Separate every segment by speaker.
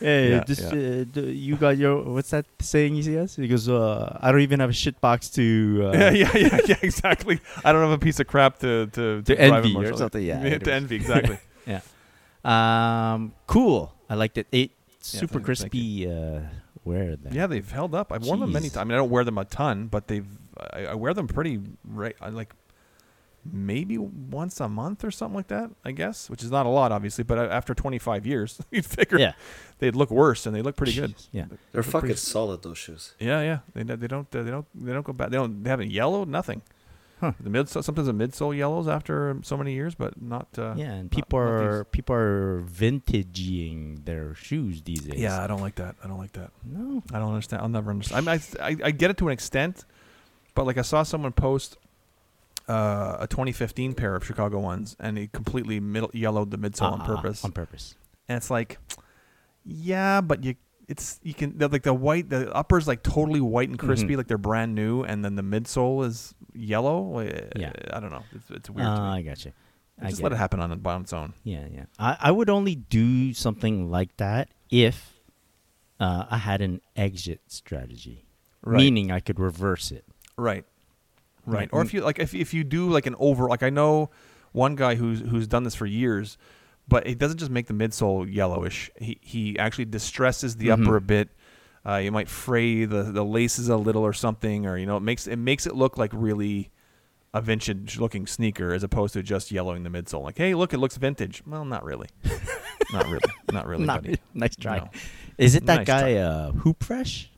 Speaker 1: Hey,
Speaker 2: Yeah,
Speaker 1: just,
Speaker 2: yeah.
Speaker 1: Uh, d- you got your what's that saying? You see us? He goes, uh, I don't even have a shit box to uh,
Speaker 2: yeah, yeah, yeah, yeah. Exactly. I don't have a piece of crap to to,
Speaker 1: To
Speaker 2: drive
Speaker 1: envy
Speaker 2: him
Speaker 1: or something, yeah,
Speaker 2: to envy. Exactly.
Speaker 1: Um, cool. I liked it. It super
Speaker 2: thank- thank
Speaker 1: crispy uh, wear there.
Speaker 2: yeah, they've held up. I've worn them many
Speaker 1: Jeez.
Speaker 2: times. I mean, I don't wear them a ton, but they've I, I wear them pretty right. I like maybe once a month or something like that. I guess, which is not a lot, obviously. But a- after 25 years, you'd figure
Speaker 1: Yeah.
Speaker 2: they'd look worse, and they look pretty good.
Speaker 1: Yeah.
Speaker 3: They're
Speaker 2: They're
Speaker 3: fucking
Speaker 2: pretty-
Speaker 3: solid those shoes.
Speaker 2: Yeah, yeah. They don't- they don't uh, they don't they don't go back. They don't they haven't yellowed nothing.
Speaker 1: Huh.
Speaker 2: The mid sometimes the midsole yellows after so many years, but not. Uh,
Speaker 1: Yeah, and
Speaker 2: not-
Speaker 1: people
Speaker 2: not
Speaker 1: are people are vintaging their shoes these days.
Speaker 2: these. Yeah, I don't like that. I don't like that.
Speaker 1: No.
Speaker 2: I don't understand. I'll never understand. I, mean, I, I, I get it to an extent, but like I saw someone post uh, a 2015 pair of Chicago ones, and he completely middle yellowed the midsole on
Speaker 1: Uh-uh,
Speaker 2: purpose.
Speaker 1: On purpose.
Speaker 2: and it's like, yeah, but you, it's you can they're like the white, the upper's like totally white and crispy,
Speaker 1: Mhm.
Speaker 2: like they're brand new, and then the midsole is yellow. I-
Speaker 1: Yeah.
Speaker 2: I don't know. It's, it's weird.
Speaker 1: Ah,
Speaker 2: to me.
Speaker 1: I got you. I
Speaker 2: Just
Speaker 1: get
Speaker 2: let it
Speaker 1: it.
Speaker 2: happen on, it by its own.
Speaker 1: Yeah, yeah. I, I would only do something like that if uh, I had an exit strategy,
Speaker 2: Right.
Speaker 1: meaning I could reverse it.
Speaker 2: Right. Right.
Speaker 1: Like,
Speaker 2: Or
Speaker 1: mm.
Speaker 2: if you like if if you do like an over like I know one guy who's who's done this for years but it doesn't just make the midsole yellowish. He he actually distresses the
Speaker 1: Mhm.
Speaker 2: upper a bit. Uh, you might fray the, the laces a little or something, or you know, it makes it makes it look like really a vintage looking sneaker as opposed to just yellowing the midsole. Like, hey, look, it looks vintage. Well, not really, not really, not really,
Speaker 1: Not-
Speaker 2: buddy.
Speaker 1: nice try.
Speaker 2: No.
Speaker 1: Is it that
Speaker 2: Nice
Speaker 1: guy uh, Hoop Fresh?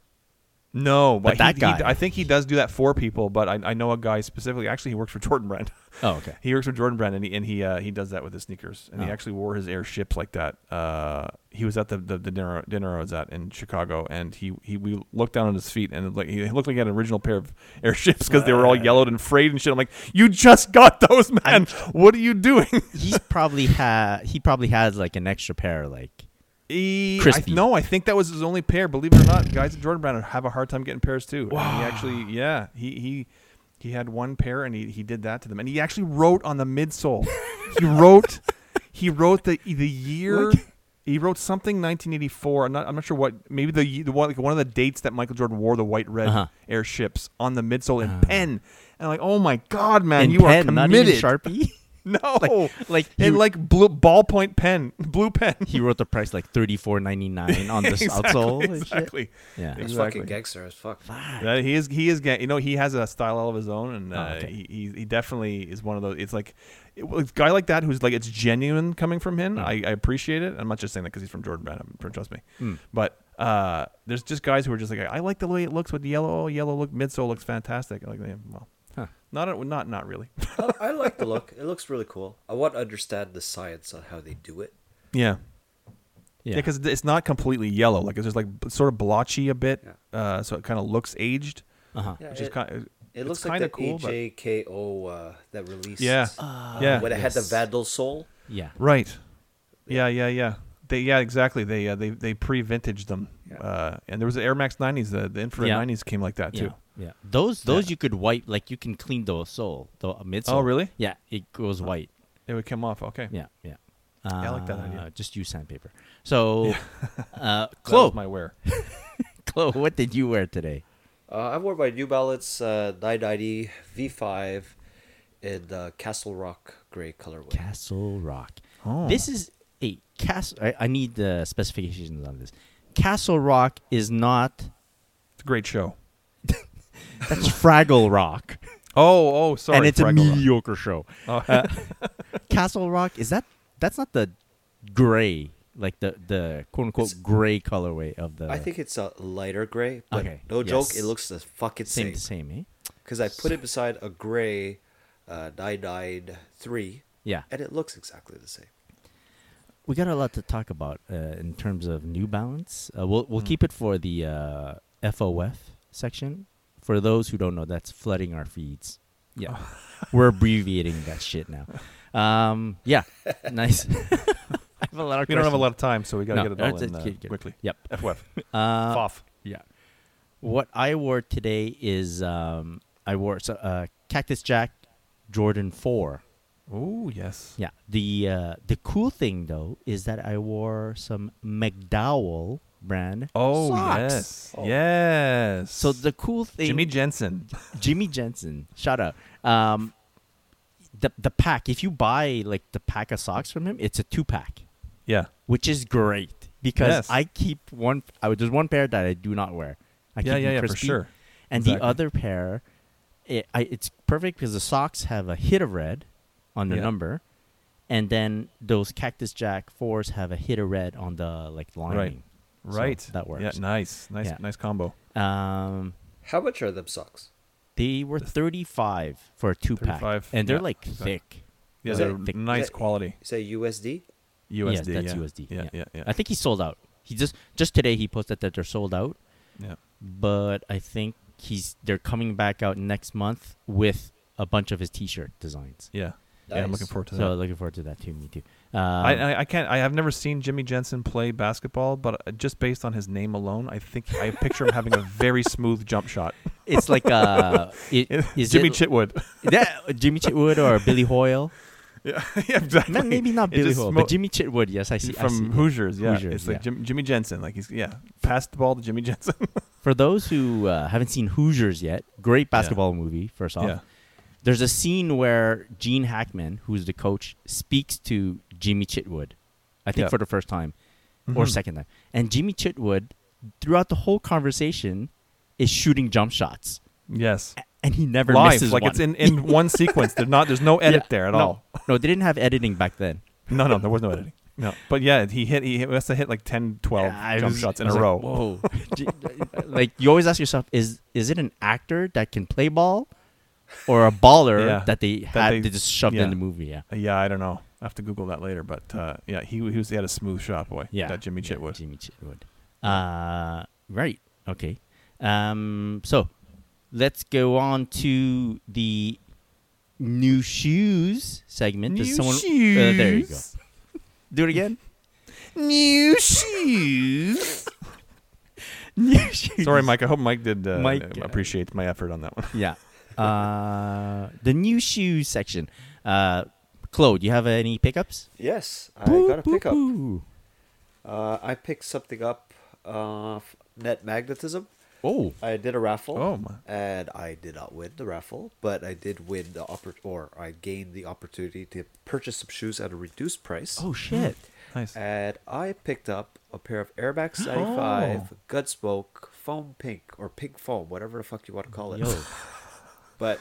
Speaker 2: No, but,
Speaker 1: But that
Speaker 2: he,
Speaker 1: guy-
Speaker 2: He, I think he does do that for people. But I, I know a guy specifically. Actually, he works for Jordan Brand.
Speaker 1: Oh, okay.
Speaker 2: he works for Jordan Brand, and he and he, uh, he does that with his sneakers. And he
Speaker 1: Oh.
Speaker 2: actually wore his airships like that. Uh, he was at the, the, the dinner dinner I was at in Chicago, and he, he we looked down at his feet, and it like he looked like he had an original pair of airships because they were all yellowed and frayed and shit. I'm like, you just got those, man. what are you doing?
Speaker 1: He's probably had he probably has like an extra pair like
Speaker 2: He, I-
Speaker 1: Crispy.
Speaker 2: no, I think that was his only pair. Believe it or not, guys at Jordan Brand have a hard time getting pairs too. Wow. he actually, yeah, he he he had one pair and he, he did that to them. And he actually wrote on the midsole. he wrote he wrote the the year. He wrote something 1984. I'm not, I'm not sure what. Maybe the ye- the one like one of the dates that Michael Jordan wore the white red
Speaker 1: Uh-huh. Uh.
Speaker 2: airships on the midsole in pen. And I'm like, oh my god, man,
Speaker 1: in
Speaker 2: you
Speaker 1: pen,
Speaker 2: are
Speaker 1: not even
Speaker 2: committed.
Speaker 1: Sharpie.
Speaker 2: No, like,
Speaker 1: like
Speaker 2: in
Speaker 1: he-
Speaker 2: like blue ballpoint pen, blue pen.
Speaker 1: he wrote the price like thirty four ninety nine on the outsole. and shit.
Speaker 2: exactly.
Speaker 1: Yeah.
Speaker 3: He's
Speaker 2: Exactly.
Speaker 3: fucking gangster as fuck.
Speaker 2: Yeah, he is. He is. ga- You know, he has a style all of his own, and uh,
Speaker 1: Oh, okay.
Speaker 2: he, he he definitely is one of those. It's like it, well, it's a guy like that who's like it's genuine coming from him.
Speaker 1: Hmm.
Speaker 2: I, I appreciate it. I'm not just saying that because he's from Jordan Brand. I'm- Trust me.
Speaker 1: Hmm.
Speaker 2: But uh, there's just guys who are just like I like the way it looks with the yellow. Oh, yellow look midsole looks fantastic. Like yeah, well,
Speaker 1: Huh.
Speaker 2: not a- not not really.
Speaker 3: I, I like the look. It looks really cool. I want to understand the science on how they do it.
Speaker 2: yeah.
Speaker 1: Yeah.
Speaker 2: Yeah, because it's not completely yellow. Like it's just like b- sort of blotchy a bit,
Speaker 3: Yeah.
Speaker 2: uh, so it kind of looks aged,
Speaker 1: uh-huh.
Speaker 3: Yeah,
Speaker 2: which
Speaker 3: it,
Speaker 2: is uh, kind. of
Speaker 3: it looks like the
Speaker 2: cool, but-
Speaker 3: AJKO uh, that released. uh,
Speaker 2: Yeah, yeah.
Speaker 3: when it had the
Speaker 1: yes.
Speaker 3: Vandal sole.
Speaker 1: Yeah.
Speaker 2: Right. Yeah, yeah, yeah. They yeah, exactly. They uh, they they pre-vintage them.
Speaker 3: Yeah.
Speaker 2: Uh, and there was the Air Max 90s, the, the infrared
Speaker 1: Yeah.
Speaker 2: 90s came like that
Speaker 1: Yeah.
Speaker 2: too.
Speaker 1: Yeah. Those those you could wipe like you can clean the sole, the uh, midsole.
Speaker 2: Oh, really?
Speaker 1: Yeah, it goes white.
Speaker 2: It would come off. Okay.
Speaker 1: Yeah, yeah.
Speaker 2: I like that idea.
Speaker 1: Uh, Just use sandpaper. So, uh,
Speaker 2: That was
Speaker 1: Chloe,
Speaker 2: my wear.
Speaker 1: Chloe, what did you wear today?
Speaker 3: Uh, I wore my New Balance uh, 990 V5 in the Castle Rock gray colorway.
Speaker 1: Castle Rock.
Speaker 2: Oh.
Speaker 1: This is a castle. I, I need the specifications on this. Castle Rock is not.
Speaker 2: It's a great show.
Speaker 1: That's Fraggle Rock,
Speaker 2: Oh, oh, sorry.
Speaker 1: and it's a Uh,
Speaker 2: Fraggle Rock.
Speaker 1: mediocre show.
Speaker 2: Oh,
Speaker 1: Castle Rock is that? That's not the gray, like the the quote unquote
Speaker 3: It's-
Speaker 1: gray colorway of the.
Speaker 3: I think it's a lighter gray, but
Speaker 1: Okay,
Speaker 3: no joke,
Speaker 1: yes.
Speaker 3: it looks the fucking
Speaker 1: same
Speaker 3: same.
Speaker 1: the same, eh?
Speaker 3: Because I put it beside a gray uh, 993,
Speaker 1: Yeah.
Speaker 3: and it looks exactly the same.
Speaker 1: we got a lot to talk about uh, in terms of New Balance. Uh, we'll
Speaker 2: Mm.
Speaker 1: we'll keep it for the uh, FOF section. For those who don't know, that's flooding our feeds. Yeah,
Speaker 2: Oh.
Speaker 1: we're abbreviating that shit now. Um, yeah, nice. I have a lot of.
Speaker 2: we don't have a
Speaker 1: questions.
Speaker 2: lot of time, so we got to
Speaker 1: No,
Speaker 2: get it all
Speaker 1: that's
Speaker 2: in
Speaker 1: it.
Speaker 2: uh,
Speaker 1: Get- get it.
Speaker 2: quickly.
Speaker 1: Yep.
Speaker 2: FWF.
Speaker 1: Uh,
Speaker 2: Foff.
Speaker 1: Yeah. What I wore today is um, I wore so, uh, Cactus Jack Jordan Four.
Speaker 2: Oh, yes.
Speaker 1: Yeah. The uh, the cool thing though is that I wore some McDowell brand.
Speaker 2: Oh,
Speaker 1: socks.
Speaker 2: yes.
Speaker 3: Oh.
Speaker 2: Yes.
Speaker 1: So the cool thing,
Speaker 2: Jimmy Jensen.
Speaker 1: Jimmy Jensen, shout out. Um, the the pack. If you buy like the pack of socks from him, it's a two pack,
Speaker 2: Yeah.
Speaker 1: which is great because
Speaker 2: Yes.
Speaker 1: I keep one. I would- there's one pair that I do not wear. I
Speaker 2: yeah,
Speaker 1: keep
Speaker 2: yeah,
Speaker 1: them
Speaker 2: yeah, for
Speaker 1: crispy.
Speaker 2: sure.
Speaker 1: And the
Speaker 2: Exactly.
Speaker 1: other pair, it, I, it's perfect because the socks have a hit of red on the
Speaker 2: Yeah.
Speaker 1: number, and then those Cactus Jack fours have a hit of red on the like lining. So
Speaker 2: Right.
Speaker 1: that
Speaker 2: Yeah,
Speaker 1: works.
Speaker 2: nice. Nice
Speaker 1: Yeah.
Speaker 2: nice combo.
Speaker 1: Um,
Speaker 3: How much are them socks?
Speaker 1: they were thirty five for a two pack,
Speaker 2: 35,
Speaker 1: and they're
Speaker 2: yeah,
Speaker 1: like
Speaker 2: exactly.
Speaker 1: thick.
Speaker 2: Yeah,
Speaker 3: Is
Speaker 2: they're
Speaker 1: that-
Speaker 2: nice
Speaker 3: that-
Speaker 2: quality.
Speaker 3: Is that USD?
Speaker 2: USD.
Speaker 1: yes, that's
Speaker 2: yeah.
Speaker 1: USD.
Speaker 2: Yeah, yeah, yeah.
Speaker 1: I think he sold out. He just just today he posted that they're sold out,
Speaker 2: yeah.
Speaker 1: but I think he's they're coming back out next month with a bunch of his T-shirt designs.
Speaker 2: Yeah. Yeah, I'm
Speaker 3: Nice.
Speaker 2: looking forward to that.
Speaker 1: So looking forward to that too. Me too. Um,
Speaker 2: I, I, I can't. I have never seen Jimmy Jensen play basketball, but uh, just based on his name alone, I think I picture him having a very smooth jump shot.
Speaker 1: it's like uh, it, is
Speaker 2: Jimmy
Speaker 1: it,
Speaker 2: Chitwood.
Speaker 1: yeah, Jimmy Chitwood or Billy Hoyle?
Speaker 2: yeah, yeah, exactly.
Speaker 1: Man, maybe not
Speaker 2: It
Speaker 1: Billy
Speaker 2: just
Speaker 1: Hoyle,
Speaker 2: smo-
Speaker 1: but Jimmy Chitwood. Yes, I see. I
Speaker 2: from
Speaker 1: see.
Speaker 2: Hoosiers. Yeah,
Speaker 1: Hoosiers,
Speaker 2: it's like
Speaker 1: yeah.
Speaker 2: Jim, Jimmy Jensen. Like he's yeah, pass the ball to Jimmy Jensen.
Speaker 1: For those who uh, haven't seen Hoosiers yet, great basketball movie. First off,
Speaker 2: yeah,
Speaker 1: there's a scene where Gene Hackman, who's the coach, speaks to Jimmy Chitwood I think
Speaker 2: Yeah. Mm-hmm.
Speaker 1: for the first time or second time. And Jimmy Chitwood, throughout the whole conversation, is shooting jump shots,
Speaker 2: Yes.
Speaker 1: A- and he never
Speaker 2: Live,
Speaker 1: misses
Speaker 2: like
Speaker 1: one.
Speaker 2: it's in, in one sequence. There's not. There's no
Speaker 1: Yeah,
Speaker 2: edit there at
Speaker 1: no,
Speaker 2: all.
Speaker 1: No, they didn't have editing back then.
Speaker 2: No, no, there was no editing. No, but yeah, he hit. He must have hit like 10, 12
Speaker 1: Yeah, I
Speaker 2: jump
Speaker 1: was-
Speaker 2: shots in
Speaker 1: I was
Speaker 2: a
Speaker 1: like,
Speaker 2: row.
Speaker 1: Whoa! Gee, like you always ask yourself, is is it an actor that can play ball, or a baller
Speaker 2: Yeah,
Speaker 1: that they
Speaker 2: that
Speaker 1: had
Speaker 2: they-
Speaker 1: to just shoved
Speaker 2: yeah.
Speaker 1: in the movie? Yeah,
Speaker 2: Yeah, I don't know. I have to Google that later. But uh, yeah, he he, was, he had a smooth shot, boy.
Speaker 1: yeah.
Speaker 2: that Jimmy
Speaker 1: Yeah,
Speaker 2: Chitwood.
Speaker 1: Jimmy Chitwood. Uh, right. Okay. Um. So, let's go on to the new shoes segment. Does
Speaker 2: New
Speaker 1: someone- uh, there you go.
Speaker 2: shoes.
Speaker 1: Do it again.
Speaker 2: New shoes.
Speaker 1: new shoes.
Speaker 2: Sorry, Mike. I hope Mike did uh,
Speaker 1: Mike,
Speaker 2: Mike
Speaker 1: uh,
Speaker 2: appreciate my effort on that one.
Speaker 1: Yeah. Uh, the new shoes section. Uh, Claude, you have any pickups?
Speaker 3: Yes, I
Speaker 1: Boo,
Speaker 3: got a
Speaker 1: boo,
Speaker 3: pickup.
Speaker 1: boo.
Speaker 3: Uh, I picked something up. Uh, f- net magnetism.
Speaker 1: Oh.
Speaker 3: I did a raffle.
Speaker 2: Oh, my.
Speaker 3: And I did not win the raffle, but I did win the oppor- or I gained the opportunity to purchase some shoes at a reduced price.
Speaker 1: Oh shit.
Speaker 2: Nice.
Speaker 3: And I picked up a pair of Air Max 95 Gunsmoke foam pink or pink foam, whatever the fuck you want to call it.
Speaker 1: Yo.
Speaker 3: But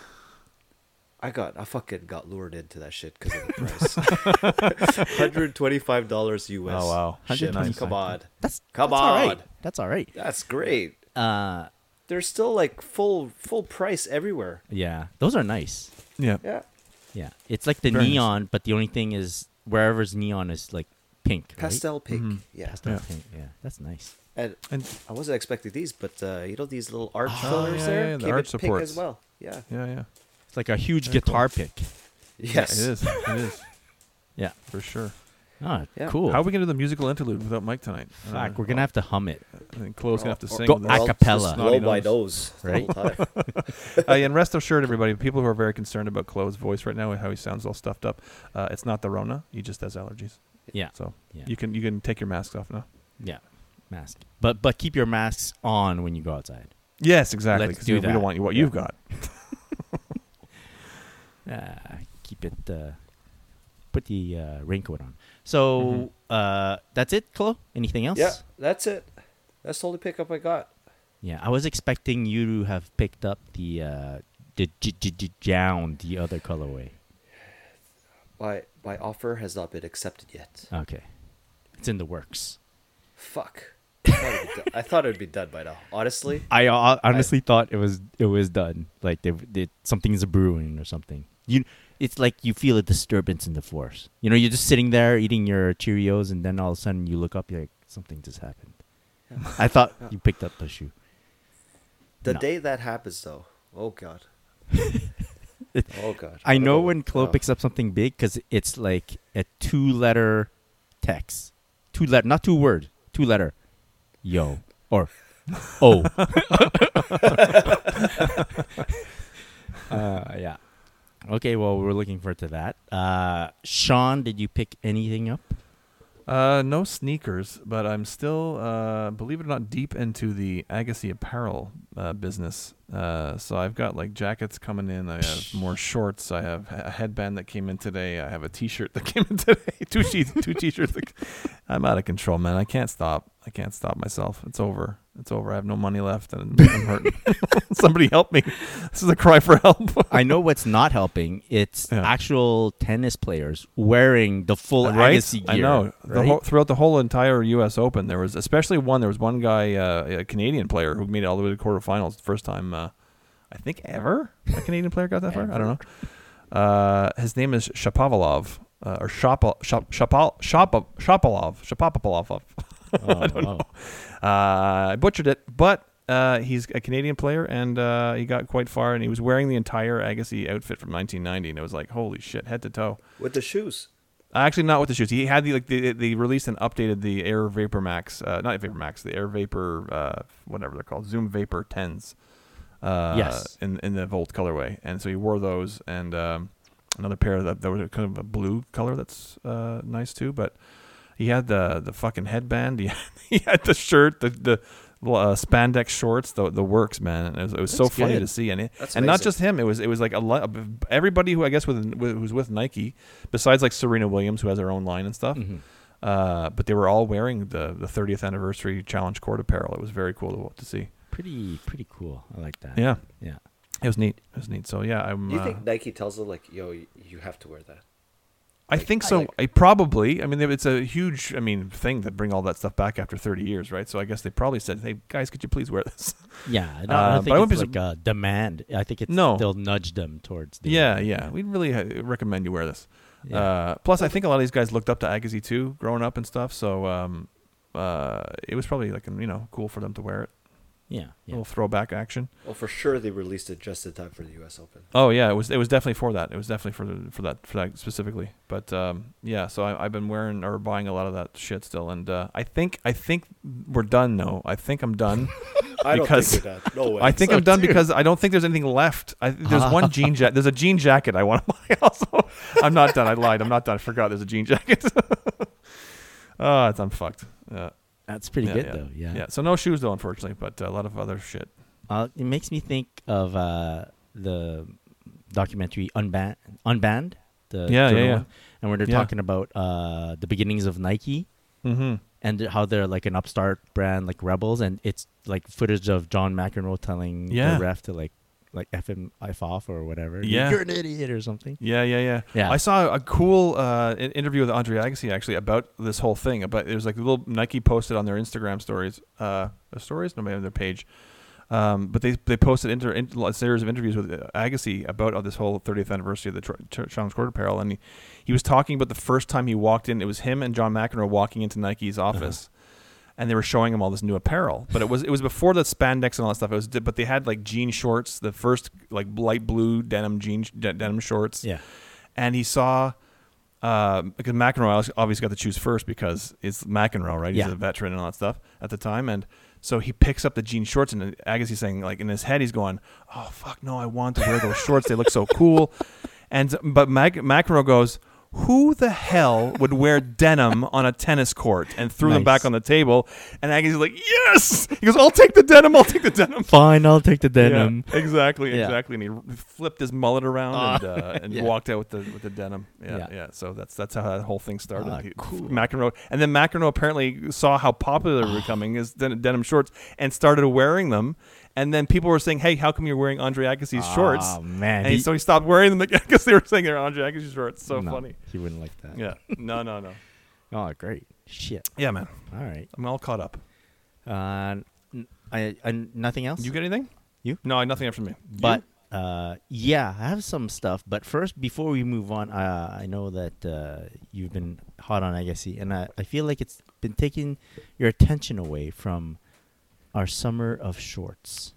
Speaker 3: I got I fucking got lured into that shit because of the price. Hundred twenty five dollars US.
Speaker 2: Oh, wow.
Speaker 3: Shit,
Speaker 1: $125.
Speaker 3: come on,
Speaker 1: That's
Speaker 3: Come
Speaker 1: that's All right.
Speaker 3: on.
Speaker 1: That's all right.
Speaker 3: that's great.
Speaker 1: Uh,
Speaker 3: They're still like full full price everywhere.
Speaker 1: yeah. Those are nice.
Speaker 2: Yeah.
Speaker 3: Yeah,
Speaker 1: Yeah. It's like the
Speaker 2: Very nice.
Speaker 1: neon, but the only thing is wherever's neon is like pink. right?
Speaker 3: pastel pink.
Speaker 2: Mm-hmm.
Speaker 3: Yeah,
Speaker 1: Pastel
Speaker 2: Yeah.
Speaker 1: pink. Yeah. That's nice.
Speaker 3: and
Speaker 2: And
Speaker 3: I wasn't expecting these, but uh, you know these little arch
Speaker 2: Oh,
Speaker 3: fillers
Speaker 2: yeah,
Speaker 3: there
Speaker 2: yeah, the
Speaker 3: came in
Speaker 2: arch
Speaker 3: pink as
Speaker 2: supports.
Speaker 3: well. Yeah.
Speaker 2: yeah, yeah.
Speaker 1: It's like a huge
Speaker 2: Very cool.
Speaker 1: guitar pick.
Speaker 3: Yes.
Speaker 2: It is. It is
Speaker 1: Yeah.
Speaker 2: for sure.
Speaker 1: Oh,
Speaker 3: Yeah.
Speaker 1: cool.
Speaker 2: How are we gonna do the musical interlude without Mike tonight? I
Speaker 1: Fuck,
Speaker 2: don't know.
Speaker 1: we're gonna have to hum it.
Speaker 2: I think Chloe's gonna have to sing.
Speaker 1: go
Speaker 2: with
Speaker 1: a
Speaker 2: us.
Speaker 3: Well,
Speaker 1: cappella.
Speaker 3: just
Speaker 2: Snotty
Speaker 3: Blow my
Speaker 2: nose.
Speaker 3: nose.
Speaker 1: Right?
Speaker 3: The whole time.
Speaker 2: uh, and rest assured, everybody, people who are very concerned about Chloe's voice right now and how he sounds all stuffed up, uh, it's not the Rona. He just has allergies.
Speaker 1: Yeah.
Speaker 2: So
Speaker 1: Yeah.
Speaker 2: you can you can take your mask off now.
Speaker 1: Yeah. Mask. But but keep your masks on when you go outside.
Speaker 2: Yes, exactly.
Speaker 1: Let's
Speaker 2: 'cause
Speaker 1: do
Speaker 2: we, we
Speaker 1: that.
Speaker 2: don't want you what
Speaker 1: Yeah.
Speaker 2: you've got.
Speaker 1: uh, keep it uh, put the uh, raincoat on so uh, that's it chloe anything else
Speaker 3: yeah, that's it. That's the only pickup I got.
Speaker 1: yeah i was expecting you to have picked up the uh the j- j- j- down the other colorway
Speaker 3: My my offer has not been accepted yet.
Speaker 1: okay it's in the works
Speaker 3: Fuck. I thought it'd be do- I thought it'd be done by now. Honestly,
Speaker 1: i uh, honestly thought it was it was done like they, they something's brewing or something you it's like you feel a disturbance in the force you know you're just sitting there eating your cheerios and then all of a sudden you look up you're like something just happened i thought you picked up the shoe
Speaker 3: the
Speaker 1: No.
Speaker 3: day that happens, though, oh god. oh god.
Speaker 1: I
Speaker 3: don't
Speaker 1: know when Chloe
Speaker 3: oh.
Speaker 1: picks up something big because it's like a two-letter text, two letter, not two word, two letter, yo or oh. uh, Uh, yeah. Okay. Well, we're looking forward to that. Uh, Sean, did you pick anything up?
Speaker 2: Uh, no sneakers, but I'm still, uh, believe it or not, deep into the Agassi apparel uh, business. Uh, so I've got like jackets coming in. I have more shorts. I have a headband that came in today. I have a T-shirt that came in today. two sheets, two T-shirts. that- I'm out of control, man. I can't stop. I can't stop myself. It's over. It's over. I have no money left, and I'm hurting. Somebody help me. This is a cry for help.
Speaker 1: I know what's not helping. It's
Speaker 2: Yeah.
Speaker 1: actual tennis players wearing the full
Speaker 2: right?
Speaker 1: Agassi gear.
Speaker 2: I know. The
Speaker 1: right?
Speaker 2: whole, throughout the whole entire U.S. Open, there was especially one. There was one guy, uh, a Canadian player, who made it all the way to the quarterfinals, the first time uh, I think ever a Canadian player got that far. I don't know. Uh, his name is Shapovalov uh, or Shapal Shap Shapal Shapa- Shapovalov Shapovalov.
Speaker 1: Oh, wow.
Speaker 2: Uh, I butchered it, but uh, he's a Canadian player, and uh, he got quite far, and he was wearing the entire Agassi outfit from 1990, and it was like, holy shit, head to toe.
Speaker 3: with the shoes.
Speaker 2: Uh, Actually, not with the shoes. He had the like they, they released and updated the Air Vapor Max, uh, not Vapor Max, the Air Vapor, uh, whatever they're called, Zoom Vapor Tens. Uh,
Speaker 1: Yes.
Speaker 2: In in the Volt colorway, and so he wore those and um, another pair that that was kind of a blue color that's uh, nice too. But he had the the fucking headband. He, he had the shirt, the the uh, spandex shorts, the the works, man. And it was, it was so
Speaker 1: That's
Speaker 2: funny
Speaker 1: good.
Speaker 2: to see, and it,
Speaker 3: That's
Speaker 2: and not
Speaker 3: amazing.
Speaker 2: just him. It was it was like a lot.
Speaker 3: Mm-hmm.
Speaker 2: Everybody who I guess with, with who's with Nike, besides like Serena Williams, who has her own line and stuff. Uh, but they were all wearing the, the 30th anniversary challenge court apparel. It was very cool to, to see.
Speaker 1: Pretty pretty cool. I like that.
Speaker 2: Yeah,
Speaker 1: Yeah.
Speaker 2: it was neat. It was neat. So yeah, I'm.
Speaker 3: Do you
Speaker 2: uh,
Speaker 3: think Nike tells them like, yo, y- you have to wear that?
Speaker 2: I think so.
Speaker 3: like-
Speaker 2: I probably. I mean, it's a huge. I mean, thing to bring all that stuff back after 30 years, right? So I guess they probably said, "Hey guys, could you please wear this?"
Speaker 1: Yeah. I don't,
Speaker 2: Uh,
Speaker 1: I
Speaker 2: but
Speaker 1: don't think
Speaker 2: I
Speaker 1: it's
Speaker 2: wouldn't
Speaker 1: like a
Speaker 2: be
Speaker 1: demand. I think it's
Speaker 2: No.
Speaker 1: they'll nudge them towards doing
Speaker 2: yeah,
Speaker 1: that.
Speaker 2: yeah. We'd really uh, recommend you wear this.
Speaker 1: Yeah.
Speaker 2: Uh, plus, I think a lot of these guys looked up to Agassi too, growing up and stuff. So um, uh, it was probably like you know cool for them to wear it.
Speaker 1: Yeah. yeah.
Speaker 2: Little throwback action.
Speaker 3: Well, for sure they released it just in time for the U.S. Open.
Speaker 2: Oh yeah, it was it was definitely for that. It was definitely for the, for that for that specifically. But um, yeah, so I, I've been wearing or buying a lot of that shit still, and uh, I think I think we're done though. I think I'm done.
Speaker 3: I don't
Speaker 2: Because-
Speaker 3: think they're done. No way.
Speaker 2: I think
Speaker 1: So,
Speaker 2: I'm done
Speaker 1: dude.
Speaker 2: because I don't think there's anything left. I, there's one jean jacket. There's a jean jacket I want to buy. Also, I'm not done. I lied. I'm not done. I forgot there's a jean jacket. oh, it's, I'm fucked. Uh, Yeah,
Speaker 1: That's pretty
Speaker 2: yeah,
Speaker 1: good
Speaker 2: yeah.
Speaker 1: though. Yeah.
Speaker 2: Yeah. So no shoes though, unfortunately, but uh, a lot of other shit.
Speaker 1: Uh, it makes me think of uh, the documentary Unban- Unbanned. The
Speaker 2: Yeah, yeah,
Speaker 1: journal
Speaker 2: yeah.
Speaker 1: one. And when they're
Speaker 2: Yeah.
Speaker 1: talking about uh, the beginnings of Nike
Speaker 2: Mm-hmm.
Speaker 1: and how they're like an upstart brand like Rebels, and it's like footage of John McEnroe telling
Speaker 2: Yeah.
Speaker 1: the ref to like like f him f off or whatever.
Speaker 2: Yeah.
Speaker 1: you're an idiot or something.
Speaker 2: Yeah, yeah, yeah.
Speaker 1: Yeah.
Speaker 2: I saw a cool uh, in- interview with Andre Agassi actually about this whole thing. About it was like a little Nike posted on their Instagram stories, uh, their stories, no, maybe on their page. Um, but they they posted inter, in- a series of interviews with uh, Agassi about uh, this whole 30th anniversary of the tr- tr- Challenge Court Apparel, and he, he was talking about the first time he walked in. It was him and John McEnroe walking into Nike's
Speaker 1: Uh-huh.
Speaker 2: office. And they were showing him all this new apparel, but it was it was before the spandex and all that stuff. It was, but they had like jean shorts, the first like light blue denim jean de- denim shorts
Speaker 1: Yeah,
Speaker 2: and he saw uh, because McEnroe obviously got to choose first because it's McEnroe, right?
Speaker 1: Yeah.
Speaker 2: He's a veteran and all that stuff at the time, and so he picks up the jean shorts, and Agassi's saying like in his head he's going, "Oh fuck no, I want to wear those shorts. They look so cool." And but Mac- McEnroe goes, "Who the hell would wear denim on a tennis court?" And threw them
Speaker 1: Nice.
Speaker 2: back on the table, and Agassi's like, "Yes!" He goes, "I'll take the denim. I'll take the denim."
Speaker 1: fine, I'll take the
Speaker 2: Yeah,
Speaker 1: denim.
Speaker 2: exactly,
Speaker 1: Yeah. Ah.
Speaker 2: exactly. And he r- flipped his mullet around and, uh, and
Speaker 1: yeah.
Speaker 2: walked out with the with the denim. Yeah,
Speaker 1: Yeah.
Speaker 2: yeah. So that's that's how that whole thing started.
Speaker 1: Ah,
Speaker 2: He-
Speaker 1: cool. Ah.
Speaker 2: McEnroe, and then McEnroe apparently saw how popular they were becoming is den- denim shorts and started wearing them. And then people were saying, "Hey, how come you're wearing Andre Agassi's shorts?"
Speaker 1: Oh man,
Speaker 2: And he,
Speaker 1: he-
Speaker 2: so he stopped wearing them again because they were saying they're Andre Agassi's shorts. So
Speaker 1: no,
Speaker 2: funny.
Speaker 1: He wouldn't like that.
Speaker 2: Yeah. No, no, no.
Speaker 1: Oh, great. Shit.
Speaker 2: Yeah, man.
Speaker 1: All right.
Speaker 2: I'm all caught up.
Speaker 1: Uh, n- I, I nothing else.
Speaker 2: You get anything?
Speaker 1: You?
Speaker 2: No, nothing after me. You?
Speaker 1: But uh, yeah, I have some stuff. But first, before we move on, uh, I know that uh, you've been hot on Agassi, and I, I feel like it's been taking your attention away from our summer of shorts.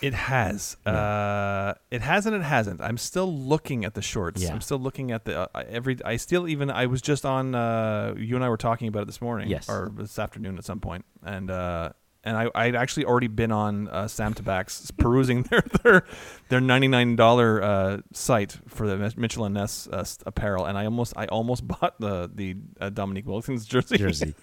Speaker 2: It has. Uh, it has and it hasn't. I'm still looking at the shorts.
Speaker 1: Yeah.
Speaker 2: I'm still looking at the uh, every. I still even. I was just on. Uh, you and I were talking about it this morning.
Speaker 1: Yes.
Speaker 2: Or this afternoon at some point, and. Uh, and I, I'd actually already been on uh, Sam Tabac's perusing their their their ninety nine dollar uh, site for the Mich- Mitchell and Ness uh, s- apparel, and I almost I almost bought the the uh, Dominique Wilkins jersey.
Speaker 1: Jersey.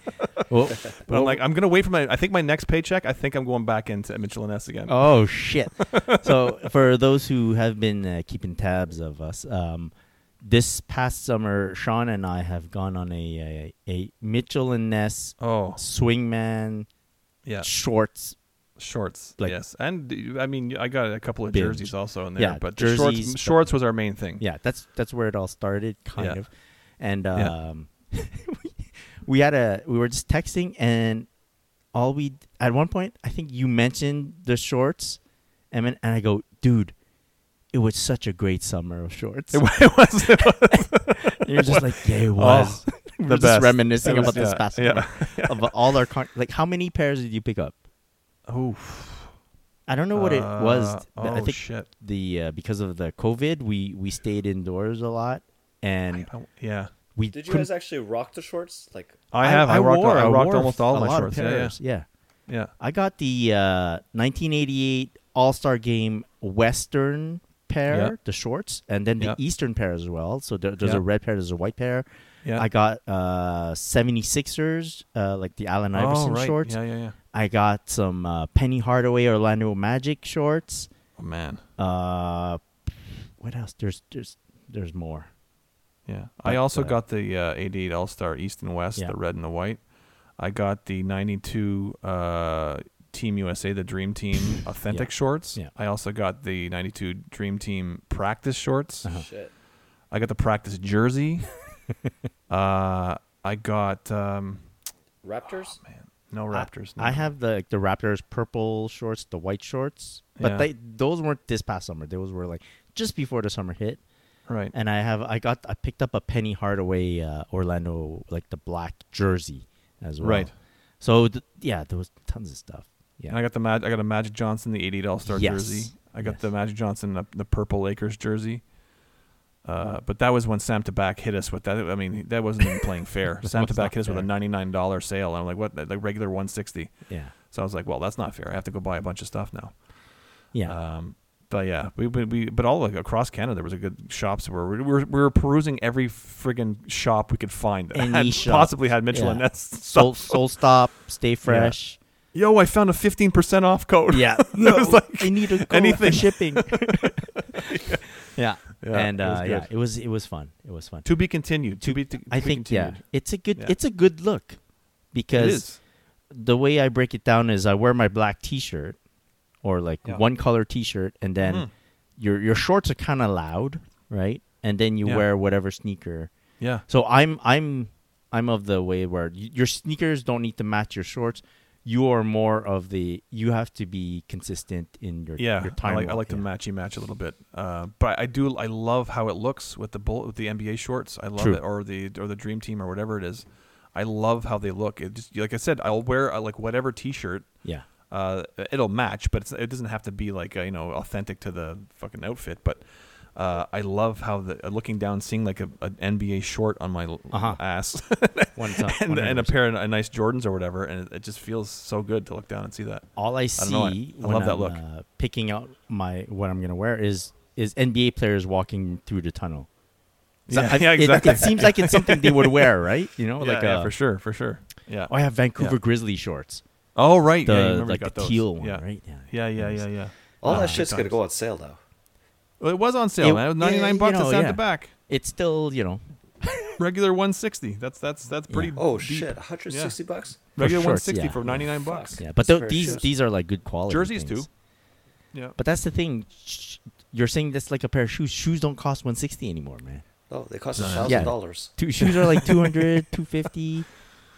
Speaker 1: well,
Speaker 2: but I'm like I'm gonna wait for my I think my next paycheck. I think I'm going back into Mitchell and Ness again.
Speaker 1: Oh shit! so for those who have been uh, keeping tabs of us, um, this past summer, Sean and I have gone on a a, a Mitchell and Ness
Speaker 2: Oh,
Speaker 1: swingman
Speaker 2: yeah.
Speaker 1: shorts.
Speaker 2: shorts
Speaker 1: Like-
Speaker 2: yes and uh, i mean i got a couple of
Speaker 1: Binge.
Speaker 2: jerseys also in there
Speaker 1: Yeah,
Speaker 2: but the
Speaker 1: jerseys, but-
Speaker 2: shorts shorts was our main thing
Speaker 1: Yeah, that's that's where it all started, kind
Speaker 2: Yeah.
Speaker 1: of. And
Speaker 2: Yeah.
Speaker 1: um, we, we had a we were just texting, and all we at one point I think you mentioned the shorts, and then- and I go, dude, it was such a great summer of shorts.
Speaker 2: it, wa- it was, it was
Speaker 1: And you're just like, yeah, it was.
Speaker 2: was.
Speaker 1: We're
Speaker 2: Oh, the
Speaker 1: just
Speaker 2: best.
Speaker 1: reminiscing
Speaker 2: It was-
Speaker 1: about this past
Speaker 2: yeah,
Speaker 1: summer of all our con- like how many pairs did you pick up?
Speaker 2: Oof.
Speaker 1: I don't know what it was.
Speaker 2: Uh,
Speaker 1: th-
Speaker 2: oh
Speaker 1: I think
Speaker 2: shit
Speaker 1: the uh, because of the COVID, we we stayed indoors a lot, and
Speaker 2: I- yeah
Speaker 1: we
Speaker 3: Did you
Speaker 1: couldn't-
Speaker 3: guys actually rock the shorts? Like,
Speaker 2: i have i, rocked,
Speaker 1: wore-
Speaker 2: I rocked
Speaker 1: wore
Speaker 2: almost all
Speaker 1: a
Speaker 2: of my
Speaker 1: lot
Speaker 2: shorts yeah, yeah
Speaker 1: pairs, yeah,
Speaker 2: yeah
Speaker 1: I got the uh, 1988 All Star Game Western pair,
Speaker 2: Yeah.
Speaker 1: the shorts, and then the
Speaker 2: Yeah.
Speaker 1: Eastern pair as well. So there, there's
Speaker 2: Yeah.
Speaker 1: a red pair, there's a white pair.
Speaker 2: Yeah.
Speaker 1: I got uh, 76ers, uh, like the Allen Iverson
Speaker 2: oh, right.
Speaker 1: shorts.
Speaker 2: yeah yeah yeah
Speaker 1: I got some uh, Penny Hardaway Orlando Magic shorts.
Speaker 2: oh man
Speaker 1: Uh, what else? There's there's there's more.
Speaker 2: Yeah. I
Speaker 1: But,
Speaker 2: also
Speaker 1: uh,
Speaker 2: got the uh, 88 All Star East and West,
Speaker 1: Yeah.
Speaker 2: the red and the white. I got the 92 uh, Team USA, the Dream Team authentic
Speaker 1: Yeah.
Speaker 2: shorts.
Speaker 1: Yeah.
Speaker 2: I also got the 92 Dream Team practice shorts.
Speaker 1: Uh-huh.
Speaker 3: Shit.
Speaker 2: I got the practice jersey. uh, I got um,
Speaker 1: Oh,
Speaker 3: Raptors?
Speaker 2: no Raptors. no.
Speaker 1: I have the the Raptors purple shorts, the white shorts, but
Speaker 2: Yeah.
Speaker 1: they those weren't this past summer. Those were like just before the summer hit.
Speaker 2: right.
Speaker 1: And I have I got I picked up a Penny Hardaway uh, Orlando like the black jersey as well.
Speaker 2: Right.
Speaker 1: So th- yeah, there was tons of stuff. Yeah.
Speaker 2: And I got the Mag- I got a Magic Johnson the 88 All Star
Speaker 1: Yes.
Speaker 2: jersey. I got
Speaker 1: Yes.
Speaker 2: the Magic Johnson the, the purple Lakers jersey. Uh, but that was when Sam Tabak hit us with that. I mean, that wasn't even playing fair.
Speaker 1: That
Speaker 2: Sam
Speaker 1: was
Speaker 2: Tabak
Speaker 1: not
Speaker 2: hit us with a
Speaker 1: fair.
Speaker 2: ninety-nine dollar sale. I'm like, what? The regular one sixty.
Speaker 1: yeah.
Speaker 2: So I was like, well, that's not fair. I have to go buy a bunch of stuff now.
Speaker 1: Yeah.
Speaker 2: Um, but yeah, we, we, we but all like across Canada, there was a good shops where we were, we were perusing every friggin' shop we could find that
Speaker 1: Any
Speaker 2: had
Speaker 1: shop.
Speaker 2: possibly had Mitchell
Speaker 1: Yeah.
Speaker 2: and that's
Speaker 1: Soul Soul Stop, Stay Fresh.
Speaker 2: Yo, I found a fifteen percent off code.
Speaker 1: Yeah.
Speaker 2: It was like
Speaker 1: I need a code
Speaker 2: anything.
Speaker 1: for shipping. yeah.
Speaker 2: Yeah,
Speaker 1: And
Speaker 2: it was
Speaker 1: uh, yeah,
Speaker 2: good.
Speaker 1: it was it was fun. It was fun.
Speaker 2: to be continued. To, be. To,
Speaker 1: I
Speaker 2: be
Speaker 1: think yeah,
Speaker 2: continued.
Speaker 1: it's a good
Speaker 2: Yeah.
Speaker 1: it's a good look
Speaker 2: It
Speaker 1: because
Speaker 2: is.
Speaker 1: the way I break it down is I wear my black T-shirt or like
Speaker 2: Yeah.
Speaker 1: one color T-shirt, and then
Speaker 2: Mhm.
Speaker 1: your your shorts are kind of loud, right? And then you
Speaker 2: Yeah.
Speaker 1: wear whatever sneaker.
Speaker 2: Yeah.
Speaker 1: So I'm I'm I'm of the way where y- your sneakers don't need to match your shorts. You are more of the you have to be consistent in your
Speaker 2: Yeah.
Speaker 1: your time.
Speaker 2: I like, I
Speaker 1: lock,
Speaker 2: like
Speaker 1: yeah.
Speaker 2: to matchy match a little bit. Uh, but I do I love how it looks with the bull with the NBA shorts. I love
Speaker 1: True.
Speaker 2: it or the or the dream team or whatever it is. I love how they look. It just like I said, I'll wear uh, like whatever t-shirt.
Speaker 1: Yeah.
Speaker 2: Uh, it'll match, but it's, it doesn't have to be like uh, you know authentic to the fucking outfit. But uh, I love how the uh, looking down, seeing like a, an NBA short on my l-
Speaker 1: Uh-huh.
Speaker 2: ass,
Speaker 1: One time,
Speaker 2: and, and a pair of a nice Jordans or whatever, and it, it just feels so good to look down and see that.
Speaker 1: all I
Speaker 2: don't
Speaker 1: see
Speaker 2: know, I- I
Speaker 1: when
Speaker 2: love that
Speaker 1: I'm,
Speaker 2: look.
Speaker 1: Uh, picking out my what I'm gonna wear is is NBA players walking through the tunnel. So
Speaker 2: Yeah,
Speaker 1: I-
Speaker 2: yeah,
Speaker 1: it-
Speaker 2: exactly.
Speaker 1: It, seems like it's something they would wear, right? You know,
Speaker 2: yeah,
Speaker 1: like
Speaker 2: yeah,
Speaker 1: uh,
Speaker 2: for sure, for sure. Yeah.
Speaker 1: Oh, I have Vancouver
Speaker 2: Yeah.
Speaker 1: Grizzly shorts,
Speaker 2: Oh right,
Speaker 1: the
Speaker 2: yeah, you remember you
Speaker 1: like the
Speaker 2: got those.
Speaker 1: teal one,
Speaker 2: yeah.
Speaker 1: right? Yeah,
Speaker 2: Yeah, yeah,
Speaker 1: Nice.
Speaker 2: yeah, yeah.
Speaker 3: All
Speaker 1: Ah,
Speaker 3: that shit's going to
Speaker 2: times.
Speaker 3: go on sale, though.
Speaker 2: Well, it was on sale,
Speaker 1: It-
Speaker 2: man. It was ninety nine
Speaker 1: yeah,
Speaker 2: bucks
Speaker 1: you know,
Speaker 2: at Santa
Speaker 1: yeah.
Speaker 2: Back.
Speaker 1: It's still you know
Speaker 2: Regular one sixty. That's that's that's pretty.
Speaker 3: Oh,
Speaker 2: deep.
Speaker 3: shit. 160 bucks?
Speaker 2: Regular
Speaker 1: shorts,
Speaker 2: one sixty
Speaker 1: yeah.
Speaker 2: for ninety nine bucks.
Speaker 1: yeah, but
Speaker 3: That's
Speaker 1: tho-
Speaker 3: fair,
Speaker 1: these
Speaker 3: yes.
Speaker 1: these are like good quality
Speaker 2: Jerseys
Speaker 1: things.
Speaker 2: too. Yeah.
Speaker 1: But that's the thing. sh- You're saying that's like a pair of shoes. Shoes don't cost 160 anymore, man.
Speaker 3: No, Oh, they cost a
Speaker 1: Yeah.
Speaker 3: $1,000.
Speaker 1: Two shoes are like 200, 250.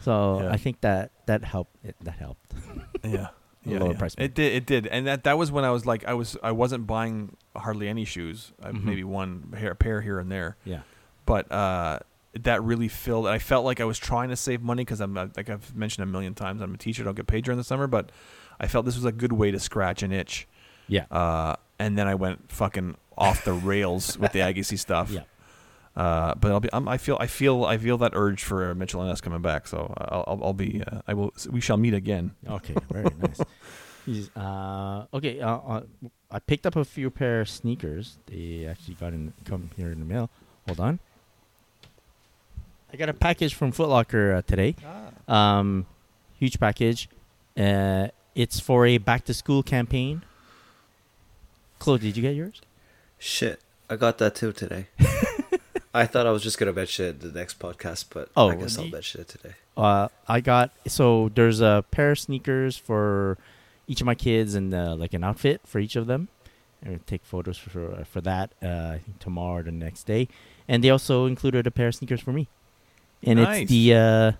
Speaker 1: So
Speaker 2: Yeah.
Speaker 1: I think that that helped. It, that helped.
Speaker 2: yeah.
Speaker 1: A
Speaker 2: Yeah,
Speaker 1: lower
Speaker 2: yeah.
Speaker 1: price point.
Speaker 2: It did. It did, and that that was when I was like, I was I wasn't buying hardly any shoes. I,
Speaker 1: Mhm.
Speaker 2: Maybe one hair, pair here and there,
Speaker 1: Yeah.
Speaker 2: but uh, that really filled. I felt like I was trying to save money because I'm uh, like I've mentioned a million times. I'm a teacher. I don't get paid during the summer, but I felt this was a good way to scratch an itch.
Speaker 1: Yeah.
Speaker 2: Uh, and then I went fucking off the rails with the Agassiz stuff.
Speaker 1: Yeah.
Speaker 2: Uh, but I'll be. I'm, I feel. I feel. I feel that urge for Mitchell and us coming back. So I'll. I'll, I'll be. Uh, I will. We shall meet again.
Speaker 1: Okay, very nice. He's, uh, okay, uh, uh, I picked up a few pair of sneakers. They actually got in come here in the mail. Hold on. I got a package from Foot Locker uh, today. Um, huge package. Uh, it's for a back to school campaign. Chloe, did you get yours?
Speaker 3: Shit. I got that too today. I thought I was just going to mention it in the next podcast, but
Speaker 1: Oh,
Speaker 3: I guess
Speaker 1: well,
Speaker 3: I'll
Speaker 1: the-
Speaker 3: mention it today.
Speaker 1: Uh, I got so there's a pair of sneakers for each of my kids and uh, like an outfit for each of them. I'm gonna take photos for for that uh, I think tomorrow or the next day, and they also included a pair of sneakers for me, and
Speaker 2: Nice.
Speaker 1: it's the uh,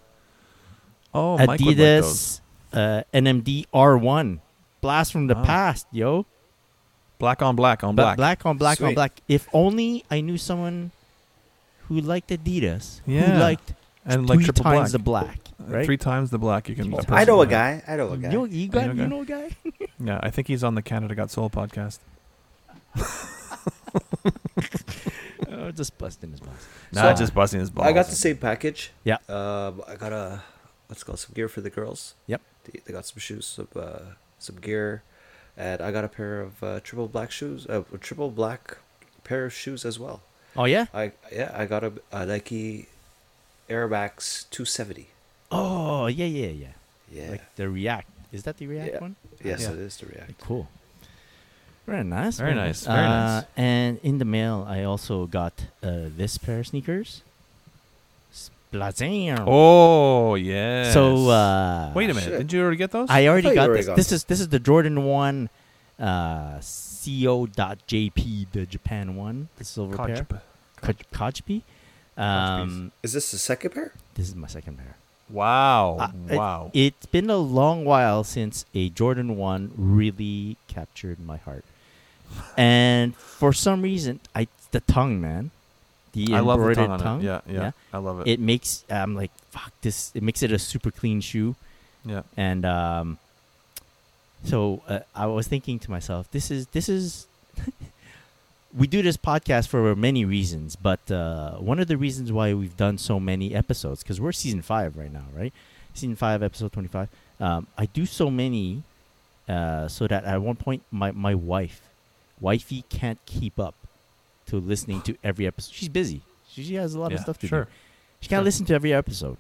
Speaker 2: Oh, Mike would like those.
Speaker 1: Adidas uh, NMD R1 Blast from the
Speaker 2: Ah.
Speaker 1: past, yo.
Speaker 2: Black on black on
Speaker 1: But
Speaker 2: black.
Speaker 1: black on black on
Speaker 3: Sweet.
Speaker 1: black. If only I knew someone who liked Adidas,
Speaker 2: Yeah.
Speaker 1: who liked
Speaker 2: and
Speaker 1: three
Speaker 2: like triple
Speaker 1: times the
Speaker 2: black. Uh,
Speaker 1: black, right?
Speaker 2: Three times the black. You can.
Speaker 1: I
Speaker 2: the
Speaker 3: I know a
Speaker 2: person-
Speaker 3: guy. I know a guy.
Speaker 1: You, you got
Speaker 2: know a
Speaker 1: you
Speaker 2: guy.
Speaker 1: know a guy.
Speaker 2: Yeah, I think he's on the Canada Got Soul podcast.
Speaker 1: Oh, just busting his balls.
Speaker 2: Nah,
Speaker 3: So-
Speaker 2: just busting his balls.
Speaker 3: I got the same package.
Speaker 1: Yeah.
Speaker 3: Um, I got a what's it called some gear for the girls.
Speaker 1: Yep.
Speaker 3: They, they got some shoes, some uh, some gear, and I got a pair of uh, triple black shoes, uh, a triple black pair of shoes as well.
Speaker 1: Oh yeah.
Speaker 3: I yeah, I got a, a Nike Air Max 270.
Speaker 1: Oh yeah yeah yeah.
Speaker 3: Yeah.
Speaker 1: Like the React. Is that the React
Speaker 3: Yeah.
Speaker 1: one?
Speaker 3: yes,
Speaker 2: Yeah.
Speaker 3: it is the React.
Speaker 1: Cool. Very nice. Uh,
Speaker 2: Very nice, very nice.
Speaker 1: And in the mail, I also got uh, this pair of sneakers. Splazam.
Speaker 2: Oh yeah.
Speaker 1: So uh,
Speaker 2: wait a minute.
Speaker 3: Shit.
Speaker 2: Did you already get those?
Speaker 1: I already
Speaker 3: thought you
Speaker 1: got
Speaker 3: already
Speaker 1: this.
Speaker 3: got
Speaker 1: This
Speaker 3: them.
Speaker 1: is this is the Jordan one, uh, co.jp, the Japan one, the silver pair.
Speaker 2: Kajp.
Speaker 1: Kaj- Kajpi. Um,
Speaker 3: Is this the second pair?
Speaker 1: this is my second pair.
Speaker 2: Wow.
Speaker 1: Uh, it-
Speaker 2: Oh, wow.
Speaker 1: it's been a long while since a Jordan 1 really captured my heart. And for some reason, I the tongue, man. The
Speaker 2: I love the
Speaker 1: embroidered
Speaker 2: tongue on it. Yeah, yeah, I love it.
Speaker 1: It makes I'm like fuck this. It makes it a super clean shoe
Speaker 2: yeah.
Speaker 1: and um, so uh, I was thinking to myself, this is this is. we do this podcast for many reasons, but uh, one of the reasons why we've done so many episodes because we're season five right now, right? Season five, episode twenty-five. Um, I do so many, uh, so that at one point my my wife, wifey can't keep up to listening to every episode. She's busy. She, she has a lot
Speaker 2: yeah,
Speaker 1: of stuff to
Speaker 2: sure.
Speaker 1: do. She can't
Speaker 2: Sure.
Speaker 1: listen to every episode.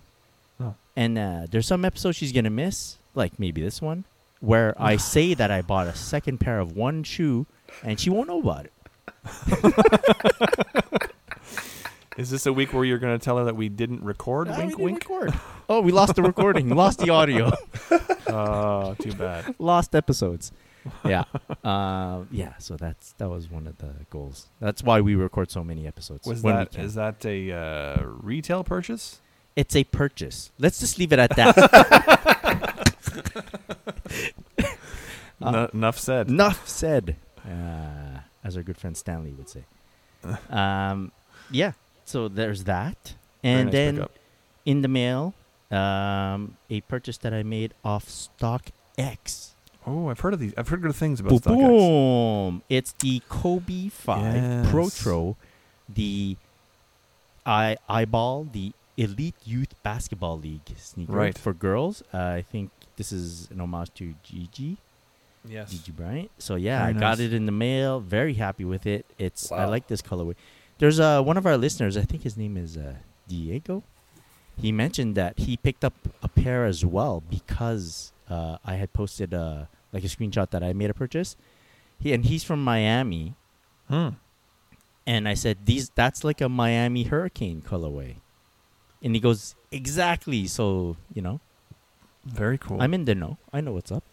Speaker 2: No.
Speaker 1: And uh, there's some episodes she's gonna miss, like maybe this one, where I say that I bought a second pair of one shoe, and she won't know about it.
Speaker 2: Is this a week where you're going to tell her that we didn't record?
Speaker 1: Ah, we
Speaker 2: wink,
Speaker 1: didn't
Speaker 2: wink.
Speaker 1: record. Oh, we lost the recording, lost the audio,
Speaker 2: Oh, too bad.
Speaker 1: lost episodes. Yeah, uh, yeah. So that's that was one of the goals. That's why we record so many episodes.
Speaker 2: Was
Speaker 1: when we
Speaker 2: that
Speaker 1: can.
Speaker 2: is that a uh, retail purchase?
Speaker 1: It's a purchase. Let's just leave it at that. Uh,
Speaker 2: No- enough said.
Speaker 1: Enough said, uh, as our good friend Stanley would say. Um, yeah. So there's that,
Speaker 2: Very
Speaker 1: and
Speaker 2: nice
Speaker 1: then.
Speaker 2: pickup.
Speaker 1: in the mail um, a purchase that I made off StockX.
Speaker 2: oh, I've heard of these. I've heard good things about
Speaker 1: Boom,
Speaker 2: StockX.
Speaker 1: boom. It's the Kobe 5 Pro
Speaker 2: Yes.
Speaker 1: Tro, the I eyeball, the Elite Youth Basketball League sneaker
Speaker 2: Right.
Speaker 1: for girls. Uh, I think this is an homage to Gigi,
Speaker 2: Yes.
Speaker 1: Gigi Bryant. So yeah,
Speaker 2: Very
Speaker 1: I got
Speaker 2: nice.
Speaker 1: it in the mail. Very happy with it. It's I
Speaker 3: Wow.
Speaker 1: like this colorway. There's uh, one of our listeners. I think his name is uh, Diego. He mentioned that he picked up a pair as well because uh, I had posted uh, like a screenshot that I made a purchase. He and he's from Miami,
Speaker 2: Hmm.
Speaker 1: and I said these that's like a Miami Hurricane colorway, and he goes exactly. So you know,
Speaker 2: Very cool.
Speaker 1: I'm in the know. I know what's up.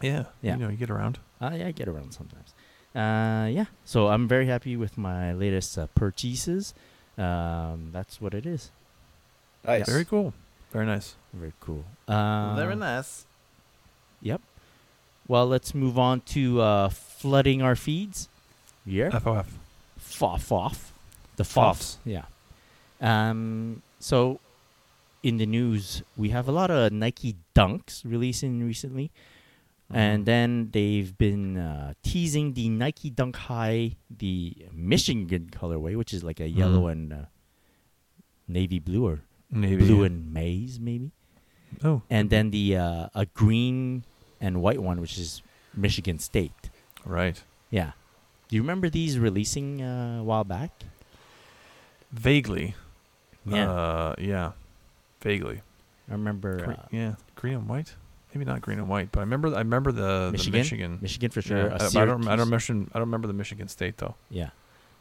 Speaker 2: yeah.
Speaker 1: Yeah.
Speaker 2: You know, you get around.
Speaker 1: Uh, yeah, I get around sometimes. Uh, yeah, so I'm very happy with my latest uh, purchases. Um, that's what it is.
Speaker 3: Nice.
Speaker 2: Very cool. Very nice.
Speaker 1: Very cool. Um,
Speaker 2: nice.
Speaker 1: Yep. Well, let's move on to uh, flooding our feeds. Yeah.
Speaker 2: FOF.
Speaker 1: Foff off. The Foffs.
Speaker 2: Foffs.
Speaker 1: Yeah. Um, so, in the news, we have a lot of Nike Dunks releasing recently.
Speaker 2: Mm-hmm.
Speaker 1: And then they've been uh, teasing the Nike Dunk High, the Michigan colorway, which is like a yellow
Speaker 2: Mhm.
Speaker 1: and uh, navy blue or
Speaker 2: Navy.
Speaker 1: blue and maize, maybe.
Speaker 2: Oh.
Speaker 1: And then the uh, a green and white one, which is Michigan State.
Speaker 2: Right.
Speaker 1: Yeah. Do you remember these releasing uh, a while back?
Speaker 2: Vaguely.
Speaker 1: Yeah.
Speaker 2: Uh, yeah. Vaguely.
Speaker 1: I remember
Speaker 2: Gre-
Speaker 1: uh,
Speaker 2: yeah. Green and white. Maybe not green and white, but I remember. I remember the
Speaker 1: Michigan?
Speaker 2: The Michigan.
Speaker 1: Michigan for
Speaker 2: Yeah,
Speaker 1: sure.
Speaker 2: I,
Speaker 1: uh,
Speaker 2: but I don't. I
Speaker 1: Syracuse.
Speaker 2: don't, mention, I don't remember the Michigan State though.
Speaker 1: Yeah,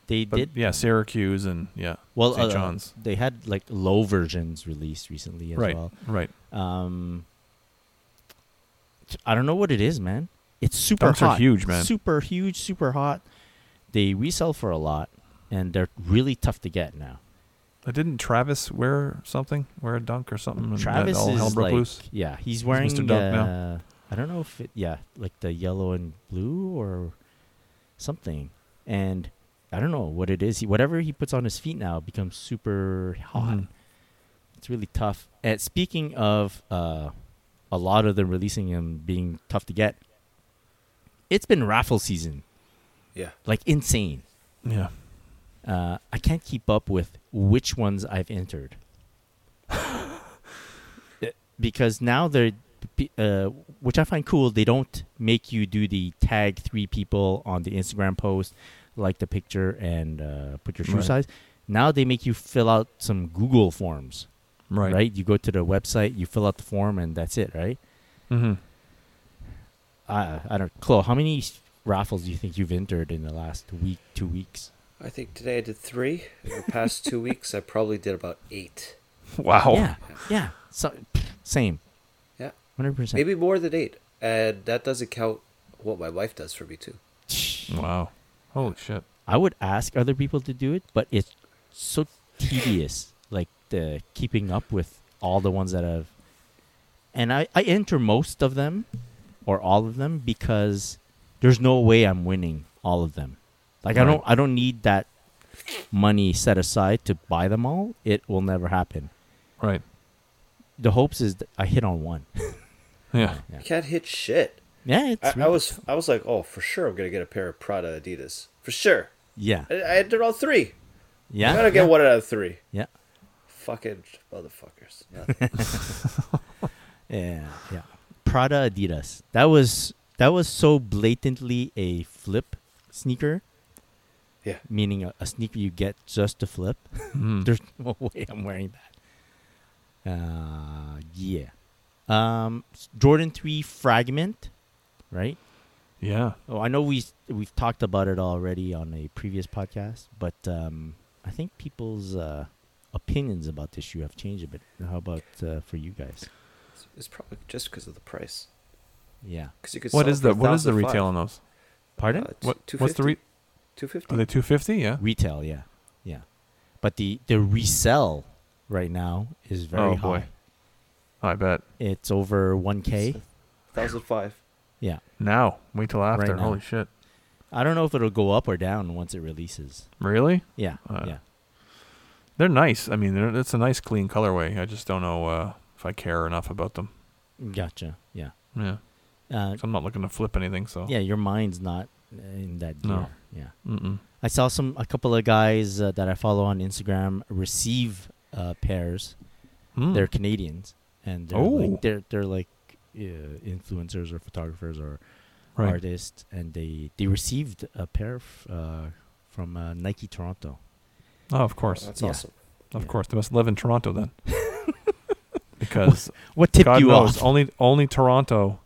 Speaker 1: they
Speaker 2: But
Speaker 1: did.
Speaker 2: yeah, Syracuse and yeah,
Speaker 1: Well,
Speaker 2: St.
Speaker 1: uh,
Speaker 2: John's.
Speaker 1: they had like low versions released recently as
Speaker 2: Right.
Speaker 1: well.
Speaker 2: Right.
Speaker 1: Um, I don't know what it is, man. It's super
Speaker 2: Dunks are
Speaker 1: hot.
Speaker 2: huge, man.
Speaker 1: Super huge, super hot. They resell for a lot, and they're really tough to get now.
Speaker 2: Uh, Didn't Travis wear something? Wear a dunk or something? and that
Speaker 1: Travis
Speaker 2: all hell
Speaker 1: is
Speaker 2: broke
Speaker 1: like,
Speaker 2: loose?
Speaker 1: yeah, he's wearing.
Speaker 2: Mr. Dunk
Speaker 1: uh,
Speaker 2: now.
Speaker 1: I don't know if it, yeah, like the yellow and blue or something, and I don't know what it is. He, whatever he puts on his feet now becomes super hot.
Speaker 2: Mhm.
Speaker 1: It's really tough. And speaking of uh, a lot of them releasing and being tough to get, it's been raffle season,
Speaker 3: Yeah.
Speaker 1: like insane.
Speaker 2: Yeah.
Speaker 1: Uh, I can't keep up with which ones I've entered. Uh, because now they're, p- uh, which I find cool, they don't make you do the tag three people on the Instagram post, like the picture and uh, put your shoe
Speaker 2: Right.
Speaker 1: size. Now they make you fill out some Google forms,
Speaker 2: Right.
Speaker 1: right. You go to the website, you fill out the form, and that's it, right?
Speaker 2: Mm-hmm.
Speaker 1: I I don't. Chloe, how many raffles do you think you've entered in the last week, two weeks?
Speaker 3: I think today I did three. In the past two weeks, I probably did about eight.
Speaker 2: Wow.
Speaker 1: Yeah, yeah. So, same,
Speaker 3: Yeah,
Speaker 1: hundred percent.
Speaker 3: maybe more than eight, and that doesn't count what my wife does for me too.
Speaker 2: Wow. Holy shit.
Speaker 1: I would ask other people to do it, but it's so tedious, like the keeping up with all the ones that I've. And I, I enter most of them or all of them because there's no way I'm winning all of them. Like I
Speaker 2: Right.
Speaker 1: don't I don't need that money set aside to buy them all. It will never happen.
Speaker 2: Right.
Speaker 1: The hopes is that I hit on one.
Speaker 2: Yeah.
Speaker 3: I can't hit shit.
Speaker 1: yeah, it's
Speaker 3: I, I
Speaker 1: really-
Speaker 3: was I was like, oh, for sure, I'm gonna get a pair of Prada Adidas for sure.
Speaker 1: yeah.
Speaker 3: I, I did all three.
Speaker 1: Yeah.
Speaker 3: I'm gonna get
Speaker 1: yeah,
Speaker 3: one out of three.
Speaker 1: Yeah.
Speaker 3: Fucking motherfuckers. Nothing.
Speaker 1: Yeah, yeah. Prada Adidas. That was that was so blatantly a flip sneaker,
Speaker 3: yeah.
Speaker 1: meaning a, a sneaker you get just to flip.
Speaker 2: Mm-hmm.
Speaker 1: There's no way I'm wearing that. Uh, yeah. Um, s- Jordan Three Fragment, right?
Speaker 2: Yeah.
Speaker 1: Oh, I know we s- we've talked about it already on a previous podcast, but um, I think people's uh, opinions about this shoe have changed a bit. How about uh, for you guys?
Speaker 3: It's- It's probably just because of the price.
Speaker 1: Yeah.
Speaker 3: Because you could.
Speaker 2: What
Speaker 3: sell
Speaker 2: is
Speaker 3: it for
Speaker 2: the what is the
Speaker 3: 1,005.
Speaker 2: retail on those? Pardon?
Speaker 3: Uh, t-
Speaker 2: what what's the re-
Speaker 3: 250. Two fifty.
Speaker 2: Are they 250? Yeah.
Speaker 1: Retail, yeah, yeah, but the the resell right now is very
Speaker 2: Oh,
Speaker 1: high.
Speaker 2: boy. I bet.
Speaker 1: It's over one k.
Speaker 3: Thousand five.
Speaker 1: Yeah,
Speaker 2: Now, wait till after.
Speaker 1: now.
Speaker 2: Holy shit.
Speaker 1: I don't know if it'll go up or down once it releases.
Speaker 2: Really?
Speaker 1: Yeah,
Speaker 2: Uh,
Speaker 1: yeah,
Speaker 2: They're nice. I mean, they're, it's a nice clean colorway. I just don't know uh, if I care enough about them.
Speaker 1: gotcha. Yeah,
Speaker 2: Yeah.
Speaker 1: uh,
Speaker 2: 'Cause I'm not looking to flip anything, so.
Speaker 1: yeah. Your mind's not in that gear.
Speaker 2: No.
Speaker 1: Yeah,
Speaker 2: Mm-mm.
Speaker 1: I saw some a couple of guys uh, that I follow on Instagram receive uh, pairs.
Speaker 2: Mm.
Speaker 1: They're Canadians, and they're
Speaker 2: Oh.
Speaker 1: like they're they're like uh, influencers or photographers or
Speaker 2: right.
Speaker 1: artist, and they they received a pair f- uh, from uh, Nike Toronto.
Speaker 2: Oh, of course.
Speaker 3: That's
Speaker 1: Yeah.
Speaker 3: awesome.
Speaker 2: Of
Speaker 1: yeah.
Speaker 2: course. They must live in Toronto then. because
Speaker 1: What tipped
Speaker 2: God
Speaker 1: you
Speaker 2: knows,
Speaker 1: off?
Speaker 2: only only Toronto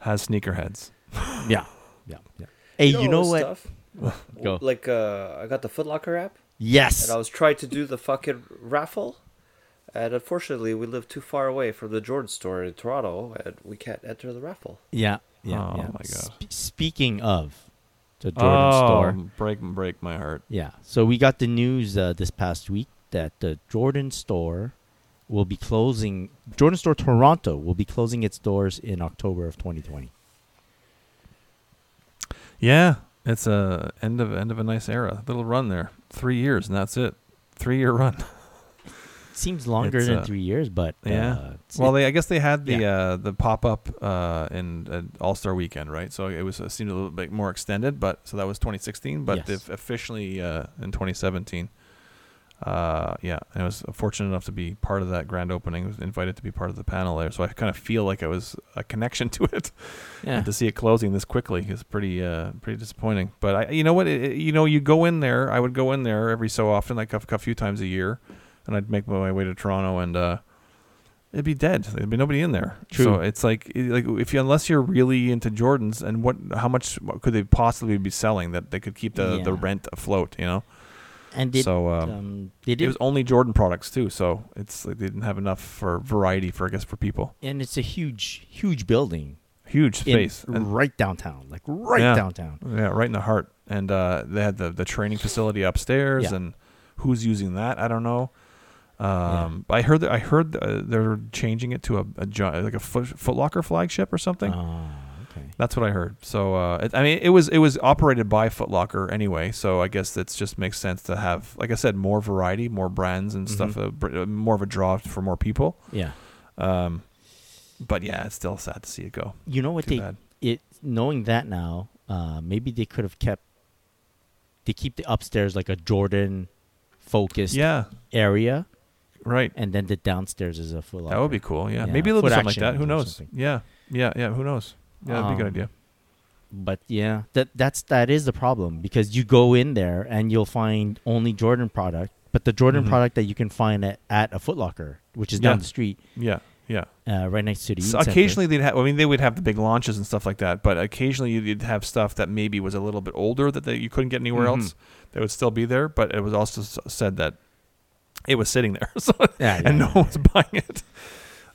Speaker 2: has sneakerheads.
Speaker 1: Oh, yeah, yeah, yeah. Hey, you know, what?
Speaker 3: Stuff?
Speaker 1: Go.
Speaker 3: Like uh, I got the Foot Locker app,
Speaker 1: yes,
Speaker 3: and I was trying to do the fucking raffle, and unfortunately, we live too far away from the Jordan store in Toronto, and we can't enter the raffle.
Speaker 1: yeah, yeah,
Speaker 2: Oh
Speaker 1: yeah.
Speaker 2: my God.
Speaker 1: Spe- speaking of the Jordan store,
Speaker 2: Oh, break break my heart.
Speaker 1: yeah. So we got the news uh, this past week that the Jordan store will be closing. Jordan Store Toronto will be closing its doors in October of 2020.
Speaker 2: Yeah, it's a end of end of a nice era. Little run there, three years, and that's it. Three year run.
Speaker 1: Seems longer
Speaker 2: It's,
Speaker 1: than
Speaker 2: uh,
Speaker 1: three years, but uh,
Speaker 2: yeah.
Speaker 1: it's-
Speaker 2: Well,
Speaker 1: it-
Speaker 2: they I guess they had the uh, the pop up uh, in uh, All Star Weekend, right? So it was it seemed a little bit more extended, but so that was 2016, but
Speaker 1: Yes.
Speaker 2: they've officially uh, in 2017. Uh, yeah, and I was fortunate enough to be part of that grand opening. was invited to be part of the panel there, so I kind of feel like I was a connection to it.
Speaker 1: yeah.
Speaker 2: And to see it closing this quickly is pretty uh, pretty disappointing. But I, you know what, it, it- you know, you go in there. I would go in there every so often, like a, a few times a year, and I'd make my way to Toronto, and uh, it'd be dead. There'd be nobody in there.
Speaker 1: True.
Speaker 2: So it's like it- like if you unless you're really into Jordans, and what how much could they possibly be selling that they could keep the, the
Speaker 1: Yeah.
Speaker 2: rent afloat? You know.
Speaker 1: and they
Speaker 2: so um,
Speaker 1: um, they
Speaker 2: it was
Speaker 1: did,
Speaker 2: only Jordan products too, so it's like they didn't have enough for variety for I guess for people.
Speaker 1: and it's a huge, huge building
Speaker 2: Huge space.
Speaker 1: in
Speaker 2: and-
Speaker 1: right downtown, like right
Speaker 2: Yeah.
Speaker 1: downtown.
Speaker 2: Yeah, right in the heart. And uh, they had the, the training facility upstairs,
Speaker 1: Yeah.
Speaker 2: and who's using that? I don't know. Um, but I heard that I heard uh, they're changing it to a, a gi- like a foot, foot Locker flagship or something.
Speaker 1: Oh, okay.
Speaker 2: That's what I heard. So uh, it, I mean, it was it was operated by Foot Locker anyway. So I guess that's just makes sense to have, like I said, more variety, more brands and stuff,
Speaker 1: Mm-hmm.
Speaker 2: uh, br- uh, more of a draw for more people.
Speaker 1: Yeah.
Speaker 2: Um, but yeah, it's still sad to see it go.
Speaker 1: You know what
Speaker 2: Too
Speaker 1: they
Speaker 2: bad.
Speaker 1: it knowing that now, uh, maybe they could have kept they keep the upstairs like a Jordan focused
Speaker 2: Yeah,
Speaker 1: area,
Speaker 2: right.
Speaker 1: and then the downstairs is a full.
Speaker 2: That would be cool. Yeah, maybe a
Speaker 1: Yeah.
Speaker 2: little
Speaker 1: Foot
Speaker 2: bit something like
Speaker 1: action
Speaker 2: that. Who
Speaker 1: or
Speaker 2: knows?
Speaker 1: something.
Speaker 2: Yeah, yeah, yeah. Who knows? Yeah, that'd be a
Speaker 1: Um,
Speaker 2: good idea.
Speaker 1: But yeah, that that's that is the problem because you go in there and you'll find only Jordan product, but the Jordan
Speaker 2: Mhm.
Speaker 1: product that you can find at, at a Foot Locker, which is down
Speaker 2: Yeah.
Speaker 1: the street,
Speaker 2: Yeah, Yeah.
Speaker 1: uh, right next to the.
Speaker 2: So
Speaker 1: Eaton Center.
Speaker 2: occasionally they'd have. I mean, they would have the big launches and stuff like that. But occasionally you'd have stuff that maybe was a little bit older that they, you couldn't get anywhere
Speaker 1: Mhm.
Speaker 2: else. That would still be there. But it was also s- said that it was sitting there, so,
Speaker 1: Yeah,
Speaker 2: and
Speaker 1: yeah,
Speaker 2: no one was buying it.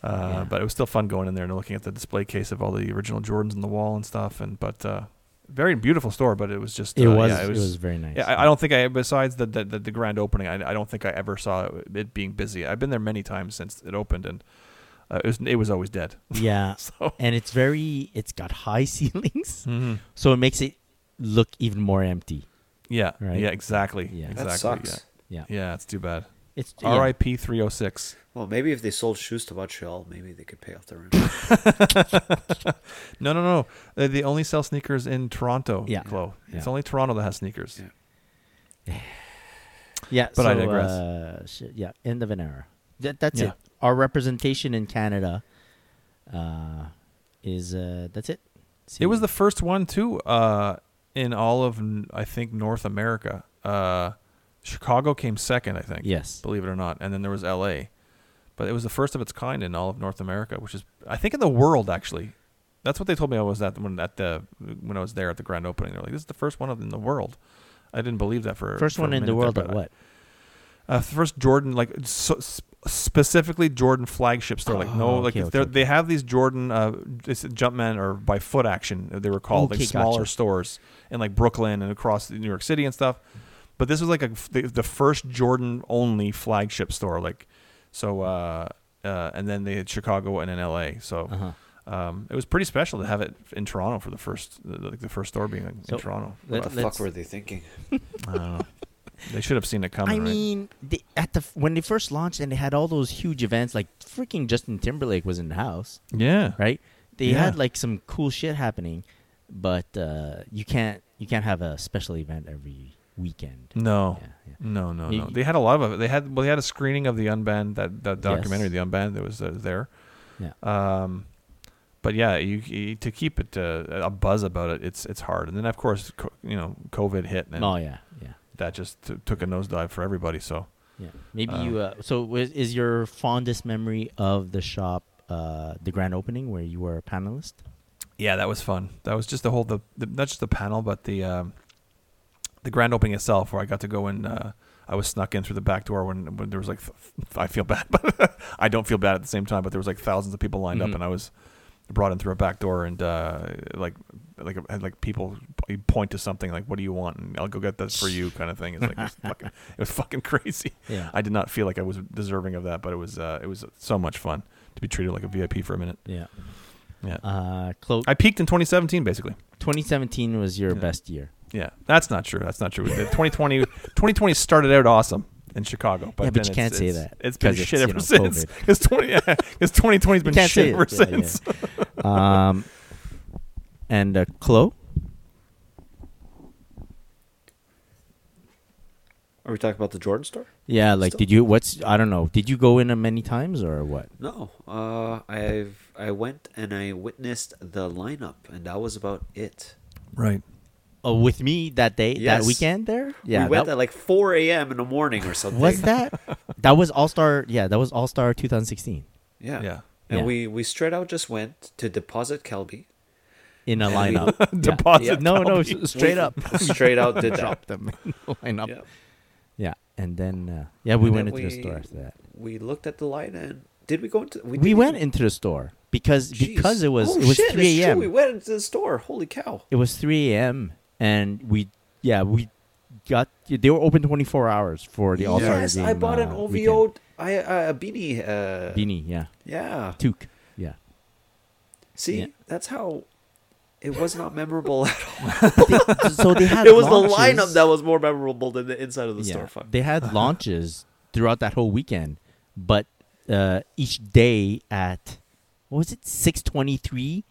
Speaker 2: Uh,
Speaker 1: Yeah.
Speaker 2: But it was still fun going in there and looking at the display case of all the original Jordans on the wall and stuff. And but uh, very beautiful store. But it was just
Speaker 1: it
Speaker 2: uh,
Speaker 1: was,
Speaker 2: yeah,
Speaker 1: it was very nice.
Speaker 2: yeah, I, I don't think I. Besides the the, the, the grand opening, I, I don't think I ever saw it, it being busy. I've been there many times since it opened, and uh, it was it was always dead.
Speaker 1: Yeah,
Speaker 2: So Hmm.
Speaker 1: and it's very it's got high ceilings, so it makes it look even more empty.
Speaker 2: yeah,
Speaker 1: Right?
Speaker 2: yeah, exactly.
Speaker 1: Yeah.
Speaker 2: Yeah,
Speaker 1: That
Speaker 2: exactly.
Speaker 3: that sucks.
Speaker 1: Yeah,
Speaker 2: Yeah. yeah, it's too bad.
Speaker 1: it's yeah.
Speaker 2: R.I.P. three oh six.
Speaker 3: Well, maybe if they sold shoes to Montreal, maybe they could pay off their rent.
Speaker 2: No, no, no. They, they only sell sneakers in Toronto.
Speaker 1: Yeah.
Speaker 2: Chloe. it's
Speaker 1: Yeah.
Speaker 2: only Toronto that has sneakers.
Speaker 3: Yeah.
Speaker 1: Yeah,
Speaker 2: But
Speaker 1: so,
Speaker 2: I digress.
Speaker 1: Uh, sh- yeah, end of an era. That, that's
Speaker 2: Yeah.
Speaker 1: it. Our representation in Canada uh, is uh, that's it.
Speaker 2: It was the first one too uh, in all of n- I think North America. Uh, Chicago came second, I think.
Speaker 1: Yes.
Speaker 2: believe it or not, and then there was L.A. But it was the first of its kind in all of North America, which is I think in the world actually. That's what they told me I was at when at the when I was there at the grand opening. They're like, "This is the first one in the world." I didn't believe that for
Speaker 1: first
Speaker 2: for a
Speaker 1: one in the
Speaker 2: minute there,
Speaker 1: world at
Speaker 2: but I-
Speaker 1: what?
Speaker 2: uh, first Jordan, like so, s- specifically Jordan flagship store. Like no,
Speaker 1: Oh,
Speaker 2: like
Speaker 1: okay,
Speaker 2: if they're
Speaker 1: okay, okay.
Speaker 2: they have these Jordan, uh, it's Jumpman or by foot action they were called,
Speaker 1: Okay,
Speaker 2: like smaller
Speaker 1: gotcha.
Speaker 2: stores in like Brooklyn and across New York City and stuff. But this was like a, the, the first Jordan only flagship store. Like so, uh, uh, and then they had Chicago and then L.A. So.
Speaker 1: Uh-huh.
Speaker 2: Um, it was pretty special to have it in Toronto for the first, like the first store being in
Speaker 1: So-
Speaker 2: Toronto.
Speaker 1: Let-
Speaker 3: What the
Speaker 1: let's-
Speaker 3: fuck were they thinking?
Speaker 2: I don't know. They should have seen it coming.
Speaker 1: I
Speaker 2: right?
Speaker 1: mean, they, at the f- when they first launched and they had all those huge events, like freaking Justin Timberlake was in the house,
Speaker 2: yeah,
Speaker 1: right? They
Speaker 2: Yeah.
Speaker 1: had like some cool shit happening, but uh, you can't you can't have a special event every weekend.
Speaker 2: No.
Speaker 1: Yeah, yeah.
Speaker 2: No, no,
Speaker 1: You-
Speaker 2: no. They had a lot of it. They had well, they had a screening of the unbanned that that documentary,
Speaker 1: Yes.
Speaker 2: the unbanned that was uh, there.
Speaker 1: Yeah.
Speaker 2: Um, but yeah, you, you to keep it uh, a buzz about it, it's it's hard. And then of course, co- you know, COVID hit, and
Speaker 1: oh yeah, yeah.
Speaker 2: that just t- took a nosedive for everybody. So
Speaker 1: Yeah. Maybe
Speaker 2: Uh,
Speaker 1: you. Uh, so, was, is your fondest memory of the shop uh, the grand opening where you were a panelist?
Speaker 2: yeah, that was fun. That was just the whole the, the not just the panel, but the um, the grand opening itself, where I got to go in. Uh, I was snuck in through the back door when, when there was like th- I feel bad, but I don't feel bad at the same time. But there was like thousands of people lined
Speaker 1: Mhm.
Speaker 2: up, and I was brought in through a back door, and uh, like like had like people p- point to something like, "What do you want?" and I'll go get that for you, kind of thing. It's like it was fucking, it was fucking crazy.
Speaker 1: Yeah.
Speaker 2: I did not feel like I was deserving of that, but it was uh, it was so much fun to be treated like a VIP for a minute.
Speaker 1: yeah.
Speaker 2: Yeah,
Speaker 1: Uh, Clo-
Speaker 2: I peaked in 2017, basically.
Speaker 1: 2017 was your
Speaker 2: Yeah.
Speaker 1: best year.
Speaker 2: Yeah, that's not true. That's not true. The 2020, 2020 started out awesome in Chicago, but
Speaker 1: Yeah, but
Speaker 2: then
Speaker 1: you
Speaker 2: it's-
Speaker 1: can't say
Speaker 2: it's-
Speaker 1: that,
Speaker 2: It's been
Speaker 1: 'cause it's,
Speaker 2: shit
Speaker 1: you
Speaker 2: ever
Speaker 1: know,
Speaker 2: since. Because 20, yeah, 'cause 2020 has
Speaker 1: You
Speaker 2: been
Speaker 1: can't
Speaker 2: shit
Speaker 1: say
Speaker 2: ever
Speaker 1: it. Yeah, yeah.
Speaker 2: since.
Speaker 1: Um, and uh, Chloe?
Speaker 3: Are we talking about the Jordan store?
Speaker 1: Yeah, like
Speaker 3: Still-
Speaker 1: did you? What's I don't know. Did you go in uh, many times or what?
Speaker 3: No, uh, I've I went and I witnessed the lineup, and that was about it.
Speaker 2: Right.
Speaker 1: Oh, with me that day,
Speaker 3: Yes.
Speaker 1: that weekend there. Yeah,
Speaker 3: we went
Speaker 1: that-
Speaker 3: at like 4 a.m. in the morning or something.
Speaker 1: was that? that was All Star. Yeah, that was All Star 2016
Speaker 3: Yeah.
Speaker 2: Yeah.
Speaker 3: And
Speaker 1: Yeah.
Speaker 3: we we straight out just went to deposit Kelby.
Speaker 1: in a
Speaker 3: And we-
Speaker 1: lineup. Yeah.
Speaker 2: Deposit
Speaker 1: Yeah. No, no,
Speaker 2: Kelby.
Speaker 1: s- straight
Speaker 3: We
Speaker 1: up.
Speaker 3: straight out did that.
Speaker 1: Drop them in the lineup.
Speaker 3: Yeah.
Speaker 1: Yeah, and then uh, yeah, we went
Speaker 3: And then
Speaker 1: into the
Speaker 3: we-
Speaker 1: store after that.
Speaker 3: We looked at the line and did we go into
Speaker 1: We,
Speaker 3: didn't
Speaker 1: went
Speaker 3: even-
Speaker 1: into the store because
Speaker 3: Jeez.
Speaker 1: because it was
Speaker 3: Oh,
Speaker 1: it was
Speaker 3: shit, it's
Speaker 1: three
Speaker 3: true,
Speaker 1: a.m.
Speaker 3: We went into the store. Holy cow!
Speaker 1: It was three a.m. and we yeah we got they were open twenty four hours for the All Star
Speaker 3: yes,
Speaker 1: game.
Speaker 3: I bought an
Speaker 1: uh,
Speaker 3: OVO.
Speaker 1: weekend.
Speaker 3: I uh, a beanie. Uh,
Speaker 1: beanie, yeah,
Speaker 3: Yeah.
Speaker 1: toque, yeah.
Speaker 3: See,
Speaker 1: Yeah.
Speaker 3: that's how. It was not memorable at all.
Speaker 1: But they- so they had
Speaker 3: It was
Speaker 1: launches.
Speaker 3: the lineup that was more memorable than the inside of the
Speaker 1: yeah,
Speaker 3: store. Fuck.
Speaker 1: They had launches throughout that whole weekend, but uh, each day at what was it six twenty three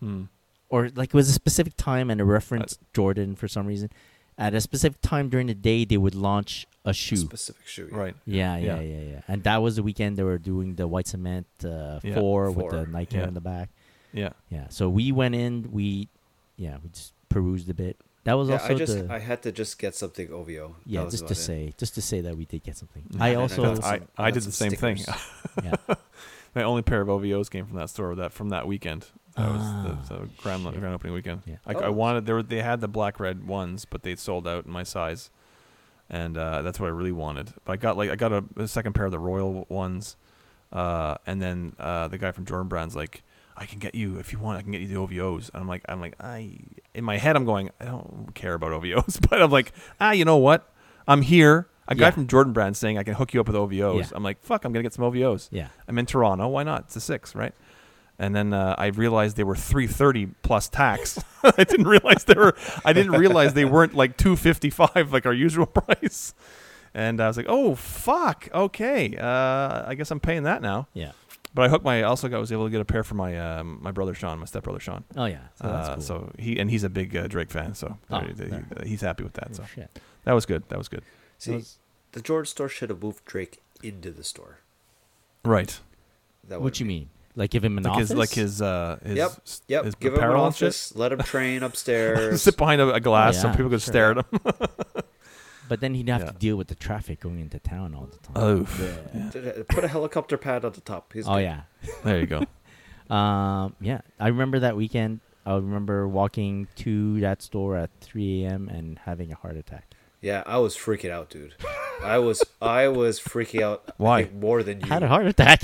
Speaker 2: Hmm.
Speaker 1: or like it was a specific time and a reference Jordan for some reason. At a specific time during the day, they would launch a shoe.
Speaker 3: Specific shoe. yeah.
Speaker 2: Right.
Speaker 1: yeah, yeah, yeah,
Speaker 2: Yeah.
Speaker 1: yeah, And that was the weekend they were doing the white cement uh,
Speaker 2: Yeah,
Speaker 1: four, with the
Speaker 3: four.
Speaker 1: Nike
Speaker 2: Yeah.
Speaker 1: on the back.
Speaker 2: Yeah.
Speaker 1: Yeah. So we went in. We, yeah, we just perused a bit. That was
Speaker 3: Yeah,
Speaker 1: also
Speaker 3: I just
Speaker 1: the
Speaker 3: I had to just get something OVO. That
Speaker 1: yeah.
Speaker 3: was
Speaker 1: Just to
Speaker 3: about it.
Speaker 1: say, just to say that we did get something.
Speaker 2: Yeah.
Speaker 1: I
Speaker 3: And I
Speaker 1: also uh,
Speaker 3: got
Speaker 2: I,
Speaker 3: some-
Speaker 2: I
Speaker 3: got
Speaker 2: did the
Speaker 3: some
Speaker 2: same thing.
Speaker 3: stickers.
Speaker 1: yeah.
Speaker 2: My only pair of OVOs came from that store that from that weekend. That
Speaker 1: Ah,
Speaker 2: was the, the grand,
Speaker 1: shit.
Speaker 2: grand opening weekend.
Speaker 1: Yeah.
Speaker 2: I, I
Speaker 3: Oh.
Speaker 2: wanted there were- they had the black red ones, but they sold out in my size, and uh, that's what I really wanted. But I got like I got a, a second pair of the royal ones, uh, and then uh, the guy from Jordan Brand's like, I can get you if you want. I can get you the OVOs, and I'm like, I'm like, I in my head I'm going, I don't care about OVOs, but I'm like, ah, you know what? I'm here. A guy
Speaker 1: Yeah.
Speaker 2: from Jordan Brand saying I can hook you up with OVOs.
Speaker 1: Yeah.
Speaker 2: I'm like, fuck, I'm gonna get some OVOs.
Speaker 1: Yeah.
Speaker 2: I'm in Toronto. Why not? It's a six, right? And then uh, I realized they were three thirty plus tax. I didn't realize they were. I didn't realize they weren't like two fifty five like our usual price. And I was like, oh fuck, okay. Uh, I guess I'm paying that now.
Speaker 1: Yeah.
Speaker 2: But I hooked my. Also, got was able to get a pair for my uh, my brother Sean, my stepbrother Sean.
Speaker 1: Oh yeah. So that's
Speaker 2: uh,
Speaker 1: cool.
Speaker 2: so he and he's a big uh, Drake fan, so
Speaker 1: Oh,
Speaker 2: he- he-
Speaker 1: there.
Speaker 2: he's happy with that. So
Speaker 1: Oh, shit.
Speaker 2: that was good. That was good.
Speaker 3: See,
Speaker 1: Those-
Speaker 3: the Jordan store should have moved Drake into the store.
Speaker 2: Right.
Speaker 3: That
Speaker 1: What
Speaker 3: would've
Speaker 1: you
Speaker 3: been-
Speaker 1: mean? Like give him an
Speaker 2: Like
Speaker 1: office?
Speaker 2: his like his uh his
Speaker 3: Yep,
Speaker 2: s-
Speaker 3: yep.
Speaker 2: his
Speaker 3: Give him an
Speaker 2: apparel and shit.
Speaker 3: office. Let him train upstairs.
Speaker 2: sit behind a, a glass so
Speaker 1: yeah,
Speaker 2: people could
Speaker 1: sure.
Speaker 2: stare at him.
Speaker 1: But then he'd have
Speaker 2: Yeah.
Speaker 1: to deal with the traffic going into town all the time.
Speaker 2: Oof.
Speaker 1: Yeah.
Speaker 3: Put a helicopter pad on the top. He's
Speaker 1: Oh
Speaker 3: good.
Speaker 1: yeah.
Speaker 2: There you go.
Speaker 1: Um, yeah, I remember that weekend. I remember walking to that store at 3 a.m. and having a heart attack.
Speaker 3: Yeah, I was freaking out, dude. I was I was freaking out. I
Speaker 2: Why?
Speaker 3: think, more than you?
Speaker 1: Had a heart attack.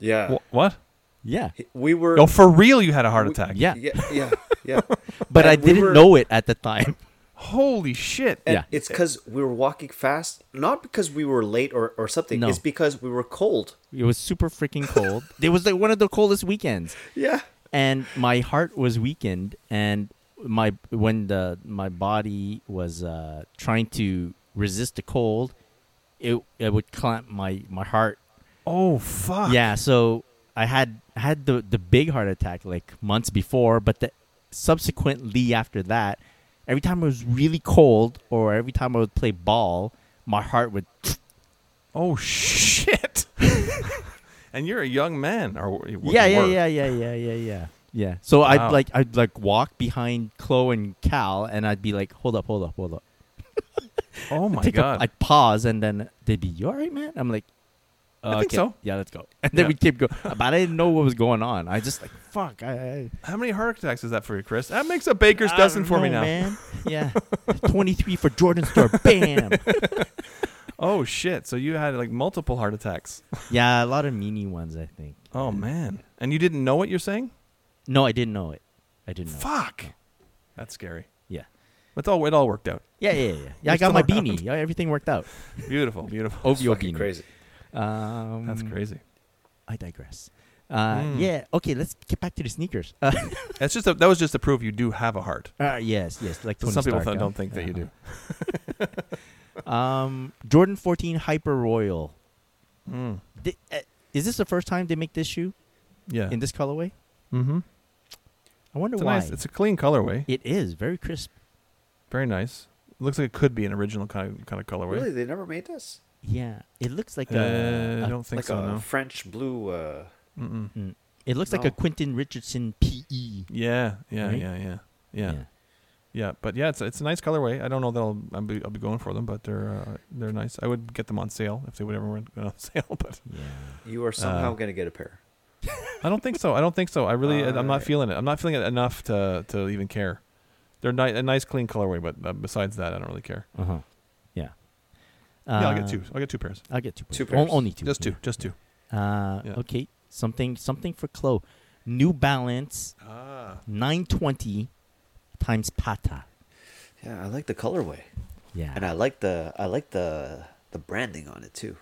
Speaker 3: yeah,
Speaker 2: Wh- what?
Speaker 1: Yeah,
Speaker 3: we were.
Speaker 2: No, for real, you had a heart
Speaker 3: we-
Speaker 2: attack.
Speaker 1: yeah.
Speaker 3: yeah, yeah, yeah.
Speaker 1: But
Speaker 3: And
Speaker 1: I
Speaker 3: we
Speaker 1: didn't
Speaker 3: were-
Speaker 1: know it at the time.
Speaker 2: Holy shit.
Speaker 3: And
Speaker 1: Yeah.
Speaker 3: it's because we were walking fast, not because we were late or, or something.
Speaker 1: No.
Speaker 3: It's because we were cold.
Speaker 1: It was super freaking cold. it was like one of the coldest weekends,
Speaker 3: Yeah.
Speaker 1: and my heart was weakened. And my when the my body was uh, trying to resist the cold, it it would clamp my my heart
Speaker 2: Oh fuck.
Speaker 1: yeah so i had had the the big heart attack like months before but the subsequently after that every time it was really cold or every time i would play ball my heart would
Speaker 2: Oh shit. and you're a young man, or w- you
Speaker 1: yeah yeah
Speaker 2: were.
Speaker 1: yeah yeah yeah yeah yeah yeah so i'd
Speaker 2: Wow.
Speaker 1: like i'd like walk behind chloe and cal and i'd be like hold up hold up hold up
Speaker 2: Oh my
Speaker 1: Take a-
Speaker 2: god.
Speaker 1: i'd pause and then they'd be you all right man i'm like
Speaker 2: I think
Speaker 1: "Okay,
Speaker 2: so.
Speaker 1: yeah let's go and then
Speaker 2: Yeah.
Speaker 1: we keep going but i didn't know what was going on i just like fuck i, I
Speaker 2: How many heart attacks is that for you, Chris? That makes a baker's
Speaker 1: I
Speaker 2: dozen
Speaker 1: don't
Speaker 2: for me
Speaker 1: know,
Speaker 2: now.
Speaker 1: Man. Yeah. 23 for Jordan Store. Bam.
Speaker 2: Oh shit. So you had like multiple heart attacks.
Speaker 1: yeah, a lot of meanie ones, I think.
Speaker 2: Oh man. And you didn't know what you're saying?
Speaker 1: No, I didn't know it. I didn't know. it.
Speaker 2: Fuck. That's scary.
Speaker 1: Yeah.
Speaker 2: It's all it all worked out.
Speaker 1: Yeah, yeah, yeah. Yeah, I
Speaker 2: You're
Speaker 1: got my
Speaker 2: still around.
Speaker 1: beanie. Yeah, Everything worked out.
Speaker 2: Beautiful, beautiful.
Speaker 3: It's
Speaker 1: OVO
Speaker 3: fucking
Speaker 1: beanie.
Speaker 3: crazy.
Speaker 1: Um,
Speaker 2: That's crazy.
Speaker 1: I digress. Uh,
Speaker 2: Mm.
Speaker 1: Yeah. Okay, let's get back to the sneakers. Uh,
Speaker 2: That's just a, that was just to prove you do have a heart.
Speaker 1: uh, yes, yes. Like
Speaker 2: So
Speaker 1: Tony
Speaker 2: some people
Speaker 1: Stark,
Speaker 2: th-
Speaker 1: huh?
Speaker 2: don't think that you do.
Speaker 1: Uh-huh. Um, Jordan 14 Hyper Royal.
Speaker 2: Mm.
Speaker 1: Thi- uh, is this the first time they make this shoe
Speaker 2: Yeah.
Speaker 1: in this colorway?
Speaker 2: mm-hmm.
Speaker 1: I wonder
Speaker 2: It's a
Speaker 1: why.
Speaker 2: nice. It's a clean colorway.
Speaker 1: it is very crisp.
Speaker 2: Very nice. Looks like it could be an original kind of, kind of colorway.
Speaker 3: Really, they never made this.
Speaker 1: Yeah, it looks like
Speaker 2: Uh,
Speaker 1: a,
Speaker 2: I
Speaker 1: a
Speaker 2: don't think
Speaker 3: like
Speaker 2: so.
Speaker 3: a
Speaker 2: No.
Speaker 3: French blue. Uh,
Speaker 2: Mm-mm.
Speaker 1: Mm. It looks like a
Speaker 3: No.
Speaker 1: Quentin Richardson E. PE.
Speaker 2: Yeah, yeah,
Speaker 1: Right?
Speaker 2: yeah, yeah, yeah, yeah, But yeah, it's a, it's a nice colorway. I don't know that I'll I'll be, I'll be going for them, but they're uh, they're nice. I would get them on sale if they would ever went on sale, but
Speaker 1: Yeah.
Speaker 3: you are somehow
Speaker 1: Uh,
Speaker 3: gonna get a pair.
Speaker 2: I don't think so. I don't think so. I really I'm not
Speaker 3: Alright.
Speaker 2: feeling it. I'm not feeling it enough to to even care. They're ni- a nice clean colorway, but uh, besides that, I don't really care.
Speaker 1: Uh huh. Yeah.
Speaker 2: yeah, I'll get
Speaker 1: Uh,
Speaker 2: two. I'll get two pairs.
Speaker 1: I'll get two.
Speaker 3: Two
Speaker 1: pairs. O-
Speaker 3: pairs.
Speaker 1: only two.
Speaker 2: just two.
Speaker 1: yeah.
Speaker 2: Just two.
Speaker 1: Uh,
Speaker 2: Yeah.
Speaker 1: Okay. Something. Something for Chloe. New Balance
Speaker 2: Ah.
Speaker 1: 920 times Pata.
Speaker 3: Yeah, I like the colorway,
Speaker 1: Yeah.
Speaker 3: and I like the I like the the branding on it too.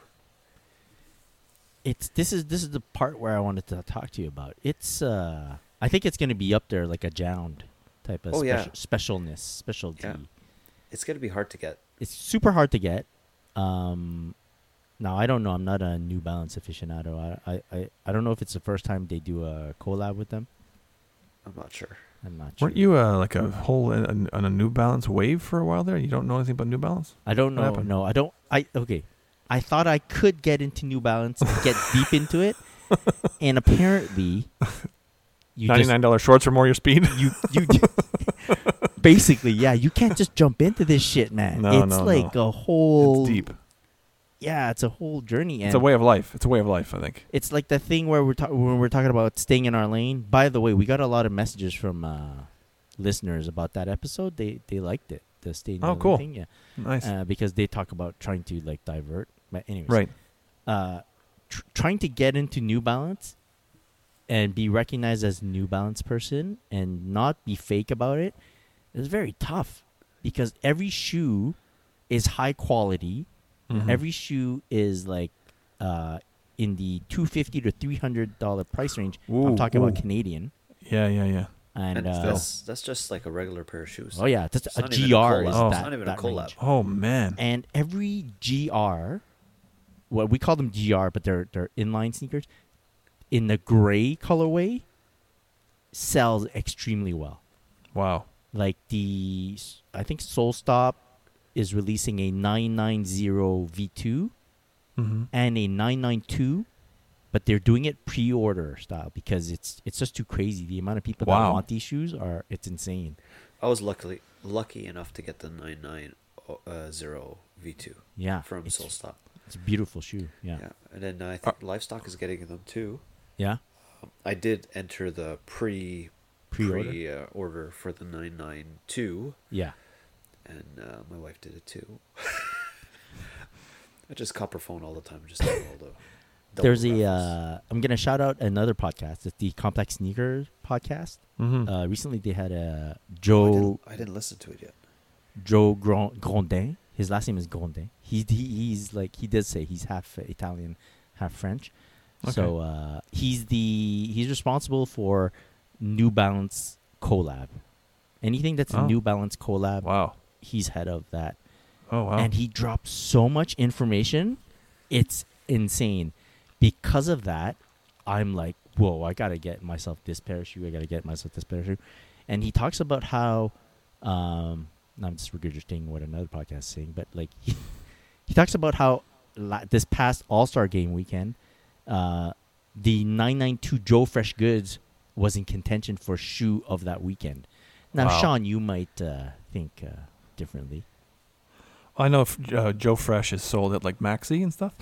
Speaker 1: it's this is this is the part where I wanted to talk to you about. It's uh I think it's gonna be up there like a jound type of
Speaker 3: Oh, yeah.
Speaker 1: special, specialness specialty.
Speaker 3: Yeah. It's gonna be hard to get.
Speaker 1: it's super hard to get. Um, now I don't know. I'm not a New Balance aficionado. I, I, I, I don't know if it's the first time they do a collab with them.
Speaker 3: I'm not sure.
Speaker 1: I'm not sure.
Speaker 2: Weren't you uh, like a whole on a New Balance wave for a while there? You don't know anything about New Balance?
Speaker 1: I don't
Speaker 2: what
Speaker 1: know.
Speaker 2: happened?
Speaker 1: No, I don't. I okay. I thought I could get into New Balance and get deep into it, and apparently, you
Speaker 2: Ninety
Speaker 1: just,
Speaker 2: nine dollar shorts or more your speed?
Speaker 1: you you ju- basically yeah. You can't just jump into this shit, man.
Speaker 2: No,
Speaker 1: it's
Speaker 2: no,
Speaker 1: like
Speaker 2: no.
Speaker 1: a whole
Speaker 2: it's deep.
Speaker 1: yeah, it's a whole journey. And
Speaker 2: It's a way of life. It's a way of life. I think.
Speaker 1: it's like the thing where we're ta- when we're talking about staying in our lane. By the way, we got a lot of messages from uh, listeners about that episode. They they liked it. The staying. in
Speaker 2: Oh,
Speaker 1: your lane
Speaker 2: cool.
Speaker 1: Thing, yeah,
Speaker 2: Nice.
Speaker 1: uh, because they talk about trying to like divert. But anyways,
Speaker 2: right.
Speaker 1: Uh, tr- trying to get into New Balance and be recognized as a New Balance person and not be fake about it is very tough because every shoe is high quality.
Speaker 2: Mhm.
Speaker 1: Every shoe is like uh, in the two fifty to three hundred dollar price range. I'm
Speaker 2: Ooh,
Speaker 1: talking about
Speaker 2: ooh.
Speaker 1: Canadian
Speaker 2: Yeah, yeah, yeah.
Speaker 1: and,
Speaker 3: And
Speaker 1: uh,
Speaker 3: that's that's just like a regular pair of shoes.
Speaker 1: oh yeah, that's
Speaker 3: It's
Speaker 1: a
Speaker 3: not
Speaker 1: gr
Speaker 3: even a
Speaker 1: is
Speaker 3: collab.
Speaker 2: Oh.
Speaker 1: that,
Speaker 3: It's not even a
Speaker 1: that
Speaker 3: collab.
Speaker 1: range.
Speaker 2: Oh man.
Speaker 1: and every GR, well, we call them GR, but they're they're inline sneakers in the gray colorway sells extremely well.
Speaker 2: Wow.
Speaker 1: Like the I think Soul Stop is releasing a 990 V2
Speaker 2: Mm-hmm.
Speaker 1: and a 992 but they're doing it pre-order style because it's it's just too crazy the amount of people that
Speaker 2: Wow.
Speaker 1: want these shoes are it's insane.
Speaker 3: I was luckily lucky enough to get the uh, 990 V2
Speaker 1: Yeah.
Speaker 3: from
Speaker 1: it's, Uh,
Speaker 3: Soul Stop.
Speaker 1: It's a beautiful shoe. Yeah.
Speaker 3: Yeah, and then I think Livestock is getting them too.
Speaker 1: Yeah.
Speaker 3: I did enter the pre
Speaker 1: Pre-order?
Speaker 3: pre, uh, order for the 992
Speaker 1: Yeah.
Speaker 3: and uh, my wife did it too. I just copper phone all the time just doing all the double
Speaker 1: There's a.
Speaker 3: raffles.
Speaker 1: Uh, I'm gonna shout out another podcast. It's the Complex Sneaker Podcast.
Speaker 2: Mm-hmm.
Speaker 1: Uh, recently, they had a
Speaker 3: Hmm. Oh, I
Speaker 1: Joe
Speaker 3: didn't, I didn't listen to it yet.
Speaker 1: Joe Grand, Grondin. His last name is Grondin. He, he he's like he did say he's half uh, Italian, half French. So uh, he's the he's responsible for New Balance collab. Anything that's
Speaker 2: Oh.
Speaker 1: a New Balance collab,
Speaker 2: wow.
Speaker 1: he's head of that.
Speaker 2: Oh wow.
Speaker 1: and he dropped so much information it's insane because of that i'm like whoa i gotta get myself this pair of shoe i gotta get myself this pair of shoe and he talks about how um i'm just regurgitating what another podcast is saying but like he, he talks about how la- this past all-star game weekend uh the 992 joe fresh goods was in contention for shoe of that weekend now
Speaker 2: Wow.
Speaker 1: sean you might uh, think uh, differently
Speaker 2: I know if, uh, Joe Fresh is sold at like Maxi and stuff.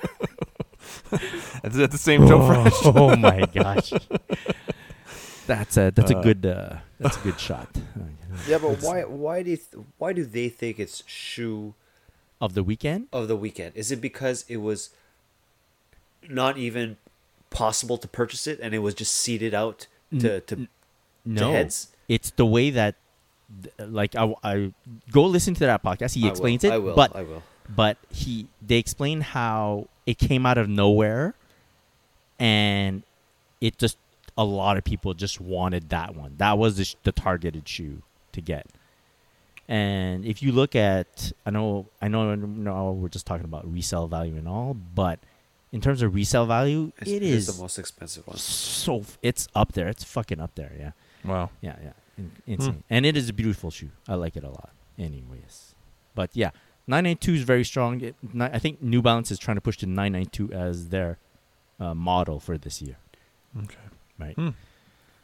Speaker 2: is that the same Joe Fresh?
Speaker 1: oh my gosh. That's a that's
Speaker 2: Uh,
Speaker 1: a good uh, that's a good shot
Speaker 3: Yeah, but why why do you th- why do they think it's shoe
Speaker 1: of the weekend.
Speaker 3: of the weekend? Is it because it was not even possible to purchase it and it was just seeded out to to
Speaker 1: No,
Speaker 3: heads.
Speaker 1: it's the way that th- like I, I go listen to that podcast. He
Speaker 3: I will,
Speaker 1: explains it,
Speaker 3: I will,
Speaker 1: but
Speaker 3: I will.
Speaker 1: but he they explain how it came out of nowhere, and it just a lot of people just wanted that one. That was the, sh- the targeted shoe to get. And if you look at, I know, I know, no, we're just talking about resale value and all, but in terms of resale value,
Speaker 3: It's,
Speaker 1: it
Speaker 3: it is
Speaker 1: is
Speaker 3: the most expensive one.
Speaker 1: so f- it's up there. It's fucking up there. Yeah,
Speaker 2: Wow.
Speaker 1: yeah, yeah. In, insane. And it is a beautiful shoe. I like it a lot. Anyways, but yeah, nine nine two is very strong. It, ni- I think New Balance is trying to push the nine nine two as their uh, model for this year.
Speaker 2: Okay.
Speaker 1: Right.
Speaker 2: Hmm.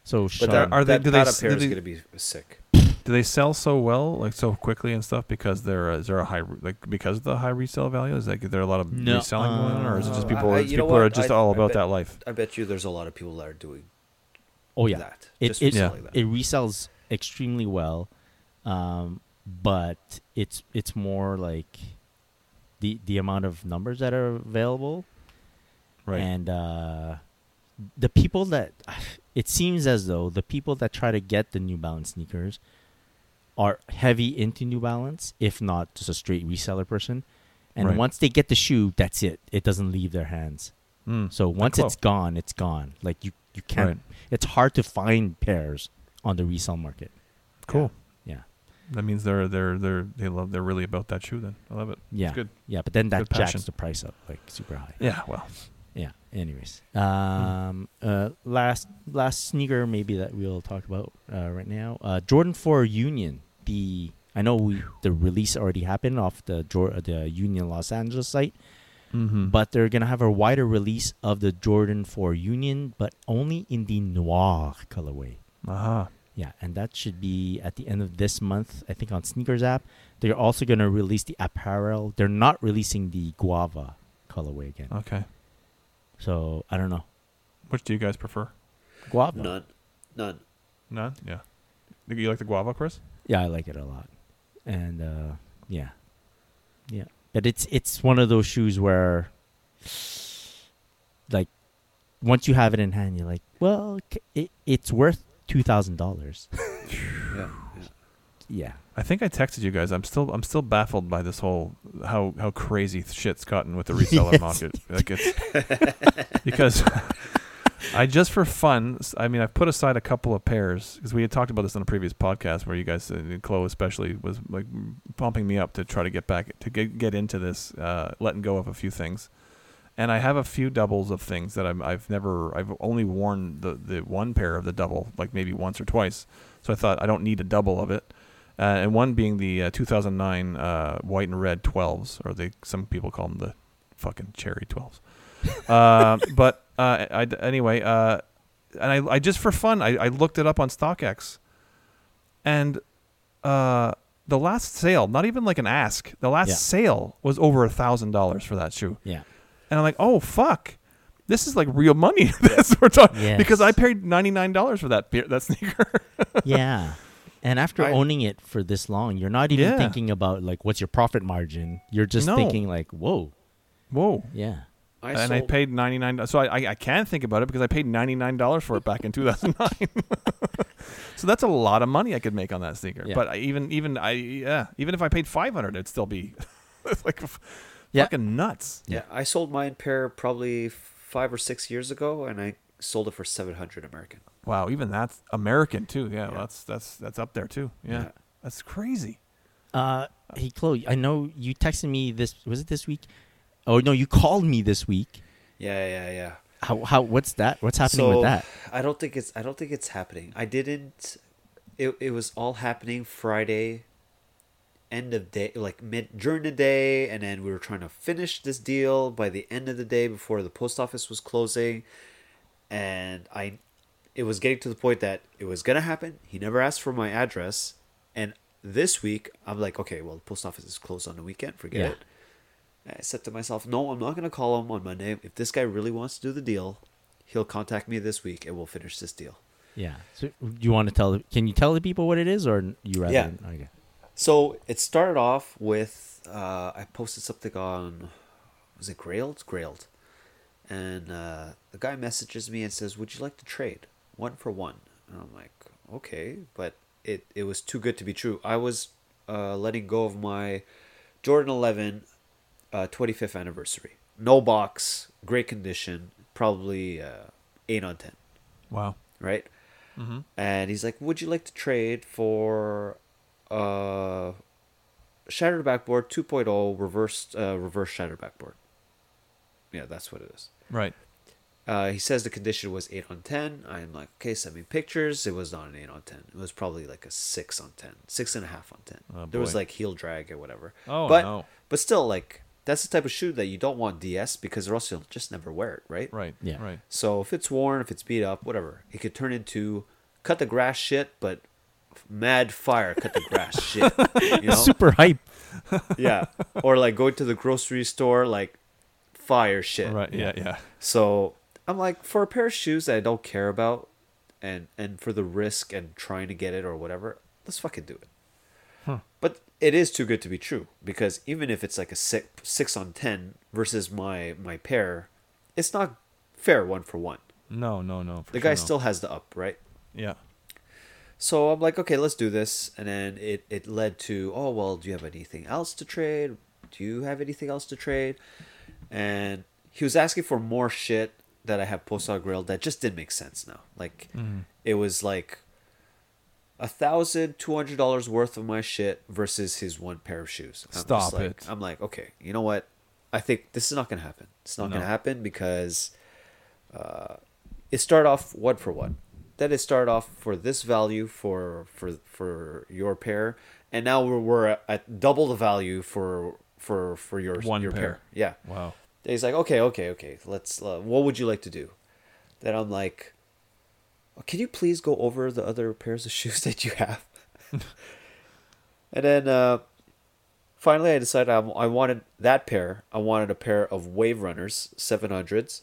Speaker 1: So
Speaker 3: But
Speaker 1: Sean,
Speaker 3: that,
Speaker 2: Are they-
Speaker 3: that
Speaker 2: do they
Speaker 3: Pata
Speaker 2: s-
Speaker 3: pair
Speaker 2: do
Speaker 3: is
Speaker 2: they-
Speaker 3: going to be sick.
Speaker 2: Do they sell so well, like so quickly and stuff, because they're uh, is there a high re- like because of the high resale value? Is like is there a lot of
Speaker 1: No,
Speaker 2: reselling going on, or is it just
Speaker 3: uh,
Speaker 2: people
Speaker 3: I-
Speaker 2: are,
Speaker 3: you know
Speaker 2: people are
Speaker 3: what?
Speaker 2: just
Speaker 3: I-
Speaker 2: all
Speaker 3: I
Speaker 2: about
Speaker 3: bet-
Speaker 2: that life?
Speaker 3: I bet you there's a lot of people that are doing
Speaker 1: oh yeah,
Speaker 3: that.
Speaker 1: It-
Speaker 3: just
Speaker 1: it-
Speaker 2: Yeah.
Speaker 3: selling that.
Speaker 1: it resells extremely well, um, but it's it's more like the the amount of numbers that are available
Speaker 2: Right.
Speaker 1: And uh, the people that it seems as though the people that try to get the New Balance sneakers are heavy into New Balance, if not just a straight reseller person. And
Speaker 2: Right.
Speaker 1: once they get the shoe, that's it. It doesn't leave their hands.
Speaker 2: Mm.
Speaker 1: So once
Speaker 2: cool.
Speaker 1: it's gone, it's gone. Like you, you can't.
Speaker 2: Right.
Speaker 1: It's hard to find pairs on the resale market.
Speaker 2: cool.
Speaker 1: Yeah.
Speaker 2: That means they're they're they're they love they're really about that shoe. Then I love it.
Speaker 1: Yeah.
Speaker 2: It's good.
Speaker 1: Yeah, but then that
Speaker 2: Good passion.
Speaker 1: jacks the price up like super high.
Speaker 2: Yeah. Well.
Speaker 1: Yeah. Anyways, um, uh, last last sneaker maybe that we'll talk about uh, right now. Uh, Jordan Four Union. The I know we, the release already happened off the Jor- uh, the Union Los Angeles site,
Speaker 2: Mm-hmm.
Speaker 1: but they're gonna have a wider release of the Jordan Four Union, but only in the noir colorway.
Speaker 2: Aha.
Speaker 1: Yeah, and that should be at the end of this month, I think, on Sneakers app. They're also going to release the apparel. They're not releasing the guava colorway again.
Speaker 2: Okay.
Speaker 1: So I don't know.
Speaker 2: Which do you guys prefer?
Speaker 1: Guava.
Speaker 3: None. None.
Speaker 2: None? Yeah. You like the guava, Chris?
Speaker 1: Yeah, I like it a lot. And uh, yeah. Yeah. But it's it's one of those shoes where like once you have it in hand you're like, well, c- it, it's worth $2,000.
Speaker 3: Yeah. yeah.
Speaker 1: yeah.
Speaker 2: I think I texted you guys. I'm still I'm still baffled by this whole how how crazy shit's gotten with the reseller
Speaker 1: Yes.
Speaker 2: market. Like it's because I just for fun. s- I mean, I've put aside a couple of pairs because we had talked about this on a previous podcast where you guys and Chloe especially was like pumping me up to try to get back to get get into this, uh, letting go of a few things. And I have a few doubles of things that I'm, I've never, I've only worn the, the one pair of the double, like maybe once or twice. So I thought I don't need a double of it uh, and one being the uh, 2009 uh, white and red 12s, or they some people call them the fucking cherry 12s. uh, but uh, I, I- anyway, uh, and I, I just for fun, I, I looked it up on StockX, and uh, the last sale, not even like an ask, the last
Speaker 1: Yeah.
Speaker 2: sale was over a thousand dollars for that shoe.
Speaker 1: Yeah.
Speaker 2: And I'm like, oh fuck, this is like real money. this we're talking
Speaker 1: Yes.
Speaker 2: because I paid ninety nine dollars for that pe- that sneaker.
Speaker 1: yeah. And after
Speaker 3: I-
Speaker 1: owning it for this long, you're not even
Speaker 2: Yeah.
Speaker 1: thinking about like what's your profit margin. You're just
Speaker 2: No.
Speaker 1: thinking like, whoa,
Speaker 2: Whoa.
Speaker 1: yeah.
Speaker 3: I
Speaker 2: and I
Speaker 3: sold,
Speaker 2: paid ninety nine. So I, I I can think about it because I paid ninety nine dollars for it back in two thousand nine. so that's a lot of money I could make on that sneaker.
Speaker 1: Yeah.
Speaker 2: But I, even even I yeah even if I paid five hundred, it'd still be it's like f-
Speaker 1: Yeah.
Speaker 2: fucking nuts.
Speaker 3: Yeah. I sold mine pair probably five or six years ago, and I sold it for seven hundred American.
Speaker 2: Wow, even that's American too. Yeah, well, that's that's that's up there too. Yeah,
Speaker 3: Yeah.
Speaker 2: that's crazy.
Speaker 1: Uh, hey Chloe, I know you texted me this. Was it this week? Oh no, you called me this week.
Speaker 3: Yeah, yeah, yeah.
Speaker 1: How? How? What's that? What's happening with that?
Speaker 3: I don't think it's I don't think it's happening. I didn't it it was all happening Friday end of day like mid during the day and then we were trying to finish this deal by the end of the day before the post office was closing and I it was getting to the point that it was gonna happen. He never asked for my address and this week I'm like, okay, well the post office is closed on the weekend, forget
Speaker 1: Yeah.
Speaker 3: it. I said to myself, no, I'm not going to call him on Monday. If this guy really wants to do the deal, he'll contact me this week and we'll finish this deal.
Speaker 1: Yeah. So do you want to tell? Can you tell the people what it is, or you rather?
Speaker 3: Yeah.
Speaker 1: Okay.
Speaker 3: So it started off with uh, I posted something on, was it Grailed? Grailed. And uh, the guy messages me and says, Would you like to trade? One for one. And I'm like, Okay. But it, it was too good to be true. I was uh, letting go of my Jordan 11 uh, 25th anniversary. No box, great condition, probably uh, 8 on 10
Speaker 2: Wow.
Speaker 3: right?
Speaker 2: Mm-hmm.
Speaker 3: And he's like, "Would you like to trade for uh, shattered backboard 2.0 reverse uh, reverse shattered backboard?" Yeah, that's what it is.
Speaker 2: Right.
Speaker 3: Uh, he says the condition was 8 on 10. I'm like, okay, send me pictures. It was not an 8 on 10. It was probably like a 6 on 10, 6.5 on 10.
Speaker 2: Oh,
Speaker 3: there was
Speaker 2: boy.
Speaker 3: like heel drag or whatever.
Speaker 2: Oh,
Speaker 3: but,
Speaker 2: no.
Speaker 3: But still, like, that's the type of shoe that you don't want DS because or else you'll just never wear it, right?
Speaker 2: Right.
Speaker 1: Yeah.
Speaker 2: Right.
Speaker 3: So if it's worn, if it's beat up, whatever, it could turn into cut the grass shit, but mad fire cut the grass shit. You know?
Speaker 2: Oh.
Speaker 1: Super hype.
Speaker 3: Yeah. Or like go to the grocery store, like fire shit.
Speaker 2: Right. Yeah. Yeah.
Speaker 3: So I'm like, for a pair of shoes that I don't care about and and for the risk and trying to get it or whatever, let's fucking do it. But it is too good to be true because even if it's like a six six on ten versus my my pair, it's not fair one for one.
Speaker 2: No. No. No. for
Speaker 3: The
Speaker 2: sure
Speaker 3: guy
Speaker 2: no.
Speaker 3: still has the up, right?
Speaker 2: Yeah.
Speaker 3: So I'm like, okay, let's do this. And then it, it led to, oh, well, do you have anything else to trade? Do you have anything else to trade? And he was asking for more shit that I have post on grill that just didn't make sense now. Like,
Speaker 2: Mm-hmm.
Speaker 3: it was like a thousand two hundred dollars worth of my shit versus his one pair of shoes. I'm just
Speaker 2: Stop
Speaker 3: like-
Speaker 2: it.
Speaker 3: I'm like, okay, you know what? I think this is not gonna happen. It's not
Speaker 2: No.
Speaker 3: gonna happen because it started off one for one. Then it started off for this value for for for your pair, and now we're, we're at double the value for for for your
Speaker 2: One
Speaker 3: your
Speaker 2: pair.
Speaker 3: Yeah.
Speaker 2: Wow.
Speaker 3: He's like, okay, okay, okay. Let's. Uh, what would you like to do? Then I'm like, can you please go over the other pairs of shoes that you have? and then uh, finally, I decided I, I wanted that pair. I wanted a pair of Wave Runners 700s,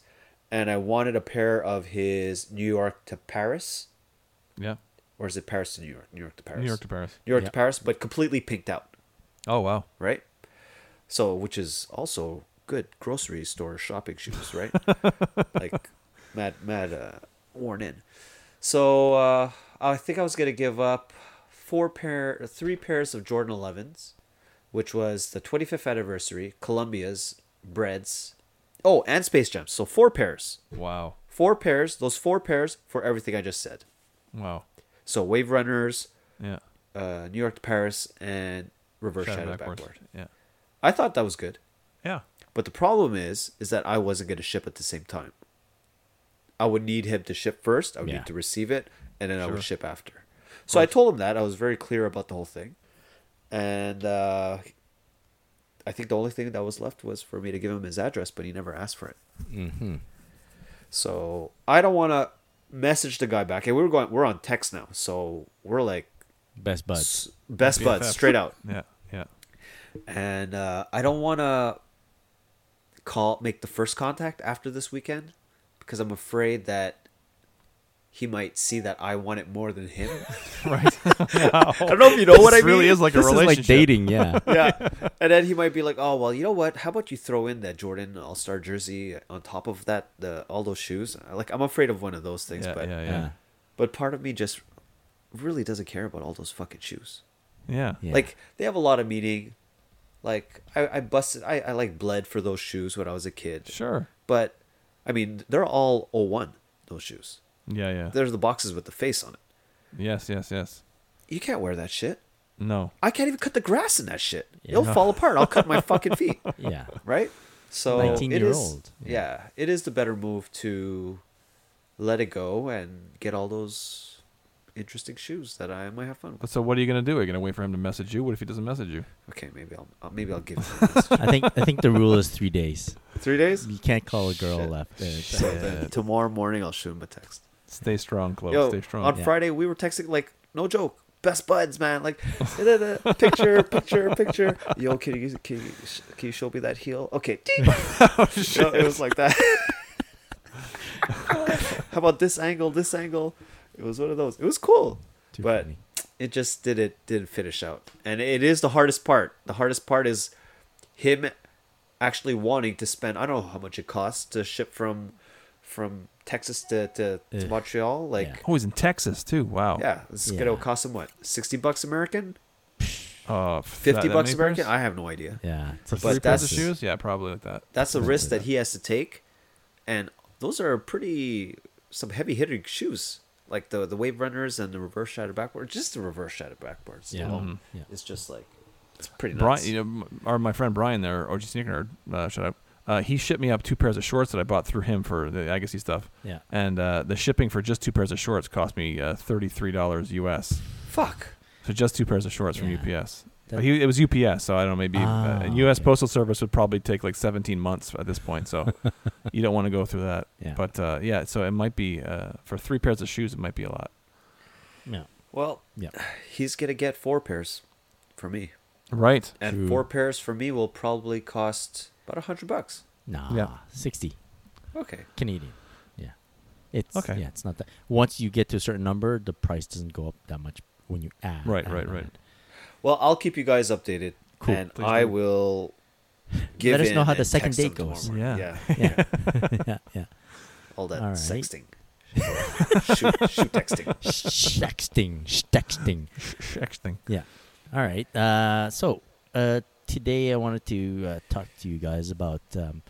Speaker 3: and I wanted a pair of his New York to Paris,
Speaker 2: Yeah.
Speaker 3: or is it Paris to New York? New York to Paris.
Speaker 2: New York to Paris.
Speaker 3: New York
Speaker 1: Yeah.
Speaker 3: to Paris, but completely pinked out,
Speaker 2: Oh wow.
Speaker 3: right? So, which is also good grocery store shopping shoes, right? like, mad, mad, uh, worn in. So, uh, I think I was gonna give up four pair, or three pairs of Jordan 11s, which was the 25th anniversary, Columbia's, Breads, oh, and Space Jams. So four pairs,
Speaker 2: Wow.
Speaker 3: four pairs. Those four pairs for everything I just said.
Speaker 2: Wow.
Speaker 3: So Wave Runners,
Speaker 2: Yeah.
Speaker 3: uh, New York to Paris, and Reverse Shadow,
Speaker 2: backwards.
Speaker 3: Backward.
Speaker 2: Yeah.
Speaker 3: I thought that was good,
Speaker 2: Yeah.
Speaker 3: but the problem is, is that I wasn't going to ship at the same time. I would need him to ship first. I would
Speaker 1: Yeah.
Speaker 3: need to receive it, and then I
Speaker 2: Sure.
Speaker 3: would ship after. So I told him that I was very clear about the whole thing, and uh, I think the only thing that was left was for me to give him his address, but he never asked for it. So I don't want to message the guy back. And we were going, we're on text now, so we're like
Speaker 1: Best buds.
Speaker 3: s- best buds
Speaker 2: BFF.
Speaker 3: straight out
Speaker 2: Yeah. Yeah.
Speaker 3: and uh, I don't want to call make the first contact after this weekend because I'm afraid that he might see that I want it more than him.
Speaker 2: Right.
Speaker 3: I don't know if you know what I
Speaker 2: this really
Speaker 3: mean.
Speaker 2: is like
Speaker 1: this
Speaker 2: a
Speaker 1: is
Speaker 2: relationship.
Speaker 1: like dating, yeah.
Speaker 3: yeah, and then he might be like, "Oh well, you know what? How about you throw in that Jordan All Star jersey on top of that the all those shoes?" Like I'm afraid of one of those things,
Speaker 2: Yeah,
Speaker 3: but
Speaker 2: yeah. Yeah.
Speaker 1: Yeah.
Speaker 3: but part of me just really doesn't care about all those fucking shoes.
Speaker 2: Yeah.
Speaker 1: Yeah.
Speaker 3: Like they have a lot of meaning. Like I, I busted I, I like bled for those shoes when I was a kid.
Speaker 2: Sure.
Speaker 3: But I mean, they're all 01, those shoes.
Speaker 2: Yeah. Yeah.
Speaker 3: There's the boxes with the face on it.
Speaker 2: yes. Yes. Yes.
Speaker 3: You can't wear that shit.
Speaker 2: No.
Speaker 3: I can't even cut the grass in that shit. It'll fall apart. I'll cut my fucking feet.
Speaker 1: yeah.
Speaker 3: Right? So
Speaker 1: 19
Speaker 3: it
Speaker 1: year
Speaker 3: is-
Speaker 1: old.
Speaker 3: Yeah. it is the better move to let it go and get all those interesting shoes that I might have fun with.
Speaker 2: So what are you gonna do? Are you gonna wait for him to message you? What if he doesn't message you?
Speaker 3: Okay, maybe I'll uh, maybe I'll give it
Speaker 1: I think I think the rule is three days.
Speaker 3: three days.
Speaker 1: You can't call a girl
Speaker 3: Shit.
Speaker 1: left. Uh, It's-
Speaker 3: So then tomorrow morning I'll shoot him a text.
Speaker 2: Stay strong, Chloe.
Speaker 3: Yo,
Speaker 2: Stay strong.
Speaker 3: on
Speaker 1: Yeah.
Speaker 3: Friday we were texting like no joke, best buds, man. Like da, da, da, picture, picture, picture. Yo, can you can you, sh- can you show me that heel? Okay, ding.
Speaker 1: Oh,
Speaker 3: No, it was like that. How about this angle? This angle. It was one of those. It was cool,
Speaker 1: Too
Speaker 3: but
Speaker 1: funny.
Speaker 3: it just did it didn't finish out, and it is the hardest part. The hardest part is him actually wanting to spend. I don't know how much it costs to ship from from Texas to to, to
Speaker 1: Ugh.
Speaker 3: Montreal. Like
Speaker 1: Yeah.
Speaker 2: Oh, he's in Texas too. Wow.
Speaker 3: yeah, it's
Speaker 1: Yeah.
Speaker 3: gonna cost him what? Sixty bucks American?
Speaker 2: Uh,
Speaker 3: Fifty bucks American? I have no idea.
Speaker 1: yeah. It's like three
Speaker 3: But
Speaker 2: Three pairs of
Speaker 3: that's-
Speaker 1: prices.
Speaker 2: shoes? Yeah, probably like that.
Speaker 3: That's a
Speaker 1: Yeah,
Speaker 3: risk
Speaker 1: yeah.
Speaker 3: that he has to take, and those are pretty some heavy hitting shoes, like the the wave runners and the reverse shadow backboard. Just the reverse shadow backboards.
Speaker 1: Yeah.
Speaker 3: alone.
Speaker 1: Mhm. Yeah.
Speaker 3: it's just like it's pretty
Speaker 2: Brian,
Speaker 3: nuts.
Speaker 2: you know, m- or my friend Brian there, OG Sneaker Nerd, uh, shut up. Uh, he shipped me up two pairs of shorts that I bought through him for the Agassiz stuff.
Speaker 1: Yeah.
Speaker 2: And uh, the shipping for just two pairs of shorts cost me uh, thirty-three dollars US.
Speaker 3: Fuck.
Speaker 2: So just two pairs of shorts from
Speaker 1: Yeah.
Speaker 2: UPS.
Speaker 1: That-
Speaker 2: But he, it was UPS, so I don't know. Maybe uh,
Speaker 1: Ah,
Speaker 2: and U.S.
Speaker 1: okay.
Speaker 2: Postal Service would probably take like 17 months at this point, so you don't want to go through that.
Speaker 1: Yeah.
Speaker 2: But uh, yeah, so it might be uh, for three pairs of shoes, it might be a lot.
Speaker 1: Yeah.
Speaker 3: Well,
Speaker 1: Yeah.
Speaker 3: he's gonna get four pairs for me,
Speaker 2: Right.
Speaker 3: and
Speaker 1: True.
Speaker 3: four pairs for me will probably cost about a hundred bucks.
Speaker 1: Nah.
Speaker 2: Yeah.
Speaker 1: Sixty
Speaker 3: Okay.
Speaker 1: Canadian. Yeah. It's
Speaker 2: Okay.
Speaker 1: Yeah. It's not that. Once you get to a certain number, the price doesn't go up that much when you add.
Speaker 2: Right,
Speaker 1: add
Speaker 2: right,
Speaker 1: on
Speaker 2: right.
Speaker 1: it.
Speaker 3: Well, I'll keep you guys updated,
Speaker 1: Cool.
Speaker 3: and
Speaker 2: Please
Speaker 3: I
Speaker 2: do.
Speaker 3: will give.
Speaker 1: us
Speaker 3: in
Speaker 1: know how the
Speaker 3: and
Speaker 1: second
Speaker 3: text them
Speaker 1: date goes.
Speaker 3: tomorrow morning.
Speaker 2: Yeah.
Speaker 1: Yeah. yeah. Yeah.
Speaker 3: Yeah, all that
Speaker 1: All right.
Speaker 3: sexting, shoot, shoot texting.
Speaker 1: Sexting. Sexting.
Speaker 2: Shex thing.
Speaker 1: Yeah. All right. Uh, so uh, today I wanted to uh, talk to you guys about um,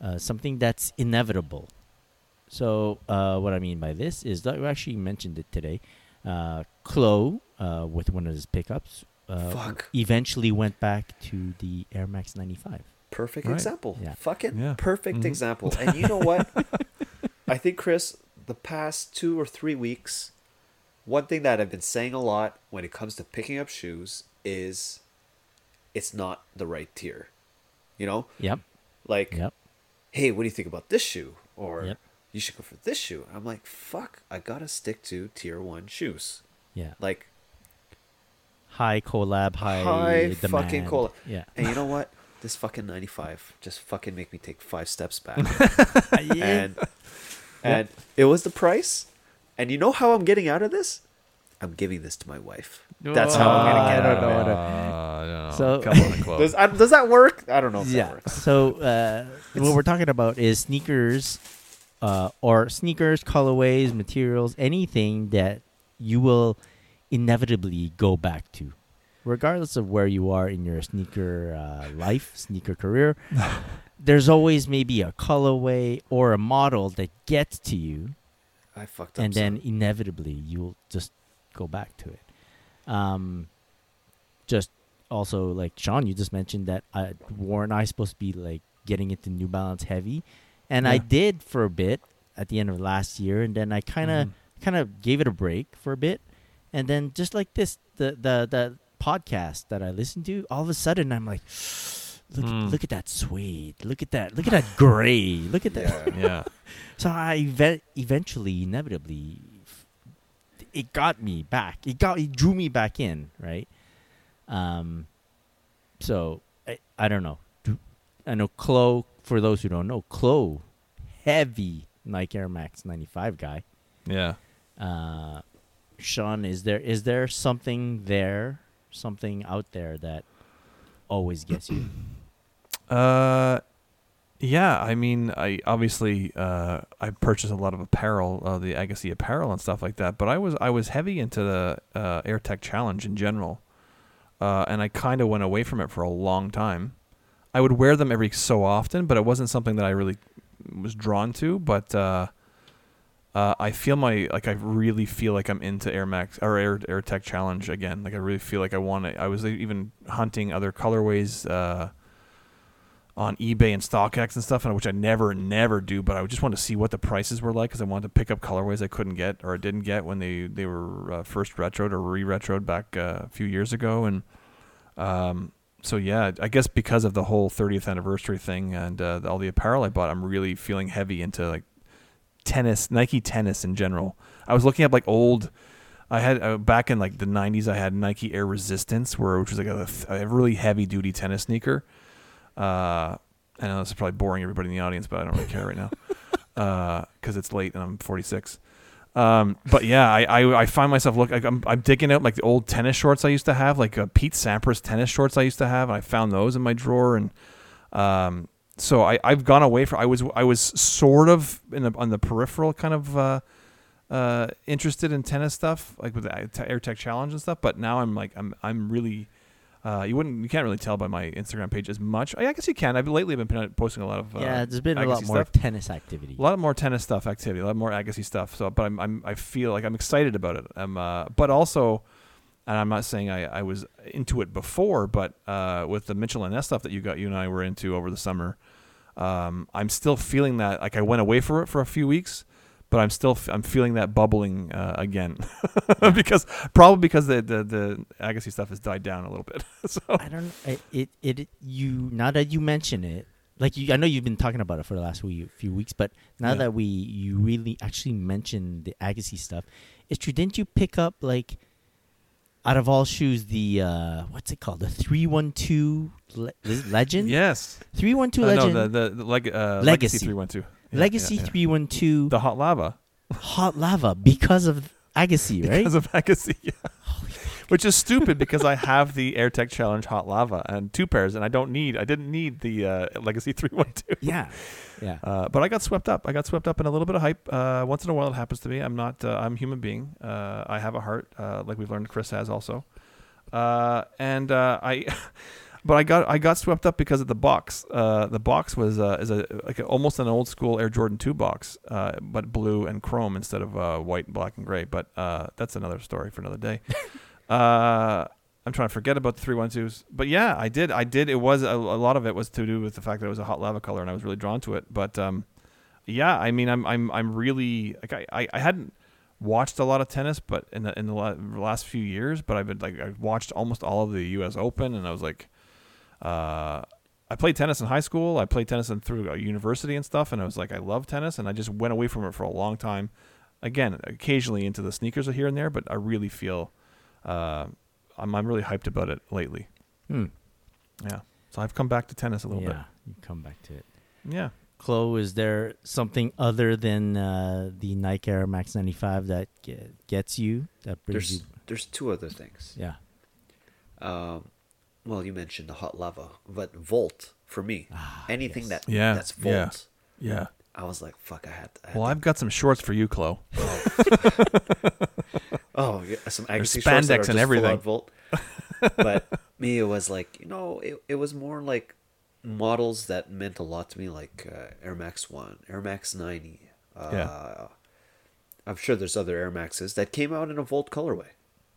Speaker 1: uh, something that's inevitable. So uh, what I mean by this is that we actually mentioned it today. Uh, Chloe, uh, with one of his pickups, uh,
Speaker 3: Fuck.
Speaker 1: eventually went back to the Air Max 95.
Speaker 3: Perfect
Speaker 2: Right.
Speaker 3: example.
Speaker 1: Yeah.
Speaker 3: Fucking
Speaker 2: Yeah.
Speaker 3: perfect
Speaker 2: Mhm.
Speaker 3: example. And you know what? I think Chris, the past two or three weeks, one thing that I've been saying a lot when it comes to picking up shoes is, it's not the right tier. You know,
Speaker 1: Yep.
Speaker 3: like
Speaker 1: Yep.
Speaker 3: hey, what do you think about this shoe? Or,
Speaker 1: Yep.
Speaker 3: you should go for this shoe. I'm like, fuck, I gotta stick to tier one shoes.
Speaker 1: Yeah.
Speaker 3: Like
Speaker 1: High collab, high,
Speaker 3: high
Speaker 1: demand.
Speaker 3: fucking cola.
Speaker 1: Yeah.
Speaker 3: And you know what? This fucking 95 just fucking make me take five steps back. and and it was the price. And you know how I'm getting out of this? I'm giving this to my wife. That's how I'm gonna get
Speaker 1: Oh, I
Speaker 3: out
Speaker 1: don't
Speaker 3: of it.
Speaker 1: know.
Speaker 2: Uh, no.
Speaker 1: So-
Speaker 2: Ah, come on, Chloe.
Speaker 3: Does, I, does that work? I don't know if that
Speaker 1: yeah.
Speaker 3: works.
Speaker 1: So uh, what we're talking about is sneakers, uh, or sneakers, colorways, materials, anything that you will inevitably go back to, regardless of where you are in your sneaker uh, life, sneaker career. There's always maybe a colorway or a model that gets to you,
Speaker 3: I fucked up.
Speaker 1: and
Speaker 3: son.
Speaker 1: then inevitably you'll just go back to it. Um, just also like Sean, you just mentioned that I, Warren and I supposed to be like getting into New Balance heavy, and I
Speaker 2: Yeah.
Speaker 1: did for a bit at the end of last year, and then I kind of
Speaker 2: Mhm.
Speaker 1: kind of gave it a break for a bit, and then just like this, the the the podcast that I listened to, all of a sudden I'm like. Look,
Speaker 2: Mm.
Speaker 1: look at that suede. Look at that. Look at that gray. Look at that.
Speaker 3: yeah.
Speaker 2: Mm, yeah.
Speaker 1: So I ev- eventually, inevitably, f- it got me back. It got it drew me back in, right? Um, so I, I don't know. Do- I know Chloe. For those who don't know, Chloe, heavy Nike Air Max ninety five guy.
Speaker 2: Yeah.
Speaker 1: Uh, Sean, is there is there something there, something out there that always gets you?
Speaker 2: Uh, yeah. I mean, I obviously uh, I purchased a lot of apparel, uh, the Agassi apparel and stuff like that. But I was I was heavy into the uh, AirTech Challenge in general, uh, and I kind of went away from it for a long time. I would wear them every so often, but it wasn't something that I really was drawn to. But uh, uh, I feel my like I really feel like I'm into Air Max or Air Air Tech Challenge again. Like I really feel like I want to. I was even hunting other colorways. Uh, on eBay and StockX and stuff, and which I never, never do. But I would just want to see what the prices were like because I wanted to pick up colorways I couldn't get or I didn't get when they they were uh, first retroed or re-retroed back uh, a few years ago. And um, so yeah, I guess because of the whole 30th anniversary thing and uh, all the apparel I bought, I'm really feeling heavy into like tennis, Nike tennis in general. I was looking up like old. I had uh, back in like the 90s. I had Nike Air Resistance, where which was like a, th- a really heavy duty tennis sneaker. Uh, I know this is probably boring everybody in the audience, but I don't really care right now because it's late and I'm 46. Um, but yeah, I, I, I find myself look like I'm, I'm digging out like the old tennis shorts I used to have, like uh, Pete Sampras tennis shorts I used to have, and I found those in my drawer. And um, so I, I've gone away from I was I was sort of in the, on the peripheral kind of uh, uh, interested in tennis stuff, like with the Air Tech Challenge and stuff. But now I'm like I'm I'm really uh, you wouldn't you can't really tell by my Instagram page as much. I, I guess you can. I've lately been pin- posting a lot of uh,
Speaker 1: yeah, there's been a
Speaker 2: Agassi
Speaker 1: lot more
Speaker 2: stuff.
Speaker 1: tennis activity.
Speaker 2: A lot more tennis stuff activity, a lot more Agassi stuff. So, but I'm, I'm I feel like I'm excited about it. I'm, uh, but also, and I'm not saying I, I was into it before, but uh, with the Mitchell and S stuff that you got, you and I were into over the summer, um, I'm still feeling that. Like I went away for it for a few weeks, but I'm still f- I'm feeling that bubbling uh, again, because probably because the, the the Agassi stuff has died down a little bit. so
Speaker 1: I don't. I- It, it it you now that you mention it, like you, I know you've been talking about it for the last wee- few weeks, but now
Speaker 2: Yeah.
Speaker 1: that we you really actually mentioned the Agassi stuff, it's true. Didn't you pick up like out of all shoes the uh what's it called the three one two legend
Speaker 2: yes,
Speaker 1: three one two
Speaker 2: Uh,
Speaker 1: legend
Speaker 2: no, the the, the leg, uh,
Speaker 1: Legacy.
Speaker 2: legacy three one two
Speaker 1: legacy three one two
Speaker 2: the hot lava.
Speaker 1: hot lava because of Agassi right
Speaker 2: because of Agassi. Yeah. Which is stupid because I have the AirTech Challenge Hot Lava and two pairs, and I don't need I didn't need the uh, Legacy three one two.
Speaker 1: yeah yeah
Speaker 2: Uh, but I got swept up. I got swept up in a little bit of hype. Uh, once in a while, it happens to me. I'm not. Uh, I'm a human being. Uh, I have a heart, uh, like we've learned. Chris has also. Uh, and uh, I, but I got I got swept up because of the box. Uh, the box was uh, is a like a, almost an old school Air Jordan two box, uh, but blue and chrome instead of uh, white, black, and gray. But uh, that's another story for another day. uh, I'm trying to forget about the three one twos, but yeah, I did. I did. It was a, a lot of it was to do with the fact that it was a hot lava color, and I was really drawn to it. But um, yeah, I mean, I'm I'm I'm really like I, I, I hadn't watched a lot of tennis, but in the in the la- last few years, but I've been like I watched almost all of the U.S. Open, and I was like, uh, I played tennis in high school. I played tennis in through uh, university and stuff, and I was like, I love tennis, and I just went away from it for a long time. Again, occasionally into the sneakers here and there, but I really feel uh, I'm I'm really hyped about it lately.
Speaker 1: Hmm.
Speaker 2: Yeah, so I've come back to tennis a little
Speaker 1: Yeah, you come back to it.
Speaker 2: bit. Yeah,
Speaker 1: Chloe, is there something other than uh, the Nike Air Max 95 that ge- gets you? That brings
Speaker 3: There's there's two other things.
Speaker 1: you. Yeah.
Speaker 3: Um, well, you mentioned the hot lava, but Volt for me, anything that
Speaker 2: Yeah,
Speaker 3: that's Volt,
Speaker 2: yeah. yeah.
Speaker 3: I was like, fuck, I had. I had
Speaker 2: Well, I've got some shorts for you, Chloe.
Speaker 3: Oh, yeah, some
Speaker 2: There's
Speaker 3: angsty shorts that
Speaker 2: spandex
Speaker 3: are
Speaker 2: and
Speaker 3: just full
Speaker 2: everything.
Speaker 3: out Volt. but me, it was like you know, it, it was more like models that meant a lot to me, like uh, Air Max One, Air Max Ninety. Uh,
Speaker 2: Yeah.
Speaker 3: I'm sure there's other Air Maxes that came out in a Volt colorway,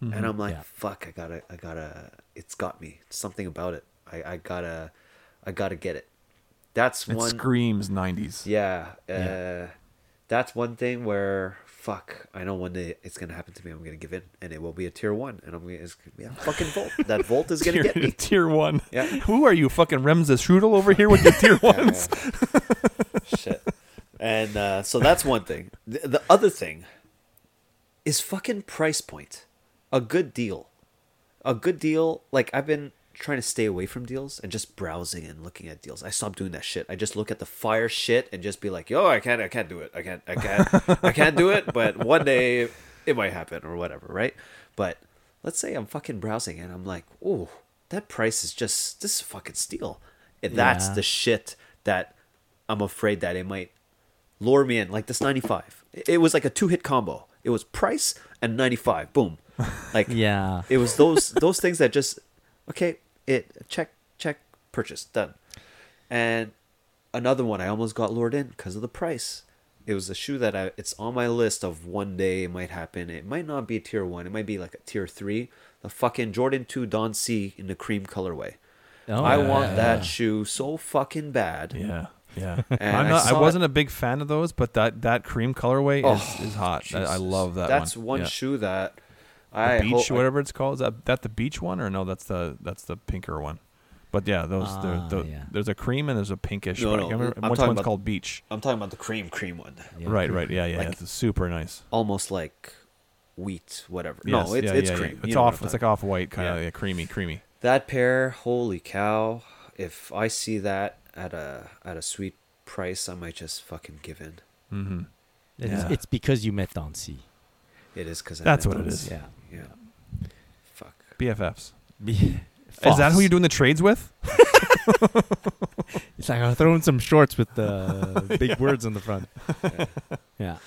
Speaker 2: Mm-hmm.
Speaker 3: and I'm like,
Speaker 1: Yeah.
Speaker 3: fuck, I gotta, I gotta, it's got me. Something about it. I, I gotta, I gotta get it. That's
Speaker 2: It
Speaker 3: one.
Speaker 2: screams '90s.
Speaker 3: Yeah, uh,
Speaker 1: Yeah.
Speaker 3: that's one thing where fuck. I know one day it's gonna happen to me. I'm gonna give in, and it will be a tier one, and I'm gonna, it's gonna be a fucking volt. That volt is gonna
Speaker 2: tier,
Speaker 3: get me.
Speaker 2: tier one.
Speaker 3: Yeah.
Speaker 2: Who are you, fucking Remza Strudel over here with your tier ones?
Speaker 3: Shit. And uh, so that's one thing. The, the other thing is fucking price point. A good deal. A good deal. Like I've been trying to stay away from deals and just browsing and looking at deals. I stopped doing that shit. I just look at the fire shit and just be like, "Yo, I can't. I can't do it. I can't. I can't. I can't do it." But one day it might happen or whatever, right? But let's say I'm fucking browsing and I'm like, "Oh, that price is just this is fucking steal." And that's
Speaker 1: Yeah.
Speaker 3: the shit that I'm afraid that it might lure me in like this 95 it was like a two-hit combo it was price and 95 boom like
Speaker 1: Yeah.
Speaker 3: it was those those things that just okay it check check purchase done and another one i almost got lured in because of the price it was a shoe that I, it's on my list of one day it might happen it might not be tier one it might be like a tier three the fucking jordan 2 don c in the cream colorway
Speaker 1: Oh,
Speaker 3: i
Speaker 1: yeah,
Speaker 3: want
Speaker 1: yeah,
Speaker 3: that
Speaker 1: yeah.
Speaker 3: shoe so fucking bad
Speaker 2: Yeah, yeah.
Speaker 3: And
Speaker 2: I'm
Speaker 3: I
Speaker 2: not, I,
Speaker 3: saw it-
Speaker 2: wasn't a big fan of those, but that that cream colorway
Speaker 3: Oh,
Speaker 2: is, is hot. I- I
Speaker 3: Jesus.
Speaker 2: love that.
Speaker 3: That's one
Speaker 2: Yeah.
Speaker 3: shoe that
Speaker 2: The
Speaker 3: I
Speaker 2: beach,
Speaker 3: hope-
Speaker 2: whatever it's called. Is that, that the beach one or no? That's the that's the pinker one. But yeah, those
Speaker 1: Ah,
Speaker 2: they're, the,
Speaker 1: yeah.
Speaker 2: there's a cream and there's a pinkish.
Speaker 3: No,
Speaker 2: one. I
Speaker 3: no,
Speaker 2: can't remember-
Speaker 3: I'm
Speaker 2: Which
Speaker 3: talking
Speaker 2: one's
Speaker 3: about-
Speaker 2: called beach?
Speaker 3: I'm talking about the cream cream one,
Speaker 1: Yeah.
Speaker 2: Right, right. Yeah, yeah.
Speaker 3: Like-
Speaker 2: it's super nice.
Speaker 3: almost like wheat, whatever.
Speaker 2: Yes,
Speaker 3: no, it's
Speaker 2: yeah,
Speaker 3: it's
Speaker 2: yeah, yeah.
Speaker 3: cream. You
Speaker 2: It's
Speaker 3: know what
Speaker 2: off.
Speaker 3: I'm
Speaker 2: It's like
Speaker 3: talking
Speaker 2: off white, kind of
Speaker 3: Yeah.
Speaker 2: yeah, creamy, creamy.
Speaker 3: about. that pair. Holy cow! If I see that at a at a sweet price, I might just fucking give in.
Speaker 2: Mm-hmm.
Speaker 1: It's,
Speaker 2: Yeah.
Speaker 1: it's because you met Don C.
Speaker 3: It is because
Speaker 2: That's what it is.
Speaker 1: Yeah.
Speaker 3: Yeah. Fuck.
Speaker 2: BFFs. Is that
Speaker 1: False.
Speaker 2: who you're doing the trades with?
Speaker 1: It's like I'm throwing some shorts with the big words on the front.
Speaker 3: Yeah.
Speaker 1: Yeah.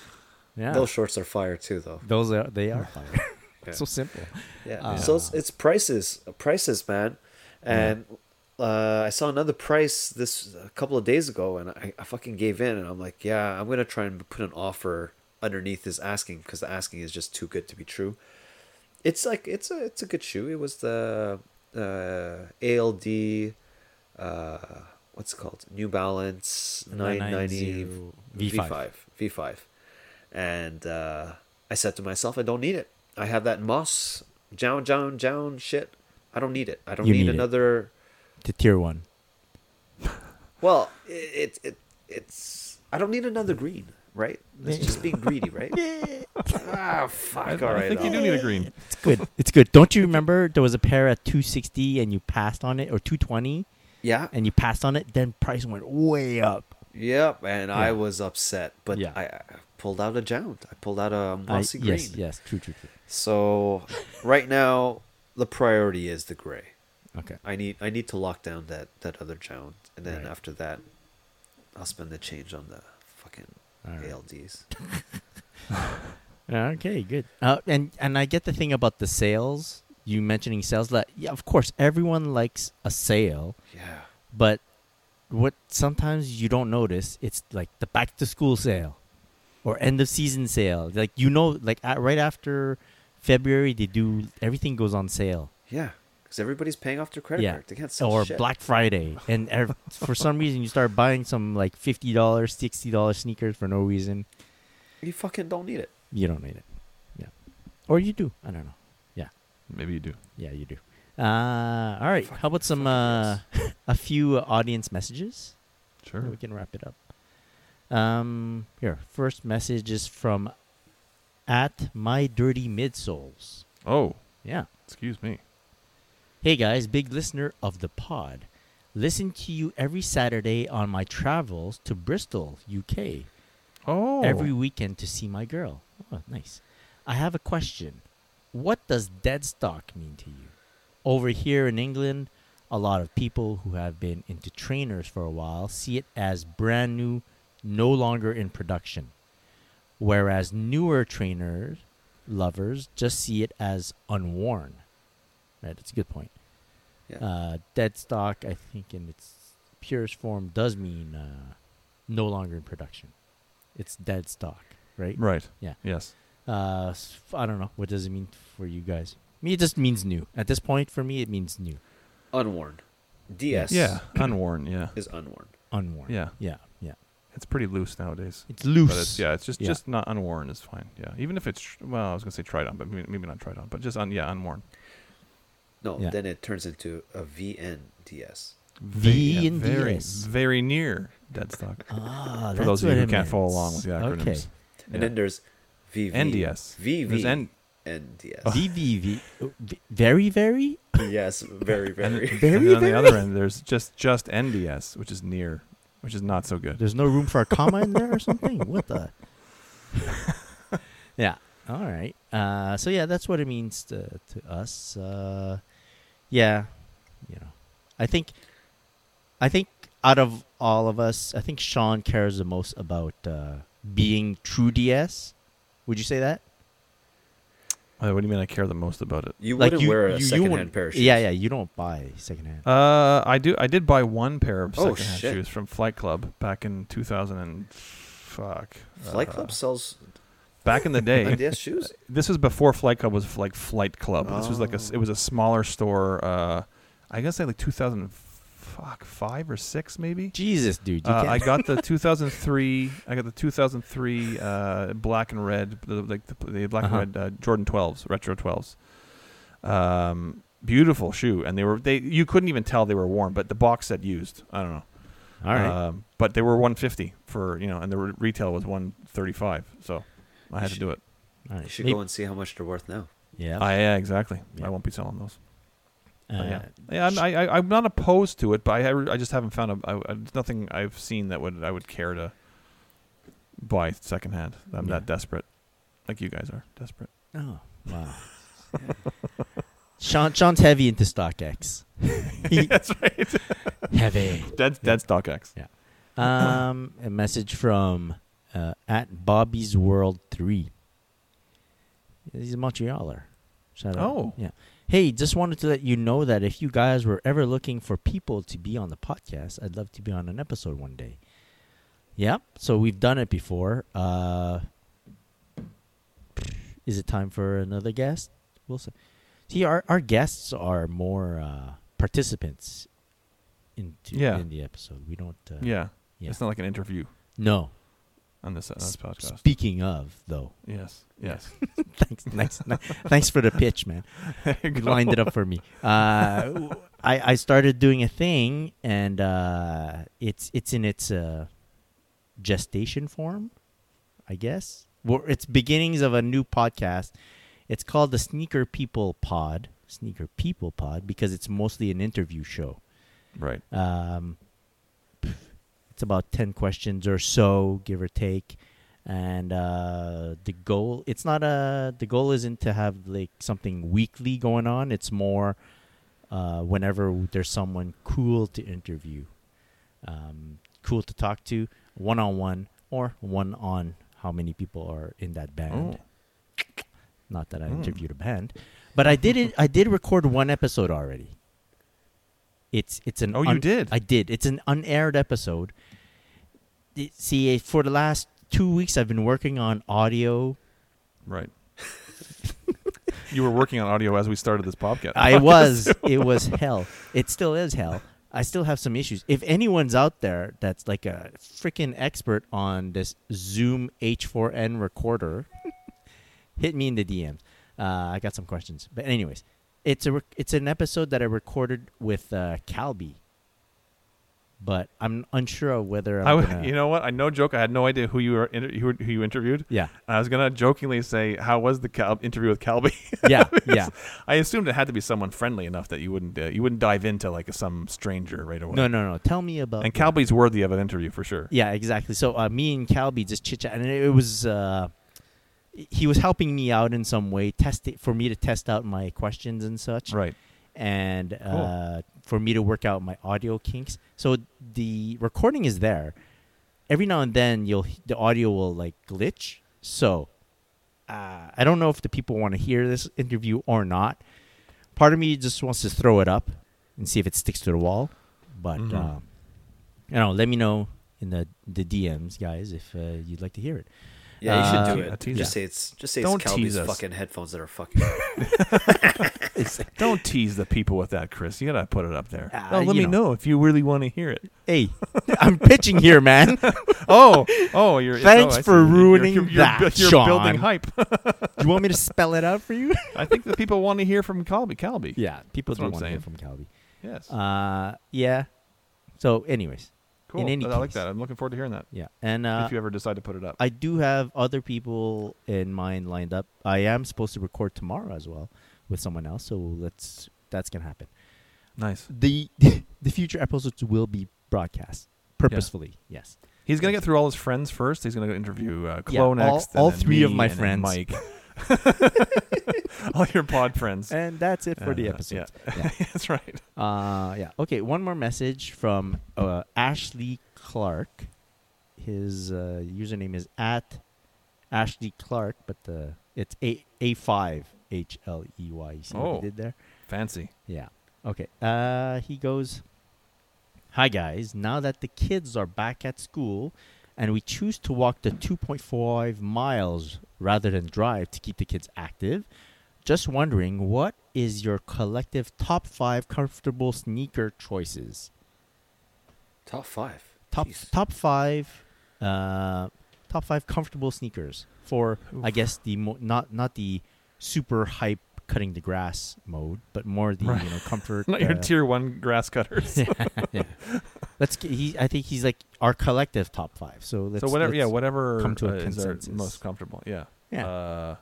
Speaker 1: Yeah.
Speaker 3: Those shorts are fire too, though.
Speaker 1: Those are they are fire.
Speaker 3: Yeah.
Speaker 1: so simple.
Speaker 3: Yeah.
Speaker 1: Uh,
Speaker 3: so it's, it's prices, prices, man. And uh, I saw another price this a couple of days ago, and I, I fucking gave in, and I'm like, yeah, I'm gonna try and put an offer underneath his asking because the asking is just too good to be true. It's like it's a it's a good shoe. It was the uh, ALD, uh, what's it called? New Balance 990
Speaker 1: 990
Speaker 3: V5 V5, and uh, I said to myself, I don't need it. I have that moss down down down shit. I don't need it. I don't
Speaker 1: You
Speaker 3: need,
Speaker 1: need it.
Speaker 3: another.
Speaker 1: To tier one.
Speaker 3: Well, it, it it's I don't need another green, right? It's just being greedy, right? ah, fuck. All
Speaker 2: I
Speaker 3: right.
Speaker 2: think you
Speaker 3: I'll-
Speaker 2: do need a green.
Speaker 1: It's good. It's good. Don't you remember there was a pair at 260 and you passed on it or 220
Speaker 3: yeah.
Speaker 1: and you passed on it? Then price went way up.
Speaker 3: Yep. And I
Speaker 1: Yeah.
Speaker 3: was upset, but
Speaker 1: Yeah.
Speaker 3: I, I pulled out a jound. I pulled out a
Speaker 1: I-
Speaker 3: mossy green.
Speaker 1: yes. Yes. True. True. True.
Speaker 3: So right now the priority is the gray.
Speaker 1: Okay.
Speaker 3: I need I need to lock down that that other jound, and then
Speaker 1: Right.
Speaker 3: after that, I'll spend the change on the fucking
Speaker 1: All right.
Speaker 3: ALDs.
Speaker 1: Okay, good. Uh, and and I get the thing about the sales. You mentioning sales, like yeah, of course, everyone likes a sale,
Speaker 3: Yeah.
Speaker 1: but what sometimes you don't notice, it's like the back to school sale or end of season sale. Like you know, like at, right after February, they do everything goes on sale.
Speaker 3: Yeah. Because everybody's paying off their credit
Speaker 1: yeah,
Speaker 3: card. They can't sell
Speaker 1: or
Speaker 3: shit.
Speaker 1: Black Friday, and ev- for some reason you start buying some like fifty dollars, sixty dollars sneakers for no reason.
Speaker 3: You fucking don't need it.
Speaker 1: You don't need it, yeah, or you do. I don't know.
Speaker 2: Maybe you do.
Speaker 1: Yeah, you do. Uh, all right. How about some uh, a few audience messages?
Speaker 2: Sure.
Speaker 1: We can wrap it up. Um, here, first message is from at my dirty midsoles.
Speaker 2: Oh,
Speaker 1: Yeah.
Speaker 2: excuse me.
Speaker 1: Hey guys, big listener of the pod. Listen to you every Saturday on my travels to Bristol, UK.
Speaker 2: Oh,
Speaker 1: every weekend to see my girl. Oh, nice. I have a question. What does dead stock mean to you? Over here in England, a lot of people who have been into trainers for a while see it as brand new, no longer in production. Whereas newer trainers, lovers, just see it as unworn. Right, that's a good point.
Speaker 3: Yeah.
Speaker 1: Uh, dead stock, I think, in its purest form, does mean uh, no longer in production. It's dead stock, right?
Speaker 2: right.
Speaker 1: Yeah.
Speaker 2: Yes.
Speaker 1: Uh, s- I don't know. What does it mean for you guys? Me, it just means new. At this point, for me, it means new,
Speaker 3: Unworn. DS
Speaker 2: Yeah. Unworn. Yeah.
Speaker 3: is unworn.
Speaker 1: unworn.
Speaker 2: Yeah.
Speaker 1: yeah, yeah.
Speaker 2: It's pretty loose nowadays.
Speaker 1: It's loose.
Speaker 2: But it's, yeah, it's just
Speaker 1: Yeah.
Speaker 2: just not unworn is fine. Yeah, even if it's tr- well, I was gonna say tried on, but maybe, maybe not tried on, but just on yeah, unworn.
Speaker 3: No,
Speaker 1: Yeah.
Speaker 3: then it turns into a VNDS.
Speaker 1: V
Speaker 2: yeah,
Speaker 1: and
Speaker 2: very
Speaker 1: DS.
Speaker 2: very near dead stock.
Speaker 1: Ah,
Speaker 2: For
Speaker 1: that's
Speaker 2: those of you
Speaker 1: what
Speaker 2: who
Speaker 1: it
Speaker 2: can't follow along
Speaker 1: means.
Speaker 2: with the acronyms.
Speaker 1: Okay.
Speaker 3: And
Speaker 2: Yeah.
Speaker 3: then there's VV.
Speaker 2: NDS.
Speaker 3: VV.
Speaker 2: There's N-
Speaker 3: NDS.
Speaker 1: VVV. oh, v- Very, very.
Speaker 3: yes, very, very.
Speaker 1: Very,
Speaker 2: and then on
Speaker 1: very.
Speaker 2: the other end, there's just just NDS, which is near, which is not so good.
Speaker 1: There's no room for a comma in there or something. What the? yeah. All right. Uh, so yeah, that's what it means to to us. Uh, yeah. You know, I think, I think out of all of us, I think Sean cares the most about uh, being true DS. Would you say that?
Speaker 2: Uh, what do you mean? I care the most about it?
Speaker 3: You wouldn't wear a secondhand
Speaker 1: wouldn't-
Speaker 3: pair of shoes.
Speaker 1: Yeah, yeah. You don't buy secondhand.
Speaker 2: Uh, I do. I did buy one pair of
Speaker 3: Oh,
Speaker 2: secondhand
Speaker 3: shit.
Speaker 2: shoes from Flight Club back in 2000 and fuck.
Speaker 3: Flight
Speaker 2: uh,
Speaker 3: Club sells
Speaker 2: Back in the day,
Speaker 3: NDS shoes.
Speaker 2: this was before Flight Club was like Flight Club. This was like a s-
Speaker 1: Oh.
Speaker 2: it was a smaller store. Uh, I guess say like 2000 fuck five or six maybe.
Speaker 1: Jesus, dude. You
Speaker 2: Uh,
Speaker 1: can't.
Speaker 2: I got the 2003. I got the 2003 uh, black and red, the, like the, the black
Speaker 1: Uh-huh.
Speaker 2: and red uh, Jordan 12s, retro 12s. Um, beautiful shoe, and they were they you couldn't even tell they were worn, but the box said used. I don't know.
Speaker 1: all right.
Speaker 2: Um, but they were 150 for you know, and the re- retail was 135. So I had to do it.
Speaker 1: all
Speaker 3: You
Speaker 1: right.
Speaker 3: should
Speaker 1: Maybe-
Speaker 3: go and see how much they're worth now.
Speaker 1: yeah.
Speaker 2: I, Ah, yeah, exactly.
Speaker 1: Yeah.
Speaker 2: I won't be selling those. But yeah,
Speaker 1: uh,
Speaker 2: yeah I'm, I, I, I'm not opposed to it, but I, I just haven't found a, I, I, there's nothing I've seen that would I would care to buy secondhand. I'm
Speaker 1: Yeah.
Speaker 2: that desperate, like you guys are desperate.
Speaker 1: Oh wow. Sean Sean's heavy into StockX. He-
Speaker 2: That's right.
Speaker 1: heavy.
Speaker 2: Dead, dead stock X.
Speaker 1: Um, a message from uh, at Bobby's World Three. He's a Montrealer. Shout out.
Speaker 2: Oh.
Speaker 1: yeah. Hey, just wanted to let you know that if you guys were ever looking for people to be on the podcast, I'd love to be on an episode one day. Yep. So we've done it before. Uh, is it time for another guest? We'll see. See, our, our guests are more uh, participants into
Speaker 2: Yeah.
Speaker 1: in the episode. We don't. Uh,
Speaker 2: Yeah.
Speaker 1: Yeah.
Speaker 2: It's not like an interview
Speaker 1: No.
Speaker 2: on this, on this
Speaker 1: S-
Speaker 2: podcast.
Speaker 1: Speaking of, though,
Speaker 2: yes. Yes.
Speaker 1: thanks, thanks, ni- thanks for the pitch, man.
Speaker 2: There
Speaker 1: You
Speaker 2: go.
Speaker 1: lined it up for me. Uh, w- I I started doing a thing, and uh, it's it's in its uh, gestation form, I guess. Well, it's beginnings of a new podcast. It's called the Sneaker People Pod. Sneaker People Pod because it's mostly an interview show.
Speaker 2: Right.
Speaker 1: Um, it's about 10 questions or so, give or take. And uh, the goal, it's not a, the goal isn't to have like something weekly going on. It's more uh, whenever there's someone cool to interview, um, cool to talk to, one on one, or one on how many people are in that band.
Speaker 2: Oh.
Speaker 1: Not that I
Speaker 2: Mm.
Speaker 1: interviewed a band, but I did it. I did record one episode already. It's it's an
Speaker 2: Oh, you did?
Speaker 1: I did. It's an unaired episode. It- see, eh, for the last two weeks, I've been working on audio.
Speaker 2: Right. you were working on audio as we started this podcast.
Speaker 1: I was. It was hell. It still is hell. I still have some issues. If anyone's out there that's like a freaking expert on this Zoom H4n recorder, hit me in the DMs. Uh, I got some questions. But anyways, It's a rec- it's an episode that I recorded with uh, Calby, but I'm unsure of whether I'm
Speaker 2: I w-
Speaker 1: gonna-
Speaker 2: you know what? I no joke. I had no idea who you were inter- who, who you interviewed.
Speaker 1: Yeah.
Speaker 2: I was gonna jokingly say, "How was the Cal- interview with Calby?"
Speaker 1: Yeah, yeah.
Speaker 2: I assumed it had to be someone friendly enough that you wouldn't uh, you wouldn't dive into like some stranger right away.
Speaker 1: No, no, no. Tell me about.
Speaker 2: And Calby's worthy of an interview for sure.
Speaker 1: Yeah, exactly. So uh, me and Calby just chit chat, and it was uh, he was helping me out in some way, test it, for me to test out my questions and such,
Speaker 2: Right.
Speaker 1: and uh, for me to work out my audio kinks. So the recording is there. Every now and then, you'll h- the audio will like glitch. So uh, I don't know if the people want to hear this interview or not. Part of me just wants to throw it up and see if it sticks to the wall, but
Speaker 2: Mhm.
Speaker 1: um, you know, let me know in the the DMs, guys, if uh, you'd like to hear it.
Speaker 3: Yeah, you
Speaker 1: Uh,
Speaker 3: should do
Speaker 2: a
Speaker 3: it.
Speaker 2: teaser.
Speaker 3: Just say it's just say
Speaker 2: Don't
Speaker 3: it's
Speaker 2: tease
Speaker 3: Calby's
Speaker 2: us.
Speaker 3: fucking headphones that are fucking.
Speaker 1: It's like,
Speaker 2: Don't tease the people with that, Chris. You gotta put it up there.
Speaker 1: Ah,
Speaker 2: no, let
Speaker 1: you
Speaker 2: me
Speaker 1: know.
Speaker 2: know if you really want to hear it.
Speaker 1: hey, I'm pitching here, man.
Speaker 2: Oh, oh, you're.
Speaker 1: Thanks
Speaker 2: oh, I
Speaker 1: for
Speaker 2: see. You're-
Speaker 1: ruining
Speaker 2: you're, you're,
Speaker 1: that,
Speaker 2: bu- You're
Speaker 1: Sean.
Speaker 2: building hype.
Speaker 1: you want me to spell it out for you?
Speaker 2: I think the people want to hear from Calby. Calby.
Speaker 1: yeah, people
Speaker 2: That's
Speaker 1: do
Speaker 2: what I'm
Speaker 1: want to hear
Speaker 2: saying.
Speaker 1: from Calby.
Speaker 2: Yes.
Speaker 1: Uh, yeah. So, anyways,
Speaker 2: cool.
Speaker 1: in any
Speaker 2: I like
Speaker 1: case.
Speaker 2: that. I'm looking forward to hearing that.
Speaker 1: yeah, and uh,
Speaker 2: if you ever decide to put it up.
Speaker 1: I do have other people in mind lined up. I am supposed to record tomorrow as well with someone else, so let's that's gonna happen.
Speaker 2: nice.
Speaker 1: The the future episodes will be broadcast purposefully. Yes.
Speaker 2: He's gonna get through all his friends first. He's gonna go interview uh,
Speaker 1: Yeah,
Speaker 2: Clo
Speaker 1: all-
Speaker 2: next. and
Speaker 1: all
Speaker 2: then
Speaker 1: three of
Speaker 2: me
Speaker 1: my
Speaker 2: and then
Speaker 1: friends.
Speaker 2: Mike. all your pod friends.
Speaker 1: And that's it for the
Speaker 2: Uh,
Speaker 1: episode.
Speaker 2: Yeah. That's right.
Speaker 1: Uh, yeah. Okay. One more message from uh, Ashley Clark. His uh, username is at Ashley Clark, but uh, it's a a five H L E Y. You see what
Speaker 2: Oh.
Speaker 1: he did there?
Speaker 2: Fancy.
Speaker 1: Yeah. Okay. Uh, he goes. Hi guys. Now that the kids are back at school, and we choose to walk the 2.5 miles rather than drive to keep the kids active, just wondering what is your collective top five comfortable sneaker choices?
Speaker 3: Top five.
Speaker 1: Top
Speaker 3: Jeez.
Speaker 1: top five, uh, top five comfortable sneakers for I
Speaker 2: Oof.
Speaker 1: guess the mo- not not the super hype cutting the grass mode, but more the
Speaker 2: Right.
Speaker 1: you know comfort.
Speaker 2: Not your
Speaker 1: uh,
Speaker 2: tier one grass cutters.
Speaker 1: yeah. Let's. g- He, I think he's like our collective top five. So let's.
Speaker 2: so whatever, yeah,
Speaker 1: let's-
Speaker 2: whatever
Speaker 1: come to a
Speaker 2: uh, is our
Speaker 1: consensus.
Speaker 2: most comfortable. Yeah.
Speaker 1: Yeah.
Speaker 2: Uh,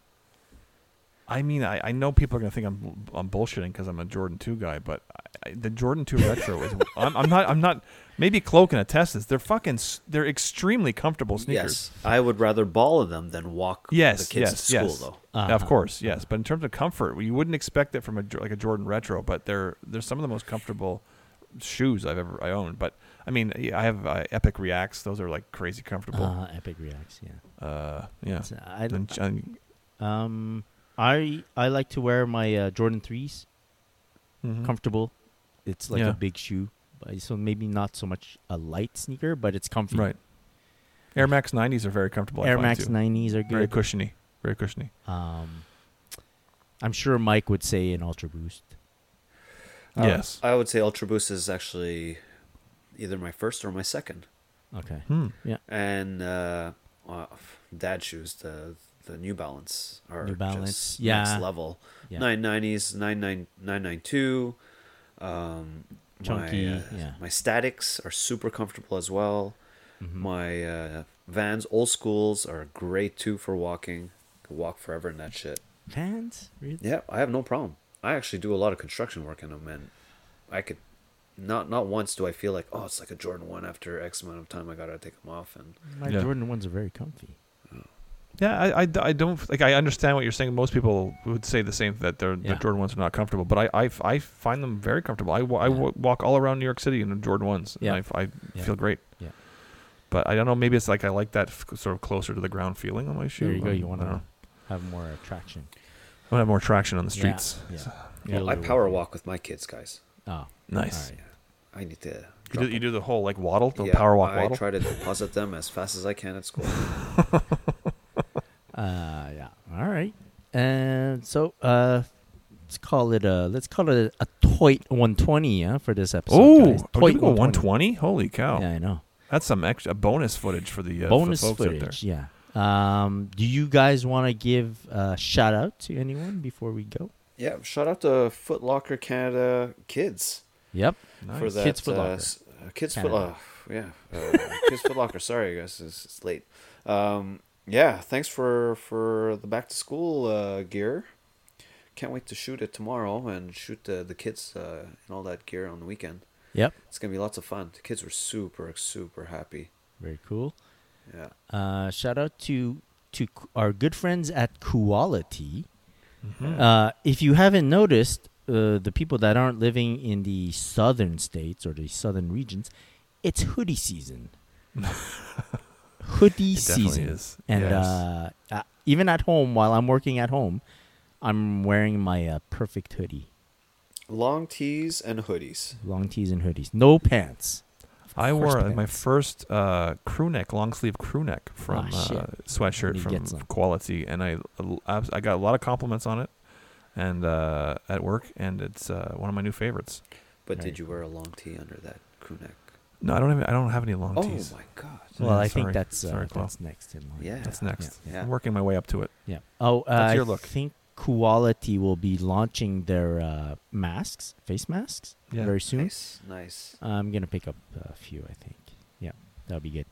Speaker 2: I mean, I, I know people are gonna think I'm I'm bullshitting because I'm a Jordan two guy, but I, I, the Jordan two retro is I'm, I'm not I'm not maybe Clo can attest this. They're fucking s- they're extremely comfortable sneakers.
Speaker 3: Yes, I would rather ball in them than walk
Speaker 2: Yes,
Speaker 3: the kids
Speaker 2: yes,
Speaker 3: to school
Speaker 2: yes.
Speaker 3: though.
Speaker 2: Yeah,
Speaker 1: Uh-huh.
Speaker 2: of course, yes. But in terms of comfort, you wouldn't expect it from a Jo- like a Jordan retro, but they're they're some of the most comfortable shoes I've ever I owned. But I mean, yeah, I have uh, Epic Reacts; those are like crazy comfortable.
Speaker 1: Uh, epic reacts. Yeah.
Speaker 2: uh yeah.
Speaker 1: So I,
Speaker 2: And ch- and-
Speaker 1: um, I I like to wear my uh, Jordan 3s Mm-hmm.
Speaker 2: mhm.
Speaker 1: Comfortable. It's like
Speaker 2: Yeah.
Speaker 1: a big shoe, but- so maybe not so much a light sneaker, but it's comfy.
Speaker 2: Right. Air Max 90s are very comfortable. I
Speaker 1: Air
Speaker 2: find,
Speaker 1: Max
Speaker 2: too.
Speaker 1: 90s are good.
Speaker 2: Very cushiony. Very cushiony.
Speaker 1: Um, I'm sure Mike would say an Ultra Boost.
Speaker 3: Uh,
Speaker 2: yes.
Speaker 3: I would say Ultra Boost is actually either my first or my second.
Speaker 1: Oh, Okay.
Speaker 2: hmm.
Speaker 1: Yeah.
Speaker 3: And uh, uh, dad shoes, the the New Balance are
Speaker 1: New Balance,
Speaker 3: just
Speaker 1: yeah.
Speaker 3: next level.
Speaker 1: Yeah.
Speaker 3: Nine nineties, nine nine nine nine two. Um,
Speaker 1: Chunky,
Speaker 3: My, uh,
Speaker 1: yeah.
Speaker 3: my statics are super comfortable as well.
Speaker 1: Mhm.
Speaker 3: My uh, Vans old schools are great too for walking. Could walk forever in that shit.
Speaker 1: Vans? Really?
Speaker 3: Yeah, I have no problem. I actually do a lot of construction work in them, and I could not not once do I feel like oh it's like a Jordan one after X amount of time I gotta take them off and
Speaker 1: My
Speaker 2: Yeah.
Speaker 1: Jordan ones are very comfy.
Speaker 2: Yeah, I, I, I don't like. I understand what you're saying. Most people would say the same that their
Speaker 1: Yeah.
Speaker 2: the Jordan ones are not comfortable, but I, I, I find them very comfortable. I, wa- I
Speaker 1: Yeah.
Speaker 2: wa- walk all around New York City in Jordan ones.
Speaker 1: Yeah.
Speaker 2: And I f- I,
Speaker 1: Yeah.
Speaker 2: feel great.
Speaker 1: Yeah.
Speaker 2: But I don't know. Maybe it's like I like that f- sort of closer to the ground feeling on my shoe.
Speaker 1: There you go.
Speaker 2: Um,
Speaker 1: You want
Speaker 2: I don't
Speaker 1: to
Speaker 2: know.
Speaker 1: have more attraction.
Speaker 2: I wanna have more traction on the streets.
Speaker 1: Yeah.
Speaker 2: Yeah.
Speaker 1: Feel
Speaker 3: I
Speaker 1: the
Speaker 3: power
Speaker 1: weight.
Speaker 3: walk with my kids, guys.
Speaker 1: Oh,
Speaker 2: Nice.
Speaker 1: all right.
Speaker 3: I need to.
Speaker 2: You,
Speaker 3: drop
Speaker 2: do, you
Speaker 3: them.
Speaker 2: do the whole like waddle, the
Speaker 3: Yeah,
Speaker 2: power walk
Speaker 3: I
Speaker 2: waddle.
Speaker 3: try to deposit them as fast as I can at school.
Speaker 1: Uh, yeah. All right. And so, uh, let's call it a let's call it a, a toit 120. Yeah, for this episode.
Speaker 2: oh,
Speaker 1: guys.
Speaker 2: oh,
Speaker 1: Toit
Speaker 2: did we go 120? Holy cow!
Speaker 1: Yeah, I know.
Speaker 2: That's some extra bonus footage for the uh, for
Speaker 1: Bonus
Speaker 2: folks out there.
Speaker 1: footage. Yeah. Um, do you guys want to give a shout out to anyone before we go?
Speaker 3: yeah, shout out to Foot Locker Canada kids
Speaker 1: Yep.
Speaker 3: for
Speaker 2: Nice.
Speaker 3: that.
Speaker 1: Kids Foot
Speaker 3: uh,
Speaker 1: Locker.
Speaker 3: s- uh, kids Foot
Speaker 1: Canada.
Speaker 3: Locker. Yeah, uh, Kids Foot Locker. Sorry, guys, it's, it's late. Um, yeah, thanks for for the back to school uh, gear. Can't wait to shoot it tomorrow and shoot the the kids uh, and all that gear on the weekend.
Speaker 1: Yep.
Speaker 3: It's gonna be lots of fun. The kids were super super happy.
Speaker 1: Very cool.
Speaker 3: Yeah.
Speaker 1: Uh, shout out to to K- our good friends at Quality.
Speaker 2: Mm-hmm.
Speaker 1: Uh, if you haven't noticed, uh, the people that aren't living in the southern states or the southern regions, it's hoodie season. hoodie
Speaker 2: It definitely
Speaker 1: season
Speaker 2: is.
Speaker 1: and
Speaker 2: Yes.
Speaker 1: uh, uh, even at home while I'm working at home, I'm wearing my uh, perfect hoodie,
Speaker 3: Long tees and hoodies.
Speaker 1: long tees and hoodies, no pants.
Speaker 2: I
Speaker 1: First
Speaker 2: wore uh, my
Speaker 1: pants.
Speaker 2: first uh, crew neck, long sleeve crew neck from
Speaker 1: Ah, shit.
Speaker 2: uh, sweatshirt
Speaker 1: Need to
Speaker 2: from
Speaker 1: get some.
Speaker 2: Quality, and I I I got a lot of compliments on it, and uh, at work, and it's uh, one of my new favorites.
Speaker 3: But
Speaker 1: Right.
Speaker 3: did you wear a long tee under that crew neck?
Speaker 2: No, I don't have I don't have any long
Speaker 3: Oh
Speaker 2: tees.
Speaker 3: my god.
Speaker 2: Yeah,
Speaker 1: Well, I
Speaker 2: Mm-hmm. sorry.
Speaker 1: think that's uh,
Speaker 2: Sorry, Claude.
Speaker 1: that's next in line.
Speaker 3: Yeah.
Speaker 2: That's next.
Speaker 3: yeah, yeah.
Speaker 2: I'm working my way up to it.
Speaker 1: Yeah. Oh, uh,
Speaker 2: That's your look.
Speaker 1: I think Quality will be launching their uh, masks, face masks,
Speaker 2: Yeah.
Speaker 1: very soon.
Speaker 3: Nice, nice.
Speaker 1: I'm gonna pick up a few. I think. Yeah, that'll be good.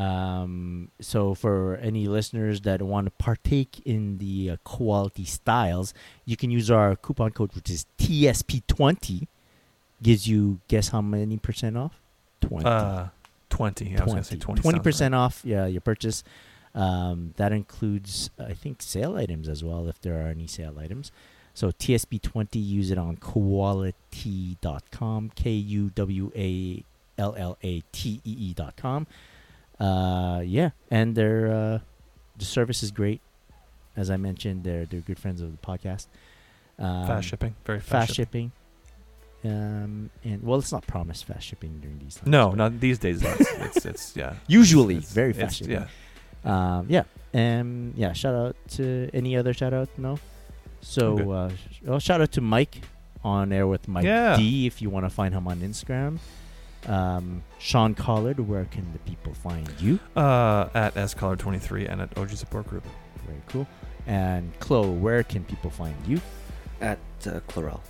Speaker 1: Um, so for any listeners that want to partake in the uh, quality styles, you can use our coupon code, which is TSP20. Gives you guess how many percent off? Twenty.
Speaker 2: Uh, twenty. Yeah, I was gonna say twenty. sounds
Speaker 1: percent off. Yeah, your purchase. Um, that includes, I think, sale items as well, if there are any sale items. So TSB20, use it on quality.com, K U W A L L A T E E dot com. Uh, yeah, and their uh, the service is great. As I mentioned, they're they're good friends of the podcast. Um,
Speaker 2: right. Fast shipping. Very fast,
Speaker 1: fast
Speaker 2: shipping.
Speaker 1: shipping. Um, and well, it's not promised fast shipping during these times.
Speaker 2: No,
Speaker 1: but-
Speaker 2: not these days. That's, it's it's yeah.
Speaker 1: Usually,
Speaker 2: It's-
Speaker 1: very
Speaker 2: it's-
Speaker 1: fast.
Speaker 2: Yeah.
Speaker 1: Um, yeah. Um, yeah. Shout out to any other shout out? No. So,
Speaker 2: Okay.
Speaker 1: uh, sh- oh, shout out to Mike on air with Mike
Speaker 2: Yeah.
Speaker 1: D. If you want to find him on Instagram, um, Sean Collard. Where can the people find you?
Speaker 2: Uh, at S Color twenty three and at OG Support Group.
Speaker 1: Very cool. And Chloe, where can people find you?
Speaker 3: At uh, Chlorel.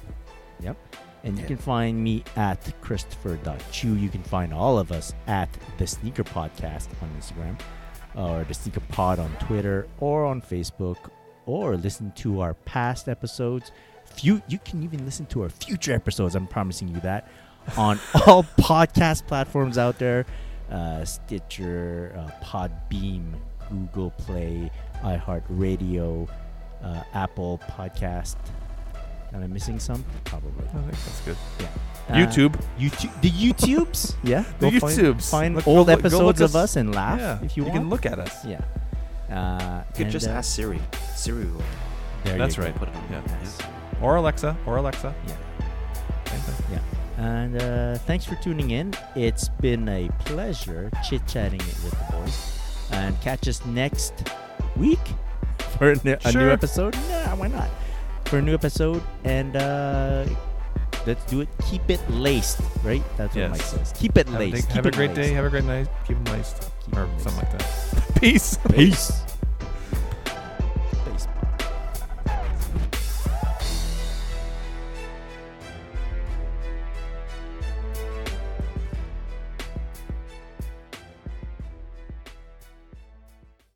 Speaker 1: And you
Speaker 3: Yeah.
Speaker 1: can find me at Christopher.chu. You can find all of us at The Sneaker Podcast on Instagram, or The Sneaker Pod on Twitter, or on Facebook, or listen to our past episodes. Few, you can even listen to our future episodes. I'm promising you that on all podcast platforms out there uh, Stitcher, uh, Podbeam, Google Play, iHeartRadio, uh, Apple Podcast. Am I missing some? Probably.
Speaker 2: I think that's good.
Speaker 1: Uh,
Speaker 2: YouTube.
Speaker 1: YouTube, the YouTubes, yeah,
Speaker 2: The
Speaker 1: go find-
Speaker 2: YouTubes.
Speaker 1: Find
Speaker 2: Look- go
Speaker 1: old
Speaker 2: look- go
Speaker 1: episodes
Speaker 2: look us-
Speaker 1: of us and laugh
Speaker 2: yeah.
Speaker 1: if you,
Speaker 2: you
Speaker 1: want.
Speaker 2: can look at us.
Speaker 1: Yeah, uh,
Speaker 3: You could
Speaker 1: and,
Speaker 3: just
Speaker 1: uh,
Speaker 3: ask Siri. Siri will
Speaker 1: there
Speaker 2: That's
Speaker 1: you go.
Speaker 2: right.
Speaker 3: put it on.
Speaker 2: Yeah.
Speaker 1: Yes.
Speaker 2: Or Alexa. Or Alexa.
Speaker 1: Yeah,
Speaker 2: Same thing.
Speaker 1: yeah. And uh, thanks for tuning in. It's been a pleasure chit chatting it with the boys. And catch us next week for a, new- a new
Speaker 2: Sure.
Speaker 1: episode. Nah, why not? For a new episode, and uh, let's do it. Keep it laced, right? That's what
Speaker 2: Yes.
Speaker 1: Mike says. Keep it
Speaker 2: Have a,
Speaker 1: laced.
Speaker 2: dig-
Speaker 1: Keep
Speaker 2: have a
Speaker 1: it
Speaker 2: great
Speaker 1: laced.
Speaker 2: day. Have a great night. Keep them laced.
Speaker 1: Keep
Speaker 2: or
Speaker 1: 'em laced.
Speaker 2: something like that. Peace.
Speaker 1: Peace.